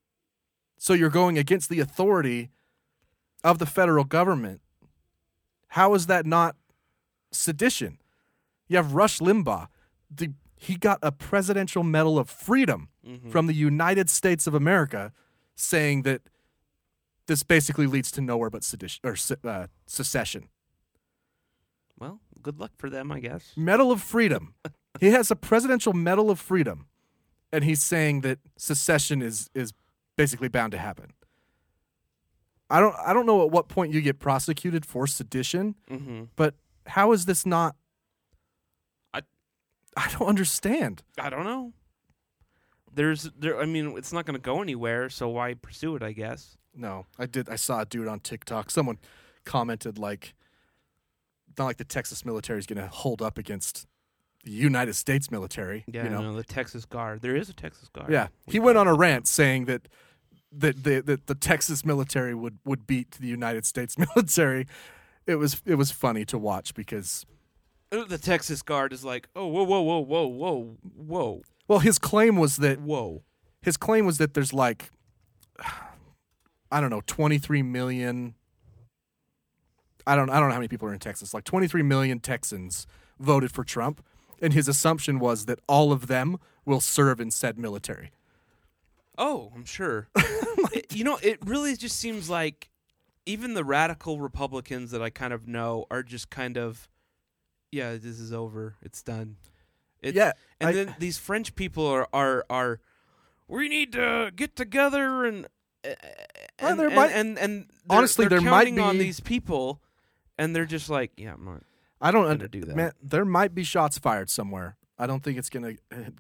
Speaker 7: So you're going against the authority of the federal government. How is that not sedition? You have Rush Limbaugh. The, he got a Presidential Medal of Freedom from the United States of America, saying that this basically leads to nowhere but sedition or se- uh, secession.
Speaker 8: Well, good luck for them, I guess.
Speaker 7: Medal of Freedom. he has a Presidential Medal of Freedom, and he's saying that secession is is basically bound to happen. I don't I don't know at what point you get prosecuted for sedition,
Speaker 8: Mm-hmm.
Speaker 7: but how is this not?
Speaker 8: I-
Speaker 7: I don't understand.
Speaker 8: I don't know. There's there. I mean, it's not going to go anywhere, so why pursue it? I guess.
Speaker 7: No, I did. I saw a dude on TikTok. Someone commented like, not like the Texas military is going to hold up against the United States military.
Speaker 8: Yeah,
Speaker 7: you know,
Speaker 8: the Texas Guard. There is a Texas Guard.
Speaker 7: Yeah, he went on a rant saying that that the that the Texas military would would beat the United States [laughs] military. It was it was funny to watch because
Speaker 8: Uh, The Texas Guard is like, oh, whoa, whoa, whoa, whoa, whoa, whoa,
Speaker 7: well, his claim was that
Speaker 8: whoa.
Speaker 7: his claim was that there's like I don't know, 23 million I don't I don't know how many people are in Texas. Like 23 million Texans voted for Trump and his assumption was that all of them will serve in said military.
Speaker 8: Oh, I'm
Speaker 7: [laughs]
Speaker 8: sure. It- you know, it really just seems like even the radical Republicans that I kind of know are just kind of, yeah, this is over. It's done. It's,
Speaker 7: Yeah,
Speaker 8: and
Speaker 7: I-
Speaker 8: then these French people are are are, we need to get together and uh,
Speaker 7: Well,
Speaker 8: and
Speaker 7: there
Speaker 8: and,
Speaker 7: might-
Speaker 8: and, and they're-
Speaker 7: honestly,
Speaker 8: they're
Speaker 7: there might
Speaker 8: counting on
Speaker 7: be-
Speaker 8: these people, and they're just like, yeah, I'm not.
Speaker 7: I don't
Speaker 8: gonna
Speaker 7: under-
Speaker 8: do that.
Speaker 7: Man, there might be shots fired somewhere. I don't think it's going to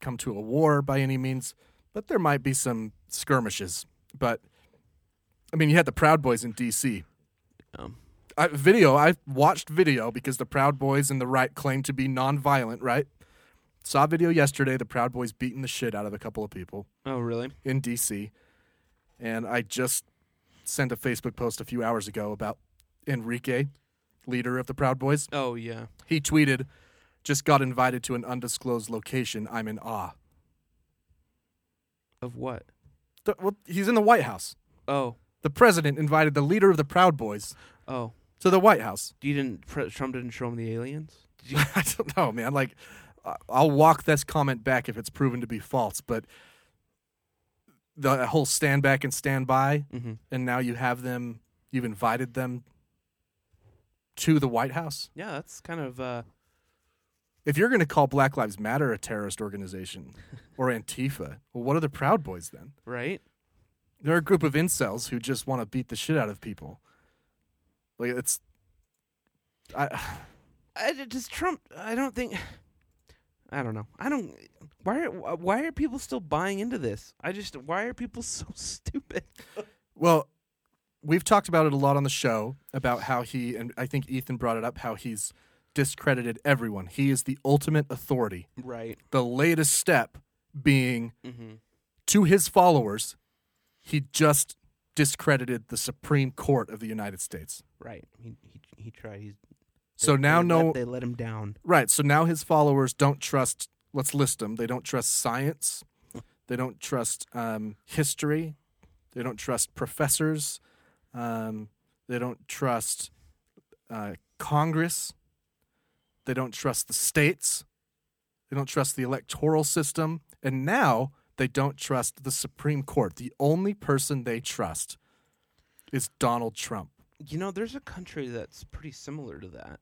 Speaker 7: come to a war by any means, but there might be some skirmishes. But I mean, you had the Proud Boys in D.C.
Speaker 8: Um.
Speaker 7: I, video. I watched video because the Proud Boys and the right claim to be nonviolent. Right? Saw a video yesterday. The Proud Boys beating the shit out of a couple of people
Speaker 8: Oh, really?
Speaker 7: in DC. And I just sent a Facebook post a few hours ago about Enrique, leader of the Proud Boys.
Speaker 8: Oh, yeah.
Speaker 7: He tweeted, "Just got invited to an undisclosed location. I'm in awe."
Speaker 8: Of what?
Speaker 7: Th- well, he's in the White House.
Speaker 8: Oh,
Speaker 7: the president invited the leader of the Proud Boys
Speaker 8: Oh,
Speaker 7: to the White House.
Speaker 8: you didn't. Pre- Trump didn't show him the aliens. Did you,
Speaker 7: [laughs] I don't know, man. Like, I- I'll walk this comment back if it's proven to be false, but the whole stand back and stand by,
Speaker 8: Mhm.
Speaker 7: and now you have them, you've invited them to the White House.
Speaker 8: yeah, that's kind of. Uh,
Speaker 7: If you're going to call Black Lives Matter a terrorist organization
Speaker 8: [laughs]
Speaker 7: or Antifa, well, what are the Proud Boys then?
Speaker 8: right?
Speaker 7: They're a group of incels who just want to beat the shit out of people. Like, it's. I,
Speaker 8: I, does Trump? I don't think. I don't know. I don't. Why are why are people still buying into this? I just why are people [laughs] so stupid?
Speaker 7: Well, we've talked about it a lot on the show about how he and I think Ethan brought it up how he's discredited everyone. He is the ultimate authority.
Speaker 8: Right.
Speaker 7: The latest step being
Speaker 8: Mm-hmm.
Speaker 7: to his followers, he just discredited the Supreme Court of the United States.
Speaker 8: Right. He he he tried. He's,
Speaker 7: So
Speaker 8: they-
Speaker 7: now
Speaker 8: they
Speaker 7: no
Speaker 8: let, they let him down.
Speaker 7: Right. So now his followers don't trust. Let's list them. They don't trust science. They don't trust um, history. They don't trust professors. Um, they don't trust uh, Congress. They don't trust the states. They don't trust the electoral system. And now they don't trust the Supreme Court. The only person they trust is Donald Trump.
Speaker 8: You know, there's a country that's pretty similar to that.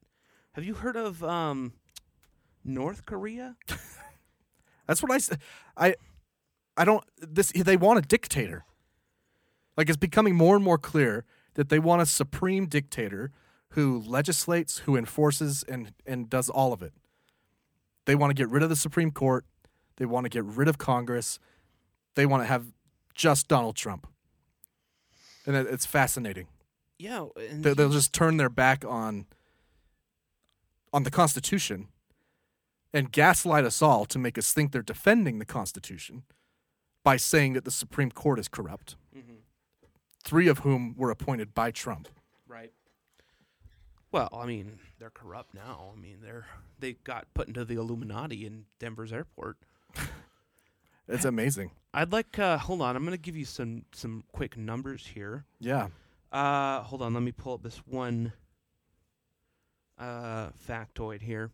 Speaker 8: Have you heard of um, North Korea?
Speaker 7: That's what I s- I I don't this they want a dictator. Like it's becoming more and more clear that they want a supreme dictator who legislates, who enforces and and does all of it. They want to get rid of the Supreme Court. They want to get rid of Congress. They want to have just Donald Trump. And it- it's fascinating.
Speaker 8: Yeah. And
Speaker 7: They-
Speaker 8: he-
Speaker 7: They'll just turn their back on on the Constitution and gaslight us all to make us think they're defending the Constitution by saying that the Supreme Court is corrupt. Three of whom were appointed by Trump.
Speaker 8: Right. Well, I mean, they're corrupt now. I mean, they're they got put into the Illuminati in Denver's airport.
Speaker 7: It's amazing.
Speaker 8: I'd like uh, hold on. I'm gonna give you some some quick numbers here.
Speaker 7: Yeah.
Speaker 8: Uh, hold on. Let me pull up this one uh, factoid here.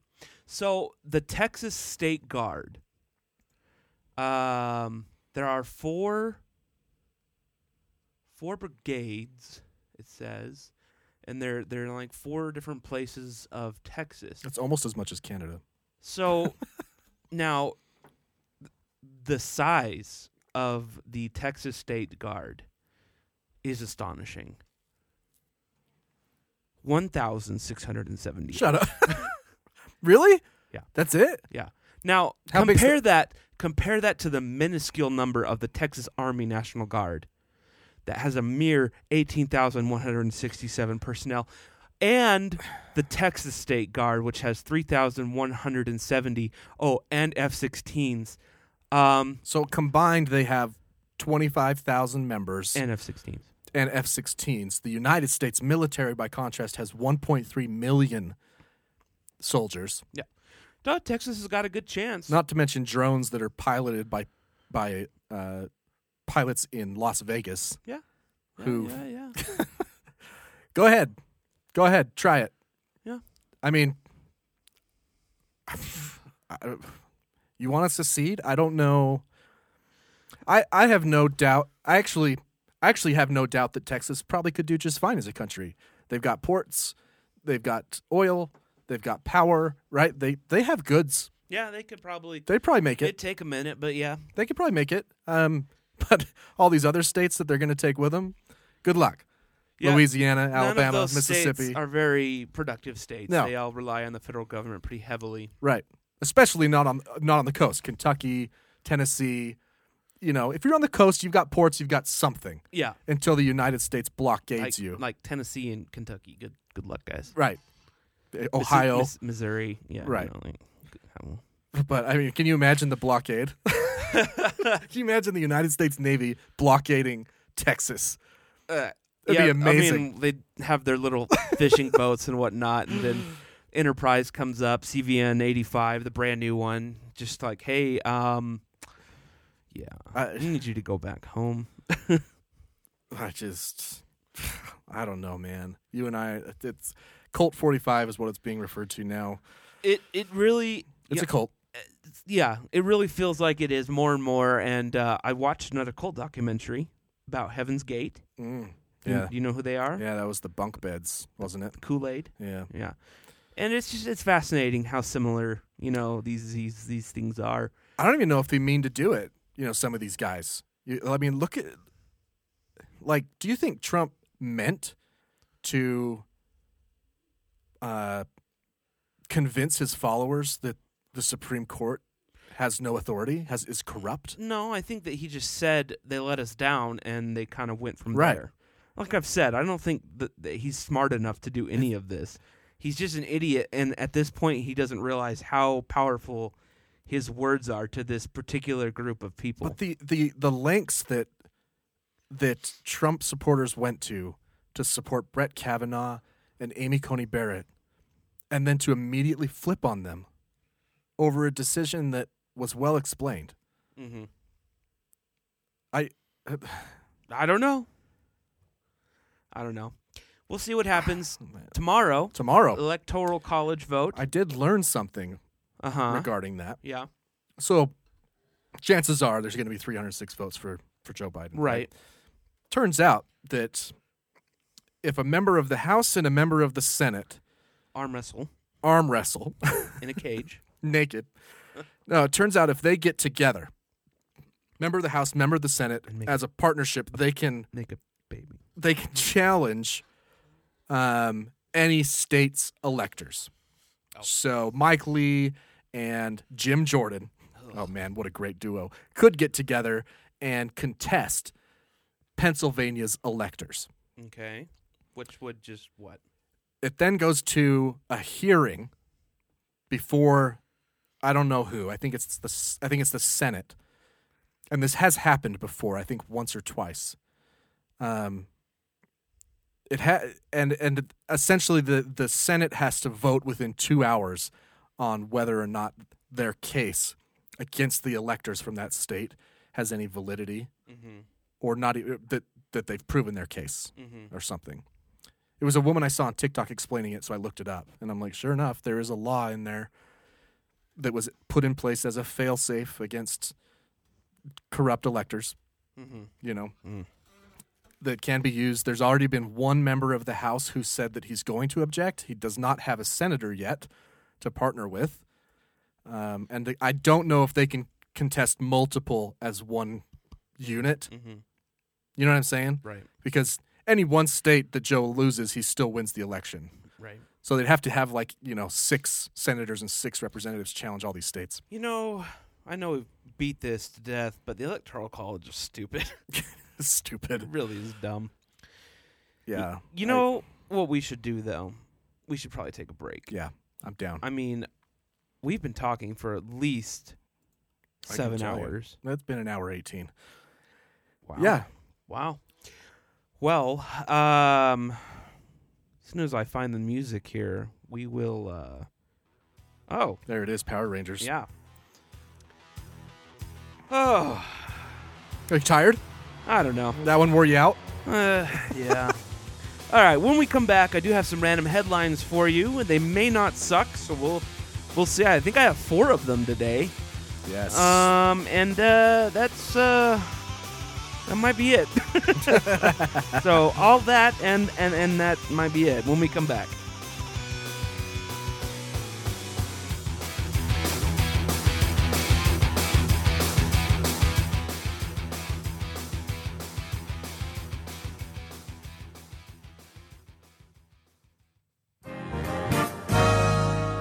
Speaker 8: So the Texas State Guard. Um, there are four four brigades. It says, and they're they're in like four different places of Texas.
Speaker 7: That's almost as much as Canada. [laughs]
Speaker 8: So [laughs] now th- the size of the Texas State Guard is astonishing. 1670.
Speaker 7: Shut up. [laughs] really?
Speaker 8: Yeah.
Speaker 7: That's it?
Speaker 8: Yeah. Now
Speaker 7: How big's
Speaker 8: compare that compare that to the minuscule number of the Texas Army National Guard that has a mere 18,167 personnel and the Texas State Guard which has 3,170 oh and F16s um
Speaker 7: So combined, they have 25,000 members.
Speaker 8: and F16s.
Speaker 7: and F 16s. The United States military, by contrast, has 1.3 million soldiers,
Speaker 8: Yeah. No, Texas has got a good chance.
Speaker 7: not to mention drones that are piloted by, by uh, pilots in Las Vegas.
Speaker 8: yeah. Yeah,
Speaker 7: Who-
Speaker 8: yeah, yeah.
Speaker 7: Go ahead. Go ahead. Try it.
Speaker 8: Yeah.
Speaker 7: I mean, I- you want us to secede? I don't know. I, I have no doubt. I actually, I actually have no doubt that Texas probably could do just fine as a country. They've got ports, they've got oil, they've got power. Right? They they have goods.
Speaker 8: Yeah, they could probably
Speaker 7: They probably make
Speaker 8: it'd
Speaker 7: it.
Speaker 8: take a minute, but yeah.
Speaker 7: They could probably make it. Um, [laughs] but all these other states that they're going to take with them, good luck.
Speaker 8: Yeah.
Speaker 7: Louisiana,
Speaker 8: None of
Speaker 7: Alabama,
Speaker 8: those
Speaker 7: Mississippi
Speaker 8: states are very productive states.
Speaker 7: No.
Speaker 8: They all rely on the federal government pretty heavily.
Speaker 7: Right. Especially not on not on the coast. Kentucky, Tennessee. You know, if you're on the coast, you've got ports, you've got something
Speaker 8: Yeah,
Speaker 7: until the United States blockades
Speaker 8: like,
Speaker 7: you.
Speaker 8: like Tennessee and Kentucky. Good, good luck, guys.
Speaker 7: right. Eh,
Speaker 8: Missi-
Speaker 7: Ohio.
Speaker 8: Miss- Missouri. Yeah, you
Speaker 7: Right.
Speaker 8: know, like, good- how-
Speaker 7: [laughs] But I mean, can you imagine the blockade? [laughs] can you imagine the United States Navy blockading Texas? It'd
Speaker 8: yeah,
Speaker 7: be amazing.
Speaker 8: I mean, they have their
Speaker 7: [laughs]
Speaker 8: little fishing boats and whatnot, and then Enterprise comes up, CVN eighty five, the brand new one. Just like, hey, um, yeah,
Speaker 7: I-
Speaker 8: I need you to go back home.
Speaker 7: I just, [sighs] I don't know, man. You and I, it's Colt 45 is what it's being referred to now.
Speaker 8: It it really
Speaker 7: It's
Speaker 8: yeah,
Speaker 7: a cult.
Speaker 8: yeah, it really feels like it is more and more. And uh, I watched another cult documentary about Heaven's Gate. Do you-
Speaker 7: Mm, Yeah.
Speaker 8: do you know who they are?
Speaker 7: Yeah, that was the bunk beds, wasn't it?
Speaker 8: Kool Aid.
Speaker 7: Yeah.
Speaker 8: Yeah, and it's just it's fascinating how similar you know these these these things are.
Speaker 7: I don't even know if they mean to do it. You know, some of these guys. You, I mean, look at, like, do you think Trump meant to uh, convince his followers that the Supreme Court has no authority, has is corrupt?
Speaker 8: No, I think that he just said they let us down, and they kind of went from
Speaker 7: Right.
Speaker 8: there. Like I've said, I don't think that, that he's smart enough to do any of this. He's just an idiot, and at this point, he doesn't realize how powerful his words are to this particular group of people.
Speaker 7: But the the the lengths that that Trump supporters went to to support Brett Kavanaugh and Amy Coney Barrett, and then to immediately flip on them over a decision that was well explained.
Speaker 8: Mhm.
Speaker 7: I
Speaker 8: I don't know. I don't know. We'll see
Speaker 7: [sighs]
Speaker 8: what happens
Speaker 7: Oh,
Speaker 8: tomorrow.
Speaker 7: tomorrow
Speaker 8: Electoral college vote.
Speaker 7: I did learn something
Speaker 8: Uh huh.
Speaker 7: regarding that.
Speaker 8: Yeah.
Speaker 7: So chances are there's going to be 306 votes for for Joe Biden.
Speaker 8: Right.
Speaker 7: Turns out that if a member of the House and a member of the Senate
Speaker 8: Arm wrestle
Speaker 7: arm wrestle [laughs]
Speaker 8: in a [laughs] cage.
Speaker 7: naked. No, it turns out if they get together, member of the House, member of the Senate,
Speaker 8: make-
Speaker 7: as a partnership, they can
Speaker 8: Make a baby.
Speaker 7: they can challenge um, any state's electors. So Mike Lee and Jim Jordan, oh man, what a great duo, could get together and contest Pennsylvania's electors.
Speaker 8: Okay. Which would just what?
Speaker 7: it then goes to a hearing before I don't know who. I think it's the S- I think it's the Senate, and this has happened before. I think once or twice. Um, it ha- and and essentially the the Senate has to vote within two hours on whether or not their case against the electors from that state has any validity or not e- that that they've proven their case or something it was a woman I saw on TikTok explaining it, so I looked it up, and I'm like, sure enough, there is a law in there that was put in place as a failsafe against corrupt electors. You know, that can be used. There's already been one member of the House who said that he's going to object. He does not have a senator yet to partner with, um, and the, I don't know if they can contest multiple as one unit. You know what I'm saying?
Speaker 8: Right.
Speaker 7: because any one state that Joe loses, he still wins the election.
Speaker 8: Right.
Speaker 7: So they'd have to have like you know six senators and six representatives challenge all these states. [laughs]
Speaker 8: You know, I know we've beat this to death, but the electoral college is stupid. [laughs] it
Speaker 7: Stupid.
Speaker 8: really is dumb.
Speaker 7: Yeah.
Speaker 8: You
Speaker 7: I-
Speaker 8: know what we should do though? We should probably take a break.
Speaker 7: yeah, I'm down.
Speaker 8: I mean, we've been talking for at least
Speaker 7: I can
Speaker 8: seven
Speaker 7: tell you.
Speaker 8: hours.
Speaker 7: That's been an hour eighteen.
Speaker 8: Wow.
Speaker 7: Yeah.
Speaker 8: Wow. Well, um, as soon as I find the music here, we will. Uh, oh,
Speaker 7: There it is. Power Rangers.
Speaker 8: yeah. Oh,
Speaker 7: Are you tired?
Speaker 8: I don't know.
Speaker 7: That one wore you out.
Speaker 8: Uh, yeah. [laughs] All right. When we come back, I do have some random headlines for you, and they may not suck. So we'll we'll see. I think I have four of them today.
Speaker 7: Yes.
Speaker 8: Um, and uh, that's uh, that might be it. [laughs] so all that and and and that might be it. When we come back.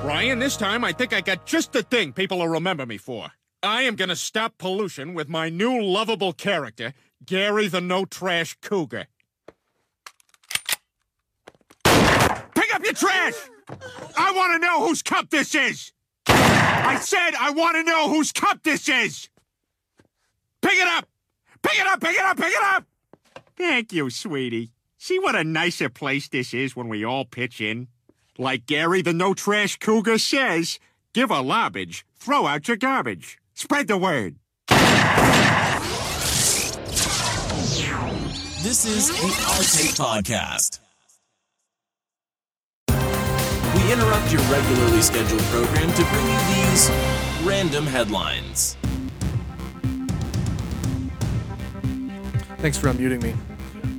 Speaker 3: Brian, this time I think I got just the thing people will remember me for. I am going to stop pollution with my new lovable character, Gary the No Trash Cougar. Pick up your trash! I want to know whose cup this is! I said I want to know whose cup this is! Pick it up! Pick it up! Pick it up! Pick it up! Thank you, sweetie. See what a nicer place this is when we all pitch in. Like Gary the No Trash Cougar says, give a lobbage, throw out your garbage. Spread the word.
Speaker 5: This is the Our Take Podcast. We interrupt your regularly scheduled program to bring you these random headlines.
Speaker 7: Thanks for unmuting me.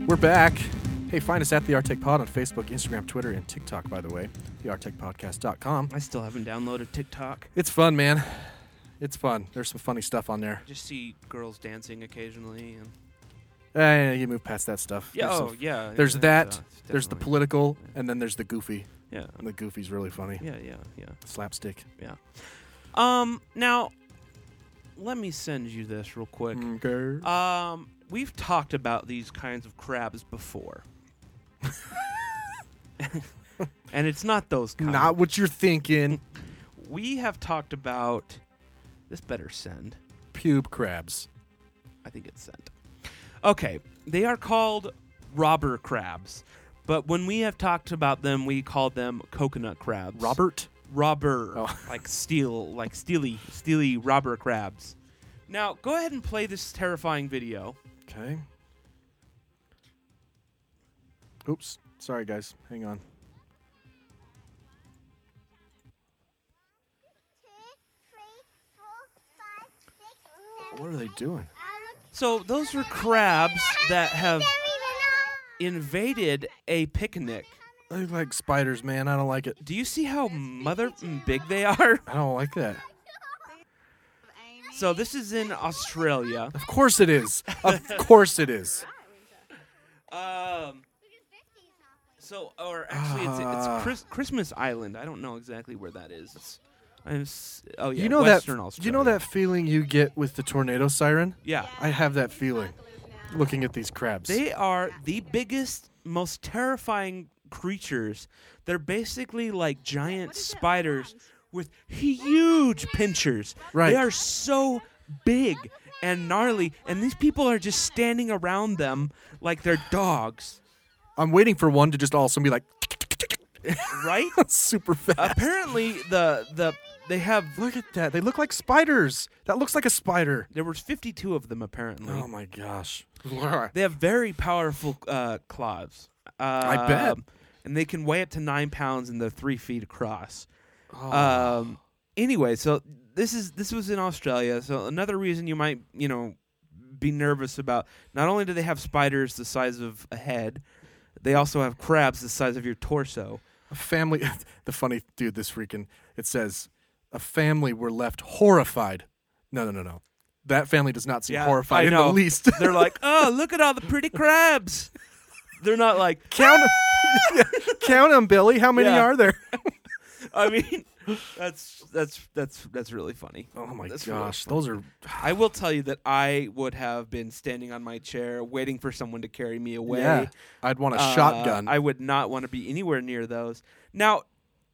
Speaker 7: We're back. Hey, find us at the Arctic Pod on Facebook, Instagram, Twitter, and TikTok, by the way. TheArcticPodcast.com.
Speaker 8: I still haven't downloaded TikTok.
Speaker 7: It's fun, man. It's fun. There's some funny stuff on there.
Speaker 8: Just see girls dancing occasionally, and
Speaker 7: Eh, you move past that stuff.
Speaker 8: yeah,
Speaker 7: There's
Speaker 8: oh
Speaker 7: some-
Speaker 8: yeah.
Speaker 7: There's
Speaker 8: yeah,
Speaker 7: that.
Speaker 8: uh, it's
Speaker 7: there's the
Speaker 8: definitely-
Speaker 7: political, and then there's the goofy.
Speaker 8: Yeah,
Speaker 7: And the goofy's really funny.
Speaker 8: yeah, yeah, yeah,
Speaker 7: Slapstick.
Speaker 8: yeah. Um, now, let me send you this real quick.
Speaker 7: Mm-hmm. Okay.
Speaker 8: Um, we've talked about these kinds of crabs before. and it's not those kinds.
Speaker 7: Not what you're thinking. [laughs]
Speaker 8: we have talked about this better send.
Speaker 7: Pube crabs.
Speaker 8: I think it's sent. Okay, they are called robber crabs, but when we have talked about them, we call them coconut crabs.
Speaker 7: Robert.
Speaker 8: robber,
Speaker 7: Oh.
Speaker 8: [laughs] like steel, like steely, steely robber crabs. Now, go ahead and play this terrifying video.
Speaker 7: Okay. Oops. Sorry, guys. Hang on. What are they doing?
Speaker 8: So those are crabs that have invaded a picnic.
Speaker 7: They look like spiders, man. I don't like it.
Speaker 8: Do you see how mother mm, big they are? [laughs]
Speaker 7: I don't like that.
Speaker 8: So this is in Australia.
Speaker 7: Of course it is.
Speaker 8: [laughs]
Speaker 7: Of course it is.
Speaker 8: Um, so, or actually, it's,
Speaker 7: Ah.
Speaker 8: it's Chris, Christmas Island. I don't know exactly where that is. It's, I'm, s- oh yeah,
Speaker 7: you know
Speaker 8: Western
Speaker 7: that.
Speaker 8: Australia.
Speaker 7: You know that feeling you get with the tornado siren.
Speaker 8: Yeah,
Speaker 7: I have that feeling. Looking at these crabs.
Speaker 8: they are the biggest, most terrifying creatures. They're basically like giant spiders with huge pinchers.
Speaker 7: Right.
Speaker 8: They are so big and gnarly, and these people are just standing around them like they're dogs,
Speaker 7: I'm waiting for one to just also be like [laughs]
Speaker 8: right?
Speaker 7: super fast.
Speaker 8: Apparently, the the they have
Speaker 7: Look at that. They look like spiders. That looks like a spider.
Speaker 8: There were 52 of them apparently.
Speaker 7: Oh my gosh. [laughs]
Speaker 8: They have very powerful uh, claws. Uh, I
Speaker 7: bet.
Speaker 8: And they can weigh up to nine pounds and they're three feet across. Um, anyway, so this is this was in Australia. So another reason you might you know be nervous about not only do they have spiders the size of a head, they also have crabs the size of your torso.
Speaker 7: A family [laughs] the funny dude this freaking it says a family were left horrified. No, no, no, no. That family does not seem horrified
Speaker 8: I
Speaker 7: in
Speaker 8: know.
Speaker 7: the least.
Speaker 8: [laughs]
Speaker 7: [laughs]
Speaker 8: They're like, oh, look at all the pretty crabs. They're not like,
Speaker 7: count [laughs] count them, Billy. How many
Speaker 8: Yeah.
Speaker 7: are there?
Speaker 8: I mean, [laughs] that's that's that's that's really funny.
Speaker 7: Oh my
Speaker 8: That's really
Speaker 7: gosh.
Speaker 8: funny.
Speaker 7: Those are
Speaker 8: I will tell you that I would have been standing on my chair waiting for someone to carry me away.
Speaker 7: yeah. I'd want a
Speaker 8: Uh,
Speaker 7: shotgun.
Speaker 8: I would not want to be anywhere near those. Now,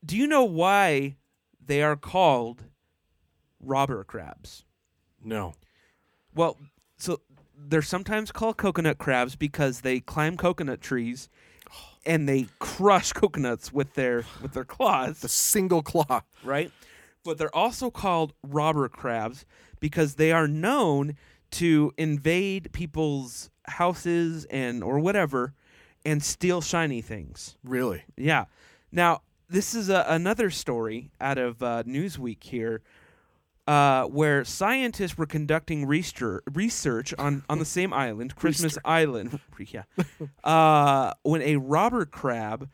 Speaker 8: do you know why they are called robber crabs?
Speaker 7: no.
Speaker 8: Well, so they're sometimes called coconut crabs because they climb coconut
Speaker 7: [sighs]
Speaker 8: trees and they crush coconuts with their with their claws
Speaker 7: The single claw.
Speaker 8: right? But they're also called robber crabs because they are known to invade people's houses and or whatever and steal shiny things.
Speaker 7: Really?
Speaker 8: Yeah. Now, this is a, another story out of uh, Newsweek here uh, where scientists were conducting research, research on, on the same island,
Speaker 7: [laughs]
Speaker 8: Christmas Island, yeah, uh, when a robber crab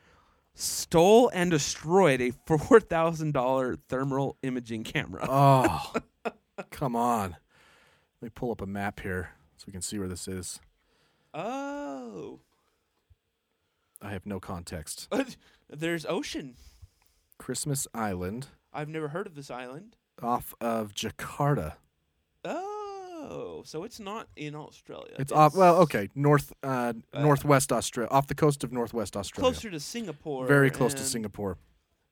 Speaker 8: stole and destroyed a $4,000 thermal imaging camera.
Speaker 7: Oh, come on. Let me pull up a map here so we can see where this is.
Speaker 8: Oh. [laughs]
Speaker 7: I have no context.
Speaker 8: There's ocean.
Speaker 7: Christmas Island
Speaker 8: I've never heard of this island.
Speaker 7: off of Jakarta.
Speaker 8: Oh, so it's not in Australia.
Speaker 7: It's off. Well, okay, north, uh, northwest Australia, off the coast of northwest Australia.
Speaker 8: closer to Singapore.
Speaker 7: Oh, Very close to
Speaker 8: and-
Speaker 7: Singapore.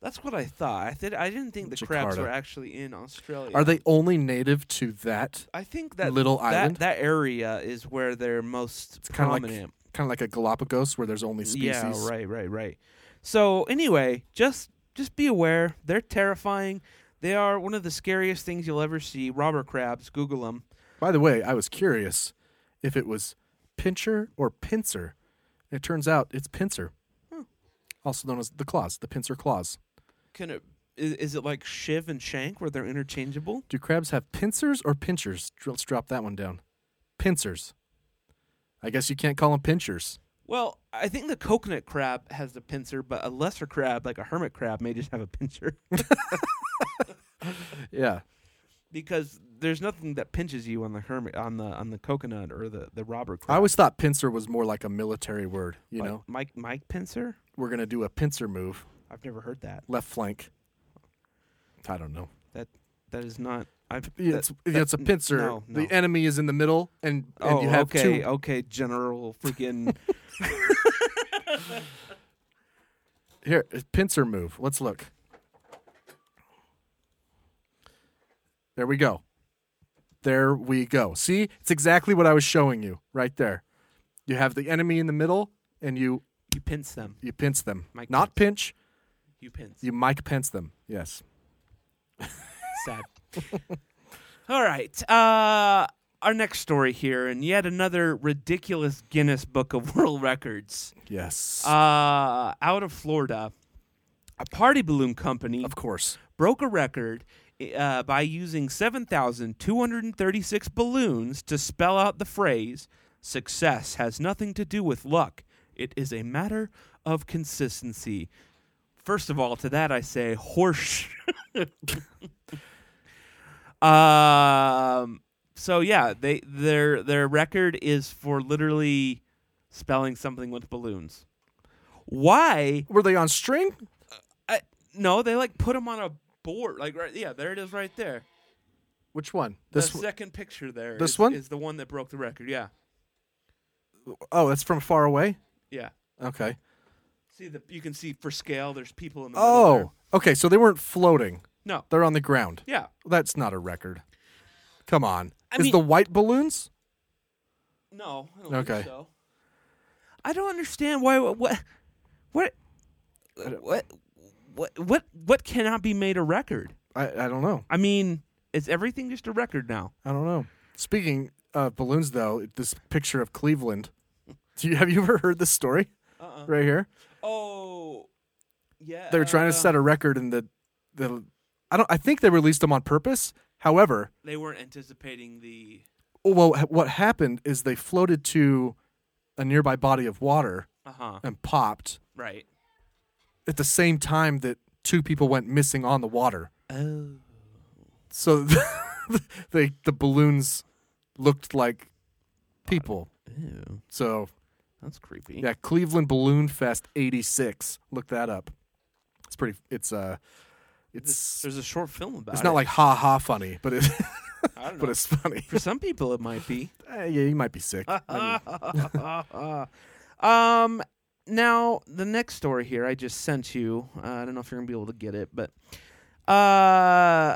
Speaker 8: That's what I thought. I did. I didn't think the crabs
Speaker 7: Jakarta.
Speaker 8: were actually in Australia.
Speaker 7: Are they only native to that?
Speaker 8: I think that
Speaker 7: little
Speaker 8: that,
Speaker 7: island?
Speaker 8: that area is where they're most
Speaker 7: It's kind of like
Speaker 8: prominent.
Speaker 7: kind of like a Galapagos where there's only species.
Speaker 8: Yeah, right, right, right. So anyway, just just be aware they're terrifying. They are one of the scariest things you'll ever see. Robber crabs. Google them.
Speaker 7: By the way, I was curious if it was pincher or pincer. And it turns out it's pincer, Hmm. also known as the claws, the pincer claws.
Speaker 8: Can it? Is, is it like Shiv and Shank where they're interchangeable?
Speaker 7: Do crabs have pincers or pinchers? Dr- Let's drop that one down. Pincers. I guess you can't call them pinchers.
Speaker 8: Well, I think the coconut crab has a pincer, but a lesser crab, like a hermit crab, may just have a pincer
Speaker 7: Yeah.
Speaker 8: because there's nothing that pinches you on the hermit on the on the coconut or the the robber crab.
Speaker 7: I always thought pincer was more like a military word. You
Speaker 8: Like,
Speaker 7: know,
Speaker 8: Mike Mike Pincer.
Speaker 7: we're going to do a pincer move,
Speaker 8: I've never heard that.
Speaker 7: left flank. I don't know.
Speaker 8: That that is not. I've that-
Speaker 7: It's, it's a
Speaker 8: that-
Speaker 7: pincer.
Speaker 8: No, no.
Speaker 7: The enemy is in the middle, and, and
Speaker 8: oh,
Speaker 7: you have
Speaker 8: okay,
Speaker 7: two.
Speaker 8: okay, General
Speaker 7: [laughs]
Speaker 8: freaking.
Speaker 7: Here, it's pincer move. Let's look. There we go. There we go. See, it's exactly what I was showing you right there. You have the enemy in the middle, and you
Speaker 8: you pinch them.
Speaker 7: you pinch them.
Speaker 8: Mike
Speaker 7: Not pinch.
Speaker 8: You pinch.
Speaker 7: You Mike pinch them. Yes.
Speaker 8: sad. [laughs] All right. Uh, our next story here, and yet another ridiculous Guinness Book of World Records.
Speaker 7: Yes.
Speaker 8: Uh, out of Florida, a party balloon company
Speaker 7: of course.
Speaker 8: broke a record uh, by using 7,236 balloons to spell out the phrase success has nothing to do with luck. It is a matter of consistency. First of all, to that I say horse. [laughs] um, so yeah, they their their record is for literally spelling something with balloons. Why
Speaker 7: Were they on string?
Speaker 8: I, no, they like put them on a board. Like right, yeah, there it is, right there.
Speaker 7: Which one?
Speaker 8: The
Speaker 7: This. w-
Speaker 8: second picture there.
Speaker 7: this
Speaker 8: is-
Speaker 7: one?
Speaker 8: is the one that broke the record. Yeah,
Speaker 7: oh, that's from far away.
Speaker 8: yeah.
Speaker 7: Okay.
Speaker 8: See the you can see for scale. There's people in the middle there.
Speaker 7: Oh. Okay. So they weren't floating.
Speaker 8: no,
Speaker 7: They're on the ground.
Speaker 8: yeah.
Speaker 7: That's not a record. Come on.
Speaker 8: I
Speaker 7: is
Speaker 8: mean-
Speaker 7: the white balloons?
Speaker 8: No, I don't
Speaker 7: Okay.
Speaker 8: think so. I don't understand why what what what what what what, what cannot be made a record?
Speaker 7: I, I don't know.
Speaker 8: I mean, is everything just a record now?
Speaker 7: I don't know. Speaking of balloons, though, this picture of Cleveland. [laughs] Do you have you ever heard this story? Uh-uh. Right here,
Speaker 8: Oh, yeah.
Speaker 7: they were trying
Speaker 8: Uh.
Speaker 7: to set a record, and the the I don't. I think they released them on purpose. However,
Speaker 8: They weren't anticipating the.
Speaker 7: well, h- what happened is they floated to a nearby body of water
Speaker 8: Uh huh.
Speaker 7: and popped
Speaker 8: Right.
Speaker 7: at the same time that two people went missing on the water.
Speaker 8: Oh.
Speaker 7: so [laughs] they the balloons looked like people.
Speaker 8: Ew.
Speaker 7: So
Speaker 8: That's creepy.
Speaker 7: yeah, Cleveland Balloon Fest '86. Look that up. It's pretty. It's uh, it's
Speaker 8: There's a short film about
Speaker 7: it's
Speaker 8: it.
Speaker 7: not like ha ha funny,
Speaker 8: [laughs]
Speaker 7: but it [laughs]
Speaker 8: I don't know.
Speaker 7: but it's
Speaker 8: [laughs]
Speaker 7: funny.
Speaker 8: For some people, it might be.
Speaker 7: [laughs] Eh, yeah, you might
Speaker 8: [laughs]
Speaker 7: be sick. I mean,
Speaker 8: Um, now the next story here I just sent you. Uh, I don't know if you're gonna be able to get it, but uh,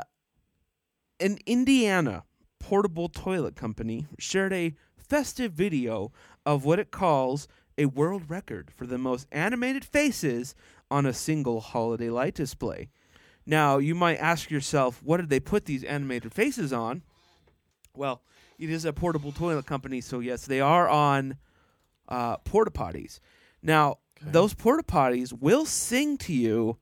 Speaker 8: an Indiana portable toilet company shared a festive video of what it calls a world record for the most animated faces on a single holiday light display. Now, you might ask yourself, what did they put these animated faces on? Well, it is a portable toilet company, so yes, they are on uh, porta potties. Now, those porta potties will sing to you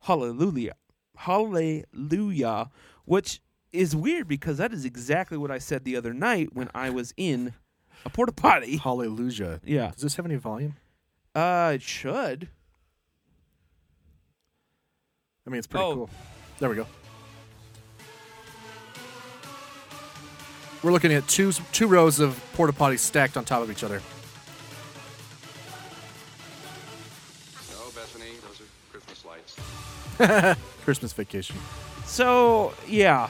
Speaker 8: hallelujah, hallelujah, which is weird because that is exactly what I said the other night when I was in a porta
Speaker 7: [laughs]
Speaker 8: potty.
Speaker 7: Hallelujah.
Speaker 8: Yeah.
Speaker 7: Does this have any volume?
Speaker 8: Uh, it should.
Speaker 7: I mean, it's pretty
Speaker 8: Oh.
Speaker 7: cool. There we go. We're looking at two two rows of porta potties stacked on top of each other.
Speaker 9: No, Bethany, those are Christmas lights.
Speaker 7: [laughs] Christmas vacation.
Speaker 8: So yeah,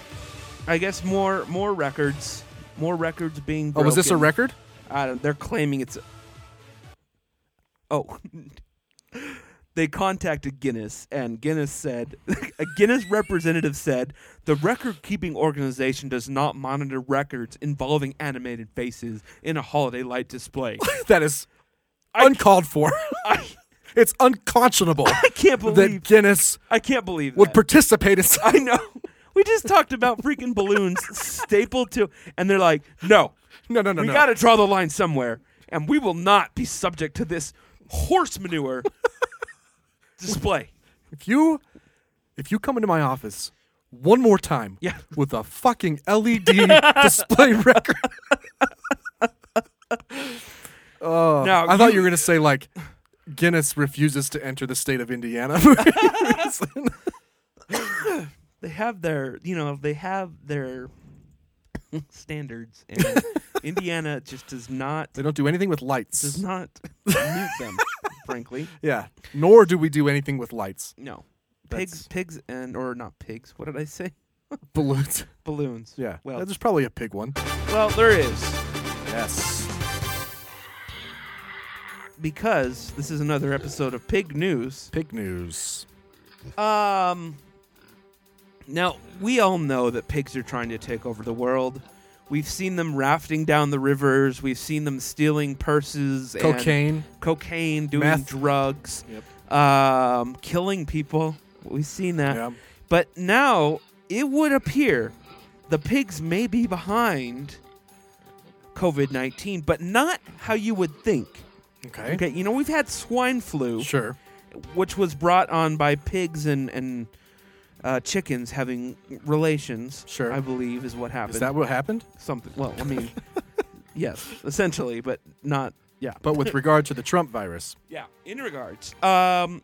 Speaker 8: I guess more more records, more records being.
Speaker 7: Oh,
Speaker 8: Broken.
Speaker 7: was this a record? [laughs]
Speaker 8: I don't, they're claiming it's. oh. [laughs] they contacted Guinness, and Guinness said, [laughs] a Guinness representative said, the record keeping organization does not monitor records involving animated faces in a holiday light
Speaker 7: [laughs]
Speaker 8: display.
Speaker 7: that is uncalled for. [laughs]
Speaker 8: I,
Speaker 7: it's unconscionable
Speaker 8: I can't
Speaker 7: that
Speaker 8: believe.
Speaker 7: Guinness
Speaker 8: I can't believe
Speaker 7: would
Speaker 8: that.
Speaker 7: participate in such.
Speaker 8: I know. We just talked about freaking balloons stapled to, and they're like, no,
Speaker 7: No, no, no,
Speaker 8: we
Speaker 7: no.
Speaker 8: got to draw the line somewhere. and we will not be subject to this horse
Speaker 7: [laughs]
Speaker 8: manure display.
Speaker 7: If you if you come into my office one more time
Speaker 8: Yeah.
Speaker 7: with a fucking LED [laughs] display record.
Speaker 8: [laughs]
Speaker 7: oh,
Speaker 8: Now,
Speaker 7: I thought
Speaker 8: you-
Speaker 7: you were going to say like Guinness refuses to enter the state
Speaker 8: [laughs]
Speaker 7: of Indiana.
Speaker 8: They have their, you know, they have their [laughs] standards,
Speaker 7: [laughs]
Speaker 8: and Indiana just does not
Speaker 7: they don't do anything with lights.
Speaker 8: does not meet them. Frankly,
Speaker 7: yeah. Nor do we do anything with lights.
Speaker 8: no. Pigs, pigs, and or not pigs. What did I say?
Speaker 7: Balloons.
Speaker 8: Balloons.
Speaker 7: Yeah.
Speaker 8: Well,
Speaker 7: There's probably a pig one.
Speaker 8: well, there is.
Speaker 7: Yes.
Speaker 8: because this is another episode of Pig News.
Speaker 7: Pig news.
Speaker 8: Um, now we all know that pigs are trying to take over the world. We've seen them rafting down the rivers. We've seen them stealing purses, and
Speaker 7: Cocaine.
Speaker 8: cocaine, doing
Speaker 7: Meth.
Speaker 8: drugs,
Speaker 7: Yep.
Speaker 8: um, killing people. We've seen that.
Speaker 7: Yeah.
Speaker 8: But now it would appear the pigs may be behind COVID nineteen, but not how you would think.
Speaker 7: Okay.
Speaker 8: Okay, you know we've had swine flu.
Speaker 7: Sure.
Speaker 8: which was brought on by pigs and and uh, chickens having relations.
Speaker 7: Sure.
Speaker 8: I believe is what happened.
Speaker 7: Is that what happened?
Speaker 8: something? Well, I mean, [laughs] yes, essentially, but not. Yeah,
Speaker 7: But [laughs] with regard to the Trump virus.
Speaker 8: yeah. In regards, um,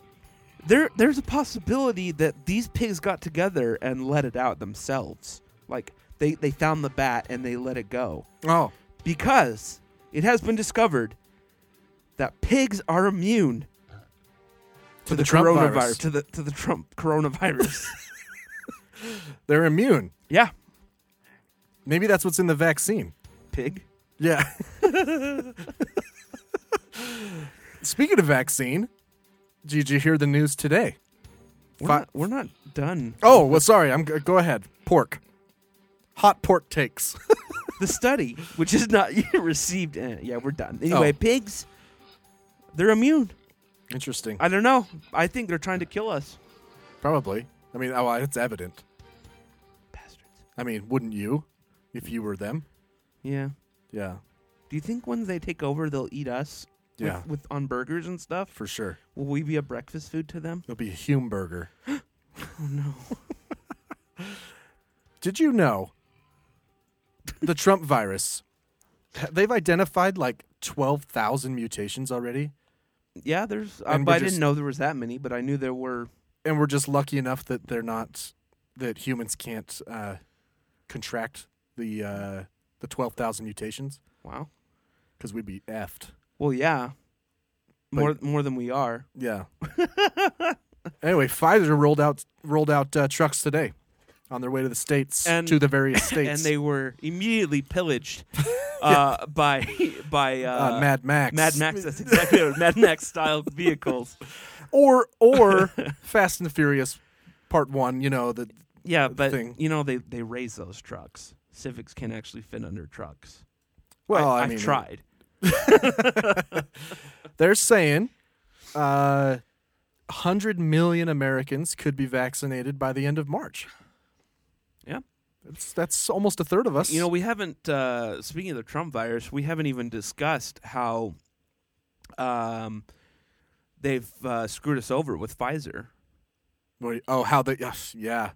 Speaker 8: there there's a possibility that these pigs got together and let it out themselves. Like they they found the bat and they let it go
Speaker 7: Oh.
Speaker 8: because it has been discovered that pigs are immune to,
Speaker 7: the Trump
Speaker 8: coronavirus
Speaker 7: virus.
Speaker 8: to the to the Trump coronavirus.
Speaker 7: [laughs] They're immune.
Speaker 8: yeah,
Speaker 7: Maybe that's what's in the vaccine.
Speaker 8: pig.
Speaker 7: Yeah. [laughs] Speaking of vaccine, did you hear the news today?
Speaker 8: We're,
Speaker 7: Fi-
Speaker 8: not, we're not done.
Speaker 7: Oh, well, sorry. I'm g- go ahead. Pork, hot pork takes. [laughs]
Speaker 8: The study, which is not [laughs] yet received, eh, yeah, we're done. Anyway,
Speaker 7: Oh.
Speaker 8: pigs, they're immune.
Speaker 7: Interesting.
Speaker 8: I don't know. I think they're trying to kill us,
Speaker 7: Probably. I mean, oh, it's evident.
Speaker 8: bastards.
Speaker 7: I mean, wouldn't you, if you were them?
Speaker 8: Yeah.
Speaker 7: Yeah,
Speaker 8: Do you think when they take over, they'll eat us? with-
Speaker 7: Yeah.
Speaker 8: With, on burgers and stuff.
Speaker 7: for sure.
Speaker 8: Will we be a breakfast food to them?
Speaker 7: It'll be a Hume burger.
Speaker 8: [gasps]
Speaker 7: [gasps]
Speaker 8: Oh no.
Speaker 7: [laughs] Did you know the Trump virus? They've identified like twelve thousand mutations already.
Speaker 8: Yeah, there's. Uh,
Speaker 7: And
Speaker 8: but
Speaker 7: we're
Speaker 8: I didn't
Speaker 7: just-
Speaker 8: know there was that many. But I knew there were.
Speaker 7: and we're just lucky enough that they're not that humans can't uh, contract the uh, the twelve thousand mutations
Speaker 8: Wow.
Speaker 7: because we'd be effed.
Speaker 8: Well, yeah.
Speaker 7: But-
Speaker 8: More more than we are. [laughs]
Speaker 7: Yeah. anyway, Pfizer rolled out rolled out uh, trucks today on their way to the states
Speaker 8: And-
Speaker 7: to
Speaker 8: [laughs]
Speaker 7: the various states.
Speaker 8: And they were immediately
Speaker 7: [laughs]
Speaker 8: pillaged uh, by by uh,
Speaker 7: uh, Mad Max,
Speaker 8: Mad Max. That's exactly what Mad Max
Speaker 7: [laughs]
Speaker 8: style vehicles.
Speaker 7: or
Speaker 8: [laughs]
Speaker 7: or Fast and the Furious Part One. You know the
Speaker 8: Yeah, but
Speaker 7: Thing.
Speaker 8: you know they they raise those trucks. Civics can actually fit under trucks.
Speaker 7: well, oh, I,
Speaker 8: I've
Speaker 7: mean,
Speaker 8: tried.
Speaker 7: they're saying uh, 100 million Americans could be vaccinated by the end of March.
Speaker 8: Yeah.
Speaker 7: That's, that's almost a third of us.
Speaker 8: You know, we haven't. Uh, speaking of the Trump virus, we haven't even discussed how um, they've uh, screwed us over with Pfizer.
Speaker 7: Wait, oh, how the. Yes, yeah.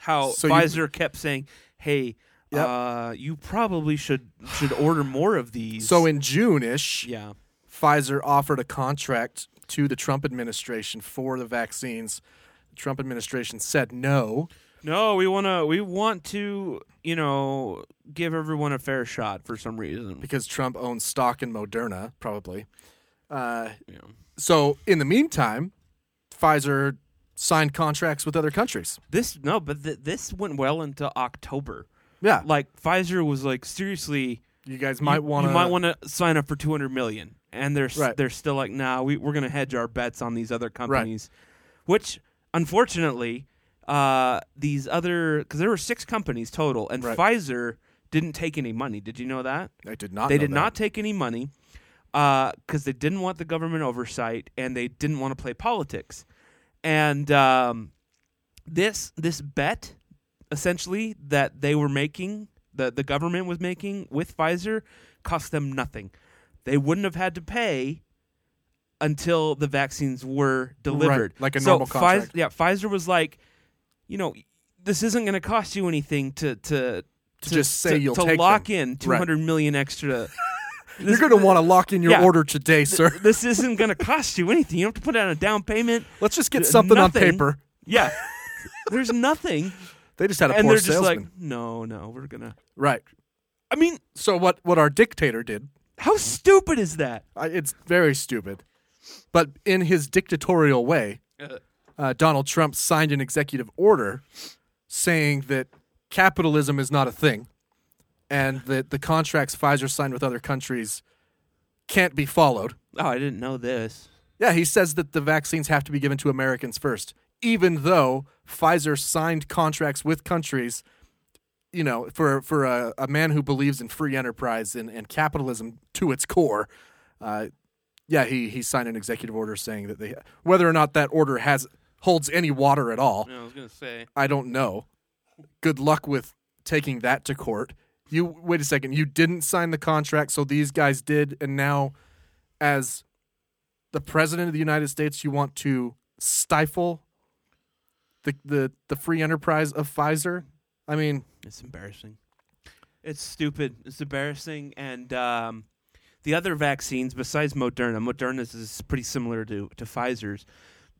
Speaker 8: how
Speaker 7: So you-
Speaker 8: Pfizer kept saying, "Hey,
Speaker 7: Yep.
Speaker 8: uh, you probably should should order more of these."
Speaker 7: So in June ish,
Speaker 8: yeah,
Speaker 7: Pfizer offered a contract to the Trump administration for the vaccines. The Trump administration said no.
Speaker 8: no, we want to we want to you know give everyone a fair shot for some reason.
Speaker 7: because Trump owns stock in Moderna, probably. Uh,
Speaker 8: Yeah.
Speaker 7: So in the meantime, Pfizer signed contracts with other countries.
Speaker 8: This no, but th- this went well into October.
Speaker 7: Yeah,
Speaker 8: Like Pfizer was like, seriously,
Speaker 7: you guys
Speaker 8: you-
Speaker 7: might want to.
Speaker 8: you might want to sign up for two hundred million, and they're s
Speaker 7: Right.
Speaker 8: they're still like, nah, we we're gonna hedge our bets on these other companies, which unfortunately, uh, these other because there were six companies total, and
Speaker 7: Right.
Speaker 8: Pfizer didn't take any money. Did you know that
Speaker 7: I did not.
Speaker 8: they
Speaker 7: know
Speaker 8: did
Speaker 7: that.
Speaker 8: not take any money because they didn't want the government oversight and they didn't want to play politics, and um, this this bet essentially that they were making that the government was making with Pfizer cost them nothing. they wouldn't have had to pay until the vaccines were delivered.
Speaker 7: like a
Speaker 8: So
Speaker 7: normal
Speaker 8: Pfiz-
Speaker 7: contract.
Speaker 8: yeah, Pfizer was like, you know, this isn't going to cost you anything to to. To,
Speaker 7: just say
Speaker 8: to,
Speaker 7: you'll
Speaker 8: to
Speaker 7: take
Speaker 8: lock
Speaker 7: them.
Speaker 8: in
Speaker 7: Right.
Speaker 8: two hundred million extra.
Speaker 7: You're going to want to lock in your
Speaker 8: yeah. [laughs]
Speaker 7: order today, sir.
Speaker 8: this isn't going to cost you anything. You don't have to put down a down payment.
Speaker 7: Let's just get
Speaker 8: th-
Speaker 7: something
Speaker 8: nothing.
Speaker 7: on paper.
Speaker 8: Yeah, [laughs] there's nothing,
Speaker 7: They just had a
Speaker 8: and
Speaker 7: poor
Speaker 8: they're just
Speaker 7: salesman.
Speaker 8: like, no, no, we're gonna.
Speaker 7: right.
Speaker 8: I mean,
Speaker 7: So what what our dictator did,
Speaker 8: how stupid is that?
Speaker 7: I, it's very stupid. But in his dictatorial way, uh, Donald Trump signed an executive order saying that capitalism is not a thing and that the contracts Pfizer signed with other countries can't be followed.
Speaker 8: Oh, I didn't know this.
Speaker 7: Yeah, he says that the vaccines have to be given to Americans first, even though Pfizer signed contracts with countries. You know, for for a, a man who believes in free enterprise and, and capitalism to its core, uh, yeah, he he signed an executive order saying that they whether or not that order has holds any water at all,
Speaker 8: I was gonna say.
Speaker 7: I don't know. Good luck with taking that to court. You wait a second. You didn't sign the contract, so these guys did, and now, as the president of the United States, you want to stifle the the, the free enterprise of Pfizer. I mean,
Speaker 8: It's embarrassing. It's stupid. It's embarrassing. And um, the other vaccines besides Moderna, Moderna's is pretty similar to, to Pfizer's,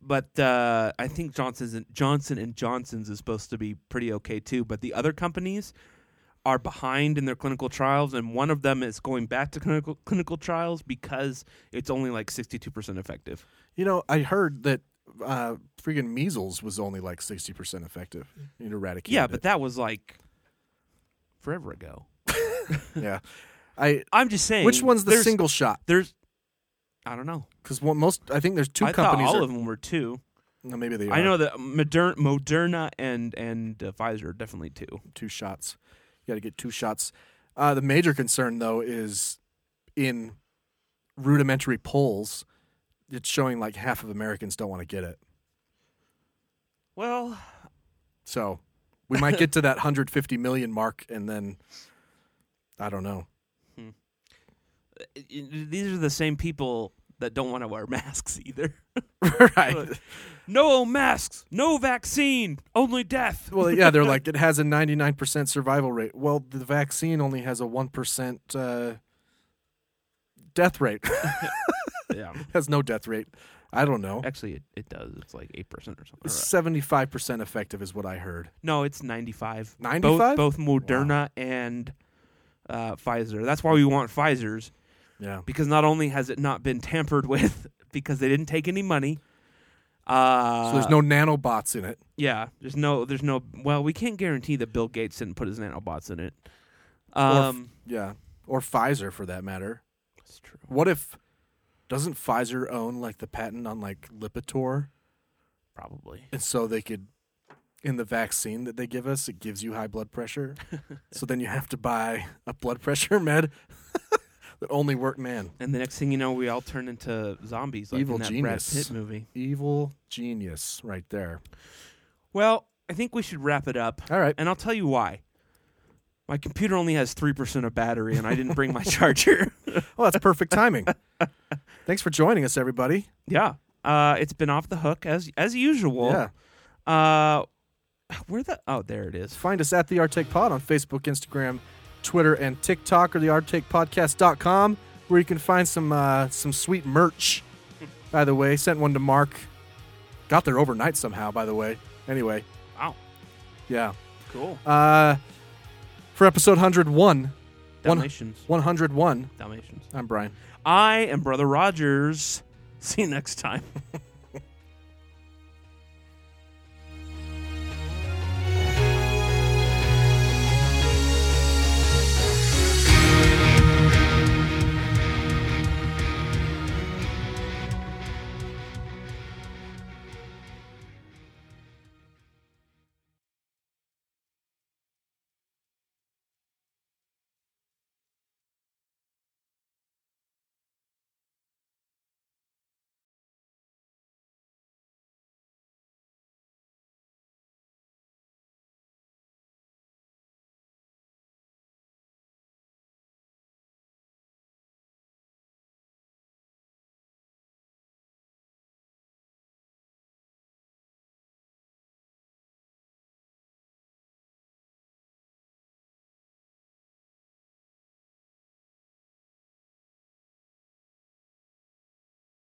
Speaker 8: but uh, I think Johnson's and, Johnson and Johnson's is supposed to be pretty okay too. But the other companies are behind in their clinical trials, and one of them is going back to clinical clinical trials because it's only like sixty two percent effective.
Speaker 7: you know, I heard that uh, freaking measles was only like sixty percent effective. It eradicated.
Speaker 8: Yeah, but
Speaker 7: it.
Speaker 8: that was like forever ago.
Speaker 7: yeah, I.
Speaker 8: I'm just saying.
Speaker 7: Which one's the
Speaker 8: there's-
Speaker 7: single shot?
Speaker 8: There's, I don't know.
Speaker 7: Because most, I think there's two
Speaker 8: I
Speaker 7: companies.
Speaker 8: thought all
Speaker 7: that-
Speaker 8: of them were two.
Speaker 7: no, maybe they.
Speaker 8: I
Speaker 7: are.
Speaker 8: know that Moderna, Moderna and and uh, Pfizer are definitely two.
Speaker 7: two shots. You got to get two shots. Uh, the major concern, though, is in rudimentary polls, it's showing like half of Americans don't want to get it.
Speaker 8: Well,
Speaker 7: So we might get to that 150 million mark, and then I don't know. [laughs]
Speaker 8: these are the same people that don't want to wear [laughs] masks either.
Speaker 7: right.
Speaker 8: no masks, no vaccine, only death.
Speaker 7: [laughs] Well, yeah, they're like, it has a 99% survival rate. Well, the vaccine only has a 1% uh, death rate,
Speaker 8: [laughs]
Speaker 7: [laughs]
Speaker 8: yeah,
Speaker 7: has no death rate. I don't know.
Speaker 8: actually, it, it does. It's like eight percent or something. Or, uh,
Speaker 7: 75% effective is what I heard.
Speaker 8: No, it's ninety five.
Speaker 7: 95?
Speaker 8: Both both Moderna and uh, Pfizer. That's why we want Pfizer's
Speaker 7: Yeah.
Speaker 8: because not only has it not been tampered [laughs] with because they didn't take any money. Uh,
Speaker 7: So there's no nanobots in it.
Speaker 8: Yeah, there's no, there's no. Well, we can't guarantee that Bill Gates didn't put his nanobots in it.
Speaker 7: Or f-
Speaker 8: Um,
Speaker 7: yeah, or Pfizer for that matter.
Speaker 8: that's true.
Speaker 7: What if doesn't Pfizer own like the patent on like Lipitor,
Speaker 8: Probably.
Speaker 7: and so they could in the vaccine that they give us it gives you high
Speaker 8: [laughs]
Speaker 7: blood pressure, so then you have to buy a blood pressure [laughs] med that only work man.
Speaker 8: And the next thing you know, we all turn into zombies, like
Speaker 7: Evil
Speaker 8: in that
Speaker 7: genius.
Speaker 8: Brad Pitt movie.
Speaker 7: Evil genius right there.
Speaker 8: Well, I think we should wrap it up.
Speaker 7: All right.
Speaker 8: and I'll tell you why. My computer only has three percent of battery, and I didn't bring
Speaker 7: [laughs]
Speaker 8: my charger. [laughs]
Speaker 7: Well, that's perfect timing. Thanks for joining us, everybody.
Speaker 8: yeah, uh, it's been off the hook as as usual.
Speaker 7: yeah.
Speaker 8: Uh, where the? Oh, there it is.
Speaker 7: Find us at the Artake Pod on Facebook, Instagram, Twitter, and TikTok, or the artakepodcast.com, where you can find some uh, some sweet merch. By the way, sent one to Mark. Got there overnight somehow. By the way, anyway,
Speaker 8: Wow,
Speaker 7: yeah.
Speaker 8: cool.
Speaker 7: Uh, for episode 101, one,
Speaker 8: Dalmatians.
Speaker 7: 101,
Speaker 8: Dalmatians.
Speaker 7: I'm Brian.
Speaker 8: [laughs] I am Brother Rogers. See you next time.